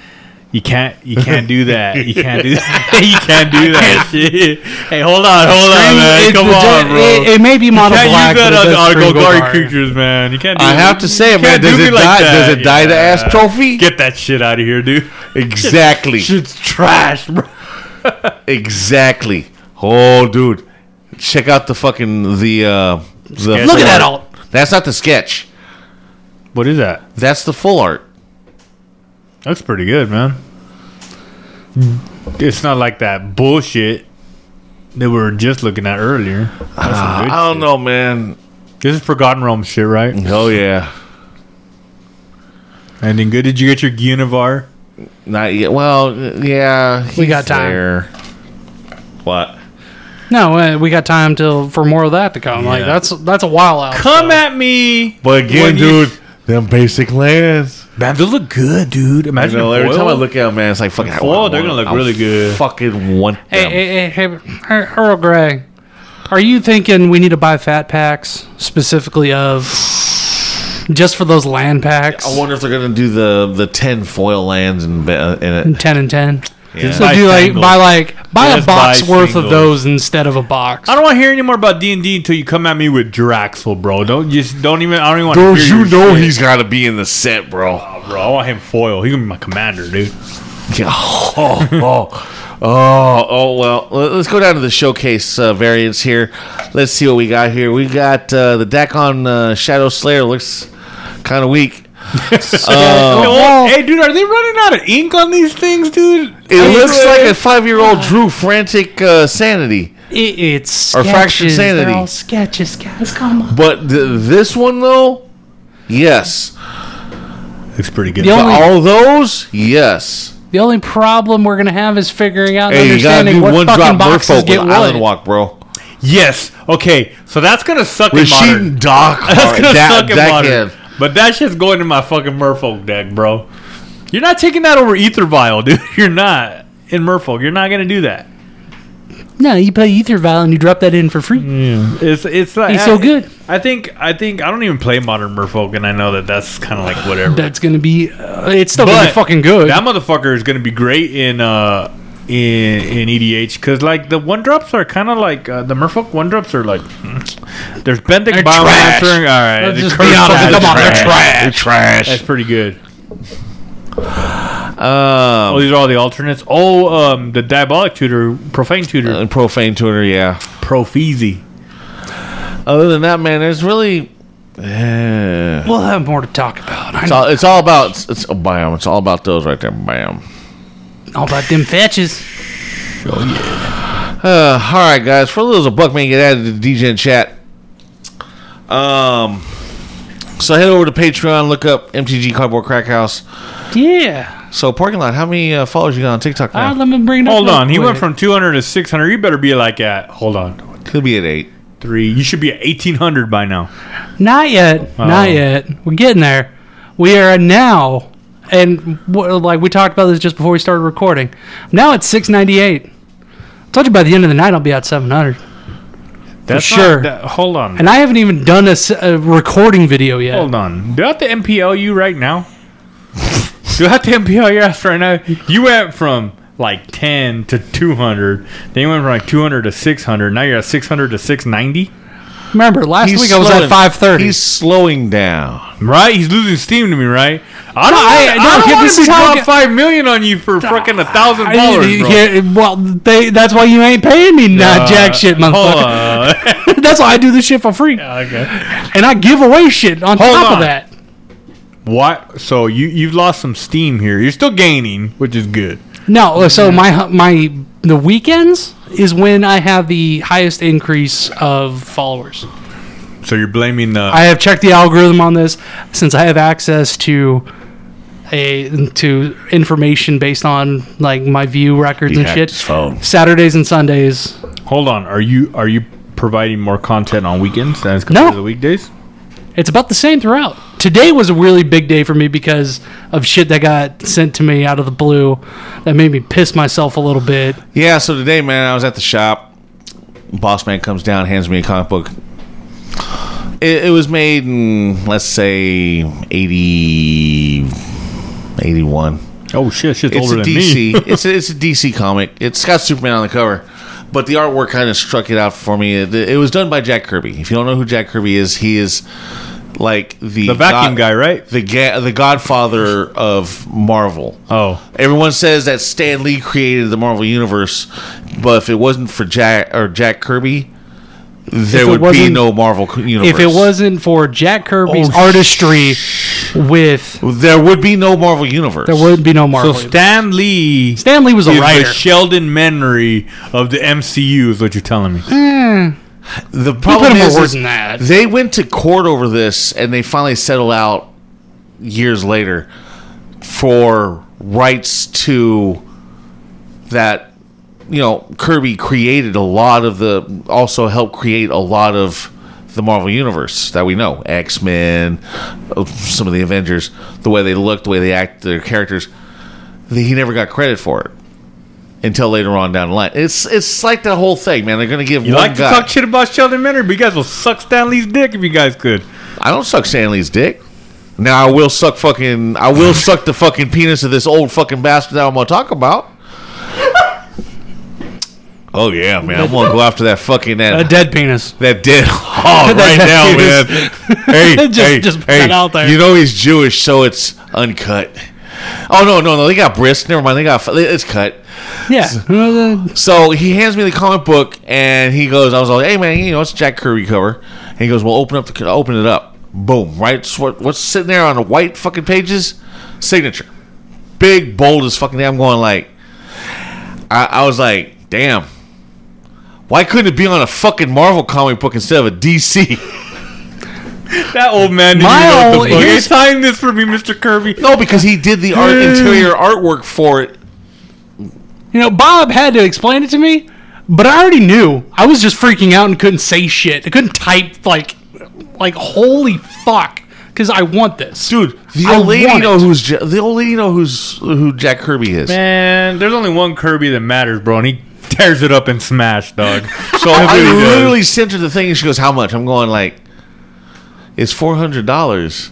Speaker 7: You can't, you can't do that. You can't do that. *laughs* you can't do that. shit. hey, hold on, hold on, Oh, man.
Speaker 6: It's
Speaker 7: Come
Speaker 6: legit-
Speaker 7: on, bro.
Speaker 6: It, it may be
Speaker 7: you
Speaker 6: model
Speaker 7: can't
Speaker 6: black.
Speaker 7: use that
Speaker 6: but it
Speaker 7: on,
Speaker 6: does
Speaker 7: on
Speaker 6: scream
Speaker 7: Golgari
Speaker 6: Golgari.
Speaker 7: creatures, man. You can't. Do
Speaker 1: I have to say, man,
Speaker 7: can't
Speaker 1: does
Speaker 7: do
Speaker 1: it
Speaker 7: me like
Speaker 1: die?
Speaker 7: that.
Speaker 1: Does it die to ass
Speaker 7: Yeah.
Speaker 1: trophy?
Speaker 7: Get that shit out of here, dude.
Speaker 1: exactly,
Speaker 7: Shit's trash, bro.
Speaker 1: exactly. Oh, dude, check out the fucking the. Uh, the
Speaker 6: Look
Speaker 1: full
Speaker 6: at that
Speaker 1: art.
Speaker 6: alt.
Speaker 1: That's not the sketch.
Speaker 7: What is that?
Speaker 1: That's the full art.
Speaker 7: That's pretty good, man. It's not like that bullshit that we were just looking at earlier. That's some good
Speaker 1: I don't
Speaker 7: shit.
Speaker 1: know, man.
Speaker 7: This is Forgotten Realm shit, right?
Speaker 1: Oh yeah,
Speaker 7: And then good. Did you get your Guinevar?
Speaker 1: not yet. Well, yeah,
Speaker 6: We
Speaker 1: he's
Speaker 6: got time.
Speaker 1: there. What?
Speaker 6: No, uh, we got time till for more of that to come. Like
Speaker 7: Yeah.
Speaker 6: that's that's a while out.
Speaker 7: Come at me.
Speaker 1: But again,
Speaker 7: When you-
Speaker 1: dude, them basic lands.
Speaker 7: Man, those look good, dude.
Speaker 1: I
Speaker 7: Imagine
Speaker 1: know. Every
Speaker 7: foil.
Speaker 1: time I look at them, man, it's like fucking. I
Speaker 7: Foil,
Speaker 1: want
Speaker 7: they're
Speaker 1: one.
Speaker 7: gonna look
Speaker 1: I
Speaker 7: really good.
Speaker 1: Fucking want them.
Speaker 6: Hey, hey, hey, hey, Er- Earl Grey, are you thinking we need to buy fat packs specifically of just for those land packs?
Speaker 1: I wonder if they're gonna do the the ten foil lands in, be- uh, in it.
Speaker 6: ten and ten.
Speaker 1: Yeah.
Speaker 6: So
Speaker 7: Buy
Speaker 6: do like
Speaker 7: singles.
Speaker 6: buy like buy a
Speaker 7: Just
Speaker 6: box
Speaker 7: buy
Speaker 6: worth of
Speaker 7: singles.
Speaker 6: those instead of a box.
Speaker 7: I don't want to hear any more about D and D until you come at me with Draxel, bro. Don't just don't even. I don't even want to
Speaker 1: Dude,
Speaker 7: hear
Speaker 1: you
Speaker 7: your
Speaker 1: know
Speaker 7: shit.
Speaker 1: he's gotta be in the set, bro.
Speaker 7: bro. I want him foil. He's gonna be my commander, dude.
Speaker 1: *laughs* Yeah. Oh, oh, oh, oh, well. Let- Let's go down to the showcase uh, variants here. Let's see what we got here. We got uh, the Dakon uh, Shadow Slayer. Looks kind of *laughs* weak. Um, Oh.
Speaker 7: Yo, hey, dude, are they running out of ink on these things, dude?
Speaker 1: It looks like a five year old Drew Frantic uh, Sanity.
Speaker 6: It, it's
Speaker 1: Or fractured
Speaker 6: sketches.
Speaker 1: sanity.
Speaker 6: They're all sketches, guys. Come on.
Speaker 1: But th- this one though, yes.
Speaker 7: looks pretty good.
Speaker 6: The
Speaker 1: But
Speaker 6: only-
Speaker 1: all those, yes.
Speaker 6: The only problem we're gonna have is figuring out and
Speaker 1: Hey, you gotta
Speaker 6: understanding
Speaker 1: do
Speaker 6: what
Speaker 1: one
Speaker 6: fucking
Speaker 1: drop
Speaker 6: boxes
Speaker 1: merfolk with
Speaker 6: get Um, what.
Speaker 1: Island Walk, bro.
Speaker 7: Yes. Okay. So that's gonna suck in modern.
Speaker 1: Rashid Doc,
Speaker 7: *laughs* That's gonna
Speaker 1: that,
Speaker 7: suck in
Speaker 1: that
Speaker 7: modern.
Speaker 1: kid.
Speaker 7: But that shit's going to my fucking Merfolk deck, bro. You're not taking that over Ether Vial, *laughs* dude. You're not in Merfolk. You're not gonna do that.
Speaker 6: No, you play Ether Vial and you drop that in for free.
Speaker 1: Mm.
Speaker 7: It's it's like
Speaker 6: He's so good.
Speaker 7: I think I think I don't even play modern Merfolk, and I know that that's kind of
Speaker 6: *sighs*
Speaker 7: like whatever.
Speaker 6: That's gonna be. Uh, it's still gonna be
Speaker 7: But
Speaker 6: fucking good.
Speaker 7: that motherfucker is gonna be great in uh in in EDH because like the one drops are kind of like uh, the Merfolk one drops are like mm, there's Benthic
Speaker 6: They're trash.
Speaker 7: Biomancer. All right,
Speaker 6: Let's
Speaker 7: the
Speaker 6: just
Speaker 7: Curse
Speaker 6: be honest.
Speaker 7: Blood is
Speaker 6: Come on, they're
Speaker 1: They're
Speaker 6: trash.
Speaker 1: trash.
Speaker 7: That's pretty good. Oh,
Speaker 1: Um,
Speaker 7: these are all the alternates. Oh, um, the Diabolic Tutor, Profane Tutor,
Speaker 1: and profane tuner, yeah.
Speaker 7: Profeasy.
Speaker 1: Other than that, man, there's really. eh.
Speaker 6: We'll have more to talk about. I
Speaker 1: It's all, it's all about it's, it's oh, bam. It's all about those right there, bam.
Speaker 6: know all about them fetches.
Speaker 1: Uh, all right, guys. For a little buck, man, get added to the DJ and chat. Um, so head over to Patreon, look up MTG Cardboard Crack House.
Speaker 6: Yeah.
Speaker 1: So parking lot, how many uh, followers you got on TikTok
Speaker 6: All right,
Speaker 1: now?
Speaker 6: let me bring it up.
Speaker 7: Hold
Speaker 6: real
Speaker 7: on, he went
Speaker 6: quick.
Speaker 7: from 200 to 600. You better be like at. Hold on,
Speaker 1: He'll be at eight.
Speaker 7: three. You should be at 1800 by now.
Speaker 6: Not yet. Not
Speaker 7: Oh.
Speaker 6: yet. We're getting there. We are now, and wha- like we talked about this just before we started recording. I'm now at 698. I told you by the end of the night I'll be at 700,
Speaker 7: That's
Speaker 6: sure.
Speaker 7: Not, that, hold on,
Speaker 6: and I haven't even done a, s- a recording video yet.
Speaker 7: hold on. Do I have to MPL you right now? Do I have to MPL your ass right now? You went from like 10 to 200. Then you went from like 200 to 600. Now you're at 600 to 690.
Speaker 6: Remember last week I was at 530.
Speaker 1: He's slowing down.
Speaker 7: Right? He's losing steam to me, right? I don't.
Speaker 6: I-
Speaker 7: I,
Speaker 6: no,
Speaker 7: I don't
Speaker 6: here,
Speaker 7: want
Speaker 6: this
Speaker 7: to be
Speaker 6: is how I
Speaker 7: dropped
Speaker 6: get-
Speaker 7: five million on you for fucking a thousand dollars, bro.
Speaker 6: Yeah, well, they, that's why you ain't paying me nah,
Speaker 7: Uh,
Speaker 6: jack shit,
Speaker 7: Hold
Speaker 6: motherfucker.
Speaker 7: on.
Speaker 6: *laughs* that's why I do this shit for free, *laughs*
Speaker 7: okay.
Speaker 6: and I give away shit on
Speaker 7: Hold
Speaker 6: top of
Speaker 7: on.
Speaker 6: that.
Speaker 7: What? So you you've lost some steam here. You're still gaining, which is good.
Speaker 6: No, uh, so my my the weekends is when I have the highest increase of followers.
Speaker 7: So you're blaming uh, the.
Speaker 6: I have checked the algorithm on this since I have access to a to information based on like my view records and
Speaker 1: hacked
Speaker 6: shit.
Speaker 1: his phone.
Speaker 6: Saturdays and Sundays.
Speaker 7: hold on. Are you are you providing more content on weekends than as compared
Speaker 6: No.
Speaker 7: to the weekdays?
Speaker 6: It's about the same throughout. Today was a really big day for me because of shit that got sent to me out of the blue that made me piss myself a little bit.
Speaker 1: Yeah. So today, man, I was at the shop. Boss man comes down, hands me a comic book. It, it was made in let's say 80, 81.
Speaker 7: Oh shit! Shit's
Speaker 1: It's a
Speaker 7: older than
Speaker 1: DC.
Speaker 7: *laughs* me.
Speaker 1: it's a, it's a DC comic. It's got Superman on the cover, but the artwork kind of struck it out for me. It, it was done by Jack Kirby. If you don't know who Jack Kirby is, he is like the
Speaker 7: The vacuum guy, right?
Speaker 1: the ga- the Godfather of Marvel.
Speaker 7: Oh,
Speaker 1: Everyone says that Stan Lee created the Marvel universe, but if it wasn't for Jack or Jack Kirby, there
Speaker 6: it
Speaker 1: would be
Speaker 6: wasn't-
Speaker 1: no Marvel co- universe.
Speaker 6: If it wasn't for Jack Kirby's
Speaker 7: Oh,
Speaker 6: artistry with
Speaker 1: there would be no Marvel universe.
Speaker 6: there would be no
Speaker 7: so
Speaker 6: Marvel.
Speaker 7: Stan Lee
Speaker 6: Stan Lee was a
Speaker 7: is the
Speaker 6: writer.
Speaker 7: Sheldon Memory of the MCU is what you're telling me.
Speaker 1: The
Speaker 6: You put
Speaker 1: problem is,
Speaker 6: him more
Speaker 1: is
Speaker 6: words than that.
Speaker 1: they went to court over this, and they finally settled out years later for rights to that. You know, Kirby created a lot of the, also helped create a lot of the Marvel universe that we know, X Men, some of the Avengers, the way they look, the way they act, their characters. that He never got credit for it until later on down the line. It's it's like that whole thing, man. They're gonna give
Speaker 7: You
Speaker 1: one
Speaker 7: like to
Speaker 1: guy.
Speaker 7: talk shit about Sheldon Memory, but you guys will suck Stan Lee's dick if you guys could.
Speaker 1: I don't suck Stanley's dick. Now I will suck fucking. I
Speaker 6: *laughs*
Speaker 1: will suck the fucking penis of this old fucking bastard that I'm gonna talk about. oh yeah, man! I'm gonna go after that fucking
Speaker 6: a
Speaker 1: that
Speaker 6: dead penis.
Speaker 1: that
Speaker 6: *laughs*
Speaker 1: dead hog right
Speaker 6: That dead
Speaker 1: now, man.
Speaker 6: penis.
Speaker 1: Hey,
Speaker 6: *laughs* Just-
Speaker 1: hey,
Speaker 6: just put
Speaker 1: hey,
Speaker 6: that out there.
Speaker 1: You know he's Jewish, so it's uncut. Oh no, no, no! They got brisk. Never mind. They got it's cut.
Speaker 6: Yeah.
Speaker 1: So he hands me the comic book, and he goes, "I was like, hey man, you know it's a Jack Kirby cover." And he goes, "Well, open up the open it up." Boom! Right, So what, what's sitting there on the white fucking pages? Signature, big bold as fucking. Damn, I'm going like, I, I was like, damn. Why couldn't it be on a fucking Marvel comic book instead of a DC?
Speaker 7: That old man didn't
Speaker 6: My
Speaker 7: even know
Speaker 6: old-
Speaker 7: what the fuck. Hey,
Speaker 6: here's-
Speaker 7: sign this for me, Mr. Kirby.
Speaker 1: *laughs* No, because he did the art interior artwork for it.
Speaker 6: You know, Bob had to explain it to me, but I already knew. I was just freaking out and couldn't say shit. I couldn't type like like holy fuck cuz I want this.
Speaker 1: Dude, the
Speaker 6: I
Speaker 1: old lady
Speaker 6: want
Speaker 1: know
Speaker 6: it.
Speaker 1: who's Ja- the old lady know who's who Jack Kirby is.
Speaker 7: Man, there's only one Kirby that matters, bro, and he tears it up in Smash, dog.
Speaker 6: *laughs*
Speaker 7: So
Speaker 1: I
Speaker 7: really does.
Speaker 1: literally sent her the thing, and she goes, "How much?" I'm going like, "It's four hundred dollars."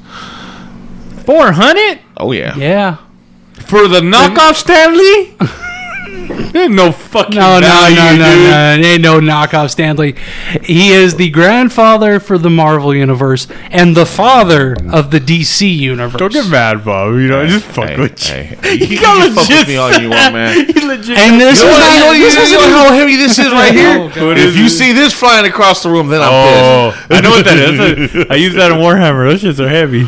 Speaker 7: four hundred
Speaker 1: Oh yeah.
Speaker 6: Yeah.
Speaker 7: *laughs* for the knockoff Stanley. Ain't no fucking
Speaker 6: No, no,
Speaker 7: value,
Speaker 6: no, no,
Speaker 7: dude.
Speaker 6: no. It ain't no knockoff Stanley. He is the grandfather for the Marvel universe and the father of the DC universe.
Speaker 7: Don't get mad, Bob. You know, just fuck
Speaker 1: Hey,
Speaker 7: with
Speaker 1: *laughs*
Speaker 7: you.
Speaker 1: hey, hey. You can fuck with me all you want, *laughs* man.
Speaker 7: *laughs* He legit.
Speaker 6: And this
Speaker 1: You
Speaker 6: was
Speaker 1: know, you know,
Speaker 6: not,
Speaker 1: you
Speaker 6: this
Speaker 1: know,
Speaker 6: was
Speaker 1: you know how heavy this is
Speaker 6: *laughs*
Speaker 1: right
Speaker 6: Oh,
Speaker 1: here.
Speaker 7: What
Speaker 1: if
Speaker 7: is
Speaker 1: you
Speaker 7: this?
Speaker 1: see this flying across the room, then I'm pissed.
Speaker 7: Oh, I know what that is. That's a- I use that in Warhammer. Those shits are *laughs* heavy.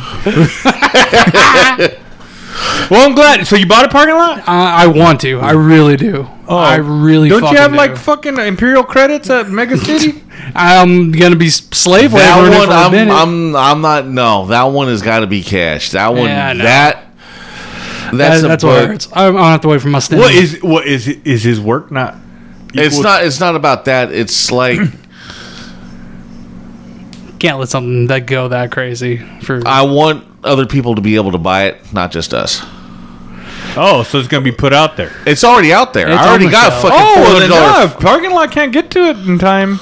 Speaker 7: well, I'm glad. So you bought a parking lot?
Speaker 6: I, I want to. I really do.
Speaker 1: Oh.
Speaker 6: Oh, I really
Speaker 7: Don't you
Speaker 6: fucking
Speaker 7: have
Speaker 6: do.
Speaker 7: like fucking Imperial credits at Mega City?
Speaker 6: I'm gonna be s- slave
Speaker 1: That
Speaker 6: laboring it
Speaker 1: one,
Speaker 6: for a
Speaker 1: I'm,
Speaker 6: minute.
Speaker 1: I'm, I'm not. No, that one has got to be cash. That one,
Speaker 6: Yeah, I know.
Speaker 1: that, that's
Speaker 6: That-
Speaker 1: a
Speaker 6: that's what
Speaker 1: book.
Speaker 6: hurts. I'm, I'm gonna have to wait for my
Speaker 7: *laughs*
Speaker 6: stand.
Speaker 7: what is what is is his work not?
Speaker 1: It's not. It's not about that. It's like
Speaker 6: Can't let something that go that crazy for.
Speaker 1: I want other people to be able to buy it, not just us.
Speaker 7: Oh, so it's gonna be put out there.
Speaker 1: It's already out there.
Speaker 6: It's
Speaker 1: I already
Speaker 6: on the
Speaker 1: got
Speaker 6: shelf.
Speaker 1: a fucking
Speaker 7: Oh,
Speaker 1: four
Speaker 7: well,
Speaker 1: hundred
Speaker 7: then
Speaker 1: dollars.
Speaker 7: no, parking lot can't get to it in time.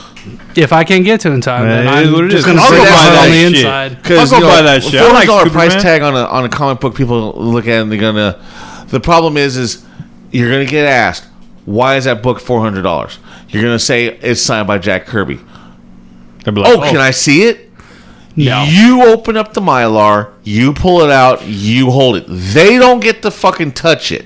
Speaker 6: if I can get to it in time, then
Speaker 7: it is what
Speaker 6: I'm
Speaker 7: it
Speaker 6: just
Speaker 7: is.
Speaker 6: gonna
Speaker 1: I'll
Speaker 6: bring
Speaker 1: go
Speaker 6: it
Speaker 1: buy
Speaker 6: out
Speaker 1: that
Speaker 6: on the
Speaker 7: shit.
Speaker 6: inside.
Speaker 7: I'll go buy that shit. I
Speaker 1: Four hundred
Speaker 7: like
Speaker 1: dollar
Speaker 7: Superman.
Speaker 1: price tag on a on a comic book. People look at it and they're gonna. The problem is, is you're gonna get asked why is that book four hundred dollars. You're gonna say it's signed by Jack Kirby.
Speaker 7: They'll be
Speaker 1: Oh, can I see it?
Speaker 6: No.
Speaker 1: You open up the mylar, you pull it out, you hold it. They don't get to fucking touch it.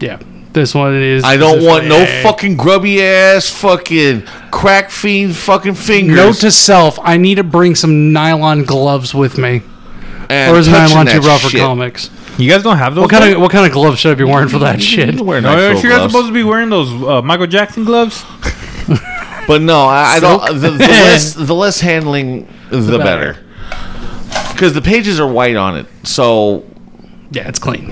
Speaker 6: Yeah, this one is.
Speaker 1: I don't want no
Speaker 6: specifically-
Speaker 1: fucking grubby ass fucking crack fiend fucking fingers.
Speaker 6: Note to self: I need to bring some nylon gloves with me,
Speaker 1: and
Speaker 6: or is
Speaker 1: touching
Speaker 6: nylon too
Speaker 1: that
Speaker 6: rough for
Speaker 1: shit.
Speaker 6: comics?
Speaker 7: You guys don't have those.
Speaker 6: What kind of what kind of gloves should I be wearing for that
Speaker 1: *laughs*
Speaker 6: shit?
Speaker 1: Wear
Speaker 7: No,
Speaker 1: nitrile
Speaker 7: aren't you guys
Speaker 1: gloves.
Speaker 7: supposed to be wearing those uh, Michael Jackson gloves?
Speaker 1: But no, I, I don't. The, the *laughs* less the less handling, the,
Speaker 6: better.
Speaker 1: better. Because the pages are white on it, so
Speaker 6: Yeah, it's clean.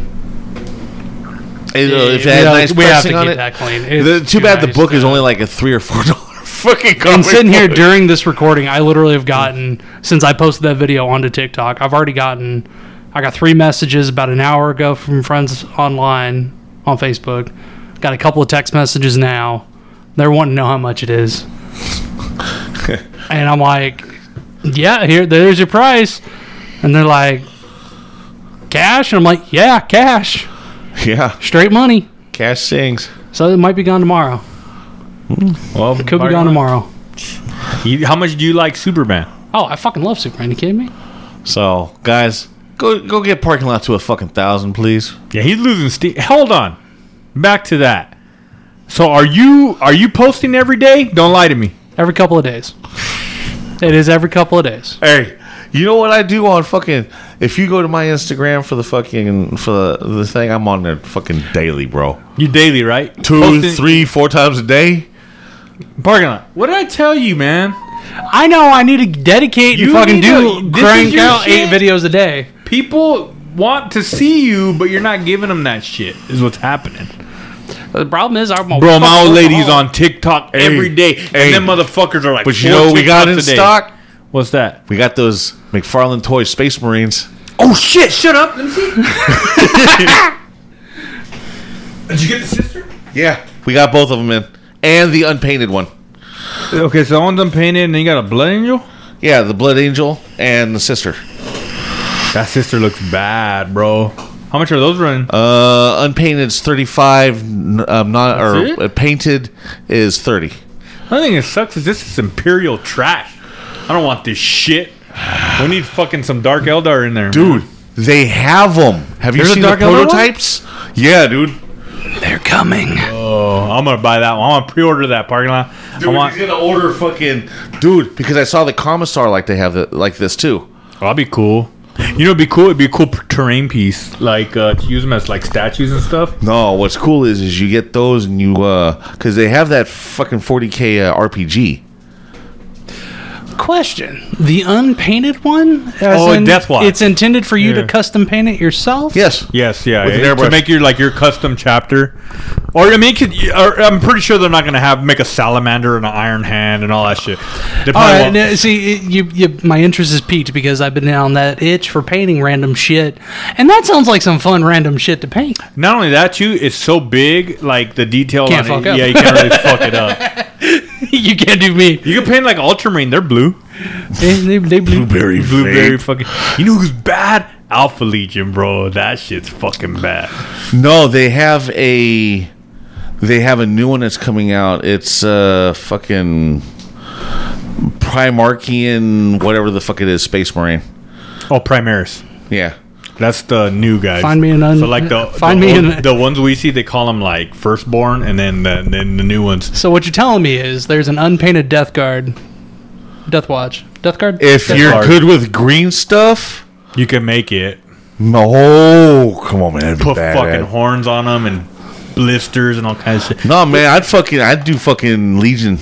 Speaker 1: it, uh, if it
Speaker 6: we
Speaker 1: had
Speaker 6: have-
Speaker 1: nice
Speaker 6: we have to
Speaker 1: pressing on
Speaker 6: get
Speaker 1: it.
Speaker 6: that clean.
Speaker 1: The,
Speaker 6: It's
Speaker 1: too bad the
Speaker 6: nice
Speaker 1: book
Speaker 6: to-
Speaker 1: is only like a three or four *laughs* dollar fucking. *laughs*
Speaker 6: I'm
Speaker 1: Comic
Speaker 6: sitting here
Speaker 1: book.
Speaker 6: during this recording. I literally have gotten since I posted that video onto TikTok. I've already gotten. I got three messages about an hour ago from friends online on Facebook. Got a couple of text messages now. They're wanting to know how much it is, and I'm like, "Yeah, here, there's your price." And they're like, "Cash?" And I'm like, "Yeah, cash,
Speaker 1: Yeah,
Speaker 6: straight money."
Speaker 1: Cash sings.
Speaker 6: So it might be gone tomorrow.
Speaker 7: Well,
Speaker 6: Could be gone tomorrow.
Speaker 7: You, how much do you like Superman?
Speaker 6: Oh, I fucking love Superman. You kidding me?
Speaker 1: So guys, go go get parking lot to a fucking thousand, please.
Speaker 7: Yeah, he's losing steam. Hold on, back to that. So are you are you posting every day? Don't lie to me.
Speaker 6: Every couple of days. It is every couple of days.
Speaker 1: Hey, you know what I do on fucking? If you go to my Instagram for the fucking for the, the thing, I'm on there fucking daily, bro.
Speaker 7: You daily, right?
Speaker 1: Two,
Speaker 7: Posting-
Speaker 1: three, four times a day.
Speaker 7: parking lot. What did I tell you, man?
Speaker 6: I know I need to dedicate
Speaker 7: You
Speaker 6: and fucking
Speaker 7: need
Speaker 6: do
Speaker 7: to- this
Speaker 6: crank
Speaker 7: is your
Speaker 6: out eight
Speaker 7: shit.
Speaker 6: videos a day.
Speaker 7: People want to see you, but you're not giving them that shit. Is what's happening,
Speaker 6: The problem is I'm a
Speaker 7: bro. My
Speaker 6: fucking
Speaker 7: old lady's
Speaker 6: workaholic.
Speaker 7: on TikTok every day,
Speaker 1: hey.
Speaker 7: and them motherfuckers are like.
Speaker 1: But you
Speaker 7: four
Speaker 1: know what we got
Speaker 7: TikToks
Speaker 1: in
Speaker 7: a day.
Speaker 1: stock.
Speaker 7: What's that?
Speaker 1: We got those McFarlane toy Space Marines.
Speaker 7: Oh shit! Shut up. Let me *laughs* see. Did you get the sister?
Speaker 1: Yeah, we got both of them in, and the unpainted one.
Speaker 7: Okay, so one's unpainted, and then you got a blood angel.
Speaker 1: Yeah, the Blood Angel and the sister.
Speaker 7: That sister looks bad, bro. How much are those running?
Speaker 1: Uh, unpainted is thirty five. Um, not
Speaker 7: That's
Speaker 1: or
Speaker 7: it?
Speaker 1: uh, painted is thirty.
Speaker 7: Another thing that sucks is this is imperial trash. I don't want this shit. We need fucking some dark Eldar in there,
Speaker 1: Dude, they have them. Have you
Speaker 7: There's a
Speaker 1: seen the
Speaker 7: Dark Elder one?
Speaker 1: prototypes? Yeah, dude.
Speaker 6: They're coming.
Speaker 7: Oh, I'm gonna buy that one. I'm gonna pre-order that parking lot. I want.
Speaker 1: gonna order fucking dude because I saw the commissar like they have the, like this too.
Speaker 7: That'd be cool. You know, it'd be cool. It'd be a cool terrain piece, like uh, to use them as like statues and stuff.
Speaker 1: No, what's cool is is you get those and you uh because they have that fucking forty k uh, RPG.
Speaker 6: Question: The unpainted one? as
Speaker 7: Oh, Death Watch.
Speaker 6: It's intended for you
Speaker 7: Yeah.
Speaker 6: to custom paint it yourself.
Speaker 1: Yes.
Speaker 7: Yes, yeah,
Speaker 1: With an
Speaker 7: yeah, to
Speaker 1: airbrush.
Speaker 7: make your like your custom chapter. Or I mean, it could, or, I'm pretty sure they're not gonna have make a salamander and an iron hand and all that shit. They probably
Speaker 6: All right.
Speaker 7: won't.
Speaker 6: now, see, it- you, you, my interest is piqued because I've been on that itch for painting random shit, and that sounds like some fun random shit to paint. *laughs*
Speaker 7: Not only that, too, it's so big, like the detail
Speaker 6: Can't
Speaker 7: on
Speaker 6: fuck
Speaker 7: it.
Speaker 6: up.
Speaker 7: Yeah, you can't really fuck it *laughs* up.
Speaker 6: you can't do me.
Speaker 7: You can paint like Ultramarine; they're blue,
Speaker 6: They- they- they blew-
Speaker 1: Blueberry.
Speaker 7: blueberry. Fucking, you know who's bad? Alpha Legion, bro. That shit's fucking bad.
Speaker 1: No, they have a they have a new one that's coming out. It's uh fucking Primarchian whatever the fuck it is, Space Marine.
Speaker 7: Oh, Primaris.
Speaker 1: Yeah.
Speaker 7: That's the new guys.
Speaker 6: Find me an un-
Speaker 7: so like the
Speaker 6: *laughs* find
Speaker 7: the
Speaker 6: me
Speaker 7: old-
Speaker 6: an-
Speaker 7: the ones we see they call them like firstborn, and then the, then the new ones.
Speaker 6: So what you're telling me is there's an unpainted Death Guard, Death Watch, Death Guard.
Speaker 1: If
Speaker 6: Death
Speaker 1: you're
Speaker 6: Guard.
Speaker 1: good with green stuff,
Speaker 7: You can make it
Speaker 1: no, come on, man.
Speaker 7: put
Speaker 1: Put
Speaker 7: fucking horns on them and blisters and all kinds of shit.
Speaker 1: no, man, I'd fucking I'd do fucking Legion.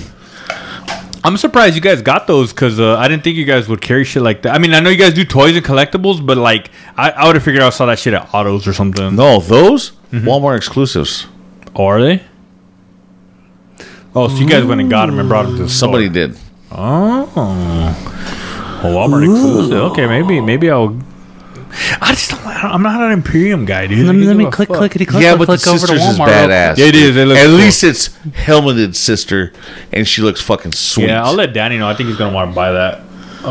Speaker 7: I'm surprised you guys got those because uh, I didn't think you guys would carry shit like that. I mean, I know you guys do toys and collectibles, but like I, I would have figured I saw that shit at autos or something.
Speaker 1: No, those
Speaker 7: Mm-hmm.
Speaker 1: Walmart exclusives.
Speaker 7: Oh, are they? Oh, so you guys went and got them and brought them to the store.
Speaker 1: Somebody did.
Speaker 7: Oh, Walmart exclusive. Okay, maybe maybe I'll. I just don't. I'm not an Imperium guy, dude.
Speaker 6: Let me,
Speaker 7: I
Speaker 6: let me
Speaker 7: give a
Speaker 6: click
Speaker 7: fuck.
Speaker 6: clickety click
Speaker 1: yeah,
Speaker 6: click
Speaker 1: but the
Speaker 6: over to
Speaker 1: sisters is
Speaker 6: Walmart.
Speaker 1: badass.
Speaker 7: Yeah, it is. It looks
Speaker 1: At
Speaker 7: cool.
Speaker 1: least it's helmeted sister, and she looks fucking sweet.
Speaker 7: Yeah, I'll let Danny know. I think he's gonna want to buy that.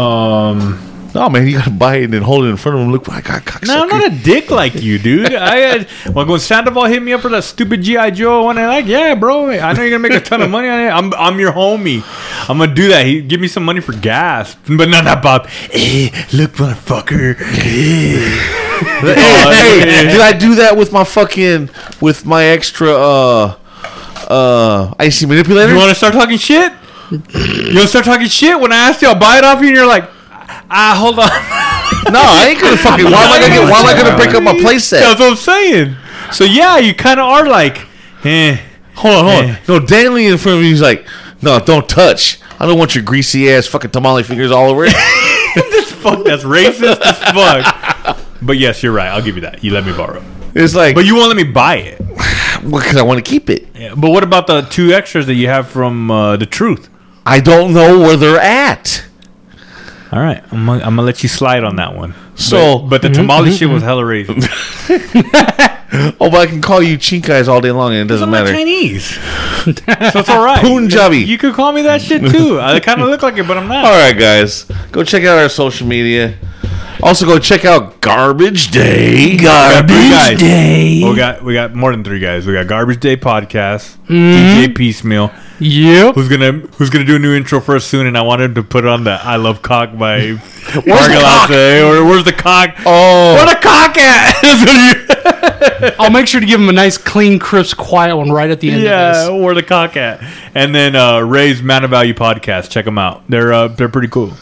Speaker 7: Um,
Speaker 1: No, man, you gotta buy it and then hold it in front of him. Look what I got. Cocksucker.
Speaker 7: No, I'm not a dick like you, dude. I uh, *laughs* well, when Sandoval hit me up for that stupid GI Joe one, I like, yeah, bro. I know you're gonna make a ton of money on it. I'm, I'm your homie. I'm gonna do that. He give me some money for gas, but not that Bob. Eh, look, motherfucker. *laughs* Eh.
Speaker 1: *laughs* hey, hey, did I do that with my fucking with my extra uh uh icy manipulator?
Speaker 7: You want to start talking shit? You want to start talking shit? When I asked you, I'll buy it off you, and you're like, ah, hold on.
Speaker 1: no, I ain't gonna fucking. Why am I gonna get? Why am I gonna break up
Speaker 7: *laughs*
Speaker 1: my
Speaker 7: That's
Speaker 1: playset?
Speaker 7: what I'm saying. So yeah, you kind of are like, eh.
Speaker 1: Hold on, hold
Speaker 7: Eh.
Speaker 1: on. No, dangling in front of me. He's like, no, don't touch. I don't want your greasy ass fucking tamale fingers all over it.
Speaker 7: Fuck, that's racist as fuck. But yes, you're right. I'll give you that. You let me borrow.
Speaker 1: It's like,
Speaker 7: But you won't let me buy it.
Speaker 1: because I want to keep it.
Speaker 7: But what about the two extras that you have from uh, The Truth?
Speaker 1: I don't know where they're at.
Speaker 7: All right. I'm going to let you slide on that one.
Speaker 1: So-
Speaker 7: but, but the tamale shit was hella racist.
Speaker 1: Oh, but I can call you chinkas all day long, and it doesn't
Speaker 7: I'm not
Speaker 1: matter.
Speaker 7: Chinese. so it's all right.
Speaker 1: Punjabi.
Speaker 7: You could call me that shit
Speaker 1: *laughs*
Speaker 7: too. I kind of look like it, but I'm not.
Speaker 1: All right, guys, go check out our social media. Also, go check out Garbage Day.
Speaker 7: Three
Speaker 1: Garbage
Speaker 7: guys. We got we got more than three guys. We got Garbage Day podcast,
Speaker 1: Mm-hmm.
Speaker 7: DJ Piecemeal,
Speaker 6: Yep.
Speaker 7: who's gonna who's gonna do a new intro for us soon, and I wanted him to put on the "I Love Cock" by
Speaker 1: cock?
Speaker 7: Margalate or "Where's the Cock?"
Speaker 1: Oh,
Speaker 7: Where the cock at? *laughs* That's what you-
Speaker 6: I'll make sure to give him a nice, clean, crisp, quiet one right at the end
Speaker 7: yeah,
Speaker 6: of this.
Speaker 7: where the cock at? And then uh, Ray's Man of Value podcast. Check them out. They're uh, they're pretty cool.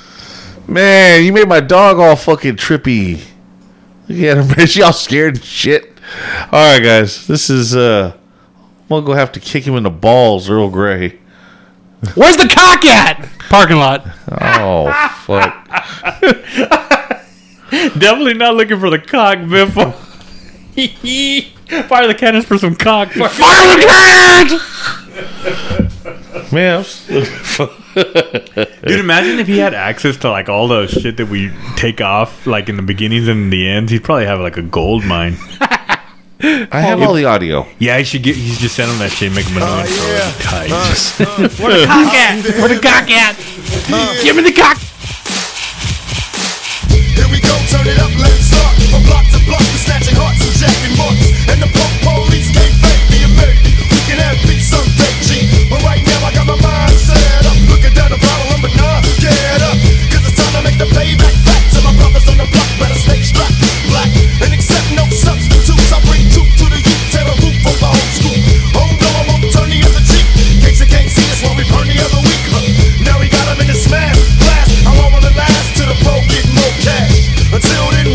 Speaker 1: man, you made my dog all fucking trippy. Yeah, *laughs* man, she all scared and shit. All right, guys, this is uh, I'm gonna go have to kick him in the balls, Earl Grey.
Speaker 6: Where's the cock at? Parking lot.
Speaker 1: Oh fuck.
Speaker 7: Definitely not looking for the cock, Biffle. *laughs* Fire the cannons for some cock.
Speaker 1: Man, I'm s-
Speaker 7: Dude, imagine if he had access to like all the shit that we take off, like in the beginnings and the ends. He'd probably have like a gold mine.
Speaker 1: I have all the audio.
Speaker 7: Yeah, he should get. He's just send him that shit. and Make him a new
Speaker 6: Oh,
Speaker 7: intro.
Speaker 4: Oh,
Speaker 7: That'd be tight.
Speaker 6: *laughs* Cock at. Where the cock at? Give me the cock.
Speaker 4: Here we go, turn it up, let's start. From block to block, we're snatching hearts and jacking marks. And the punk police can't fake me and make me. We can have peace someday, G. But right now, I got my mind set up. Looking down the barrel, I'm nah, get up. Cause it's time to make the payback back to my brothers on the block. Better stay strapped, black. And accept no substitutes. I bring two to the youth, tear the roof over whole school. Oh no, I won't turn the other cheek. Case you can't see us while we burn the other week. Look, now we got 'em in the smash blast. I want one to last till the pro get more cash. Until then,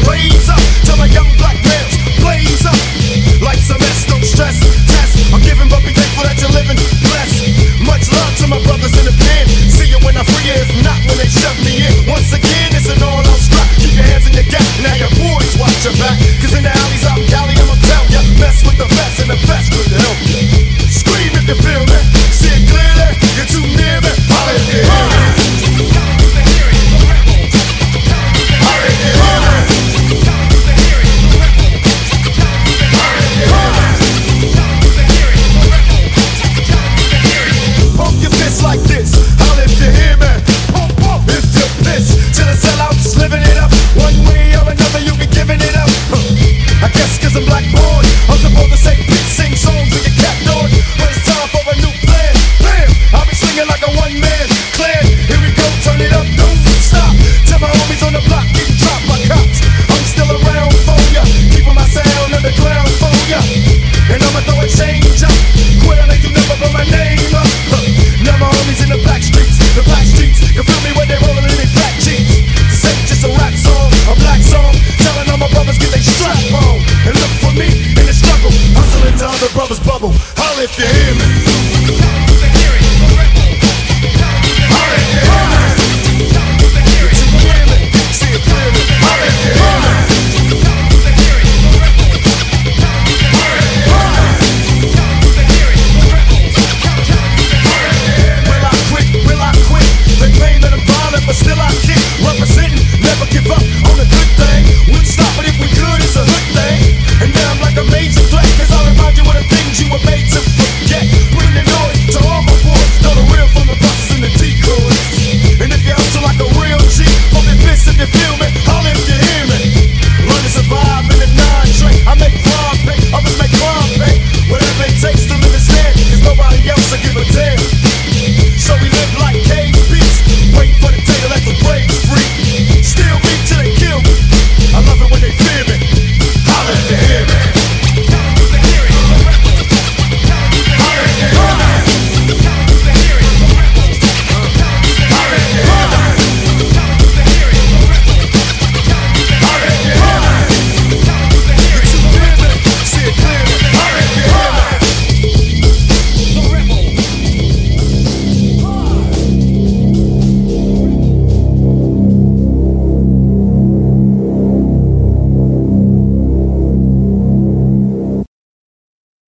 Speaker 4: some black boy. I'm supposed to say peace, sing songs to your cat dog. When it's time for a new plan, bam, I'll be singing like a one man clan. Here we go, turn it up, don't stop. Tell my homies on the block, keep drop my cops. I'm still around for ya, keeping my sound underground for ya. And I'ma throw a change up. Quit like you never blow my name up. Huh. Now my homies in the black streets, the black streets can feel me when they rollin' in their black jeeps. This ain't just a rap song, a black song. Telling all my brothers get they strap on and look for me in the struggle. Hustling to other brothers' bubble. Holla if you hear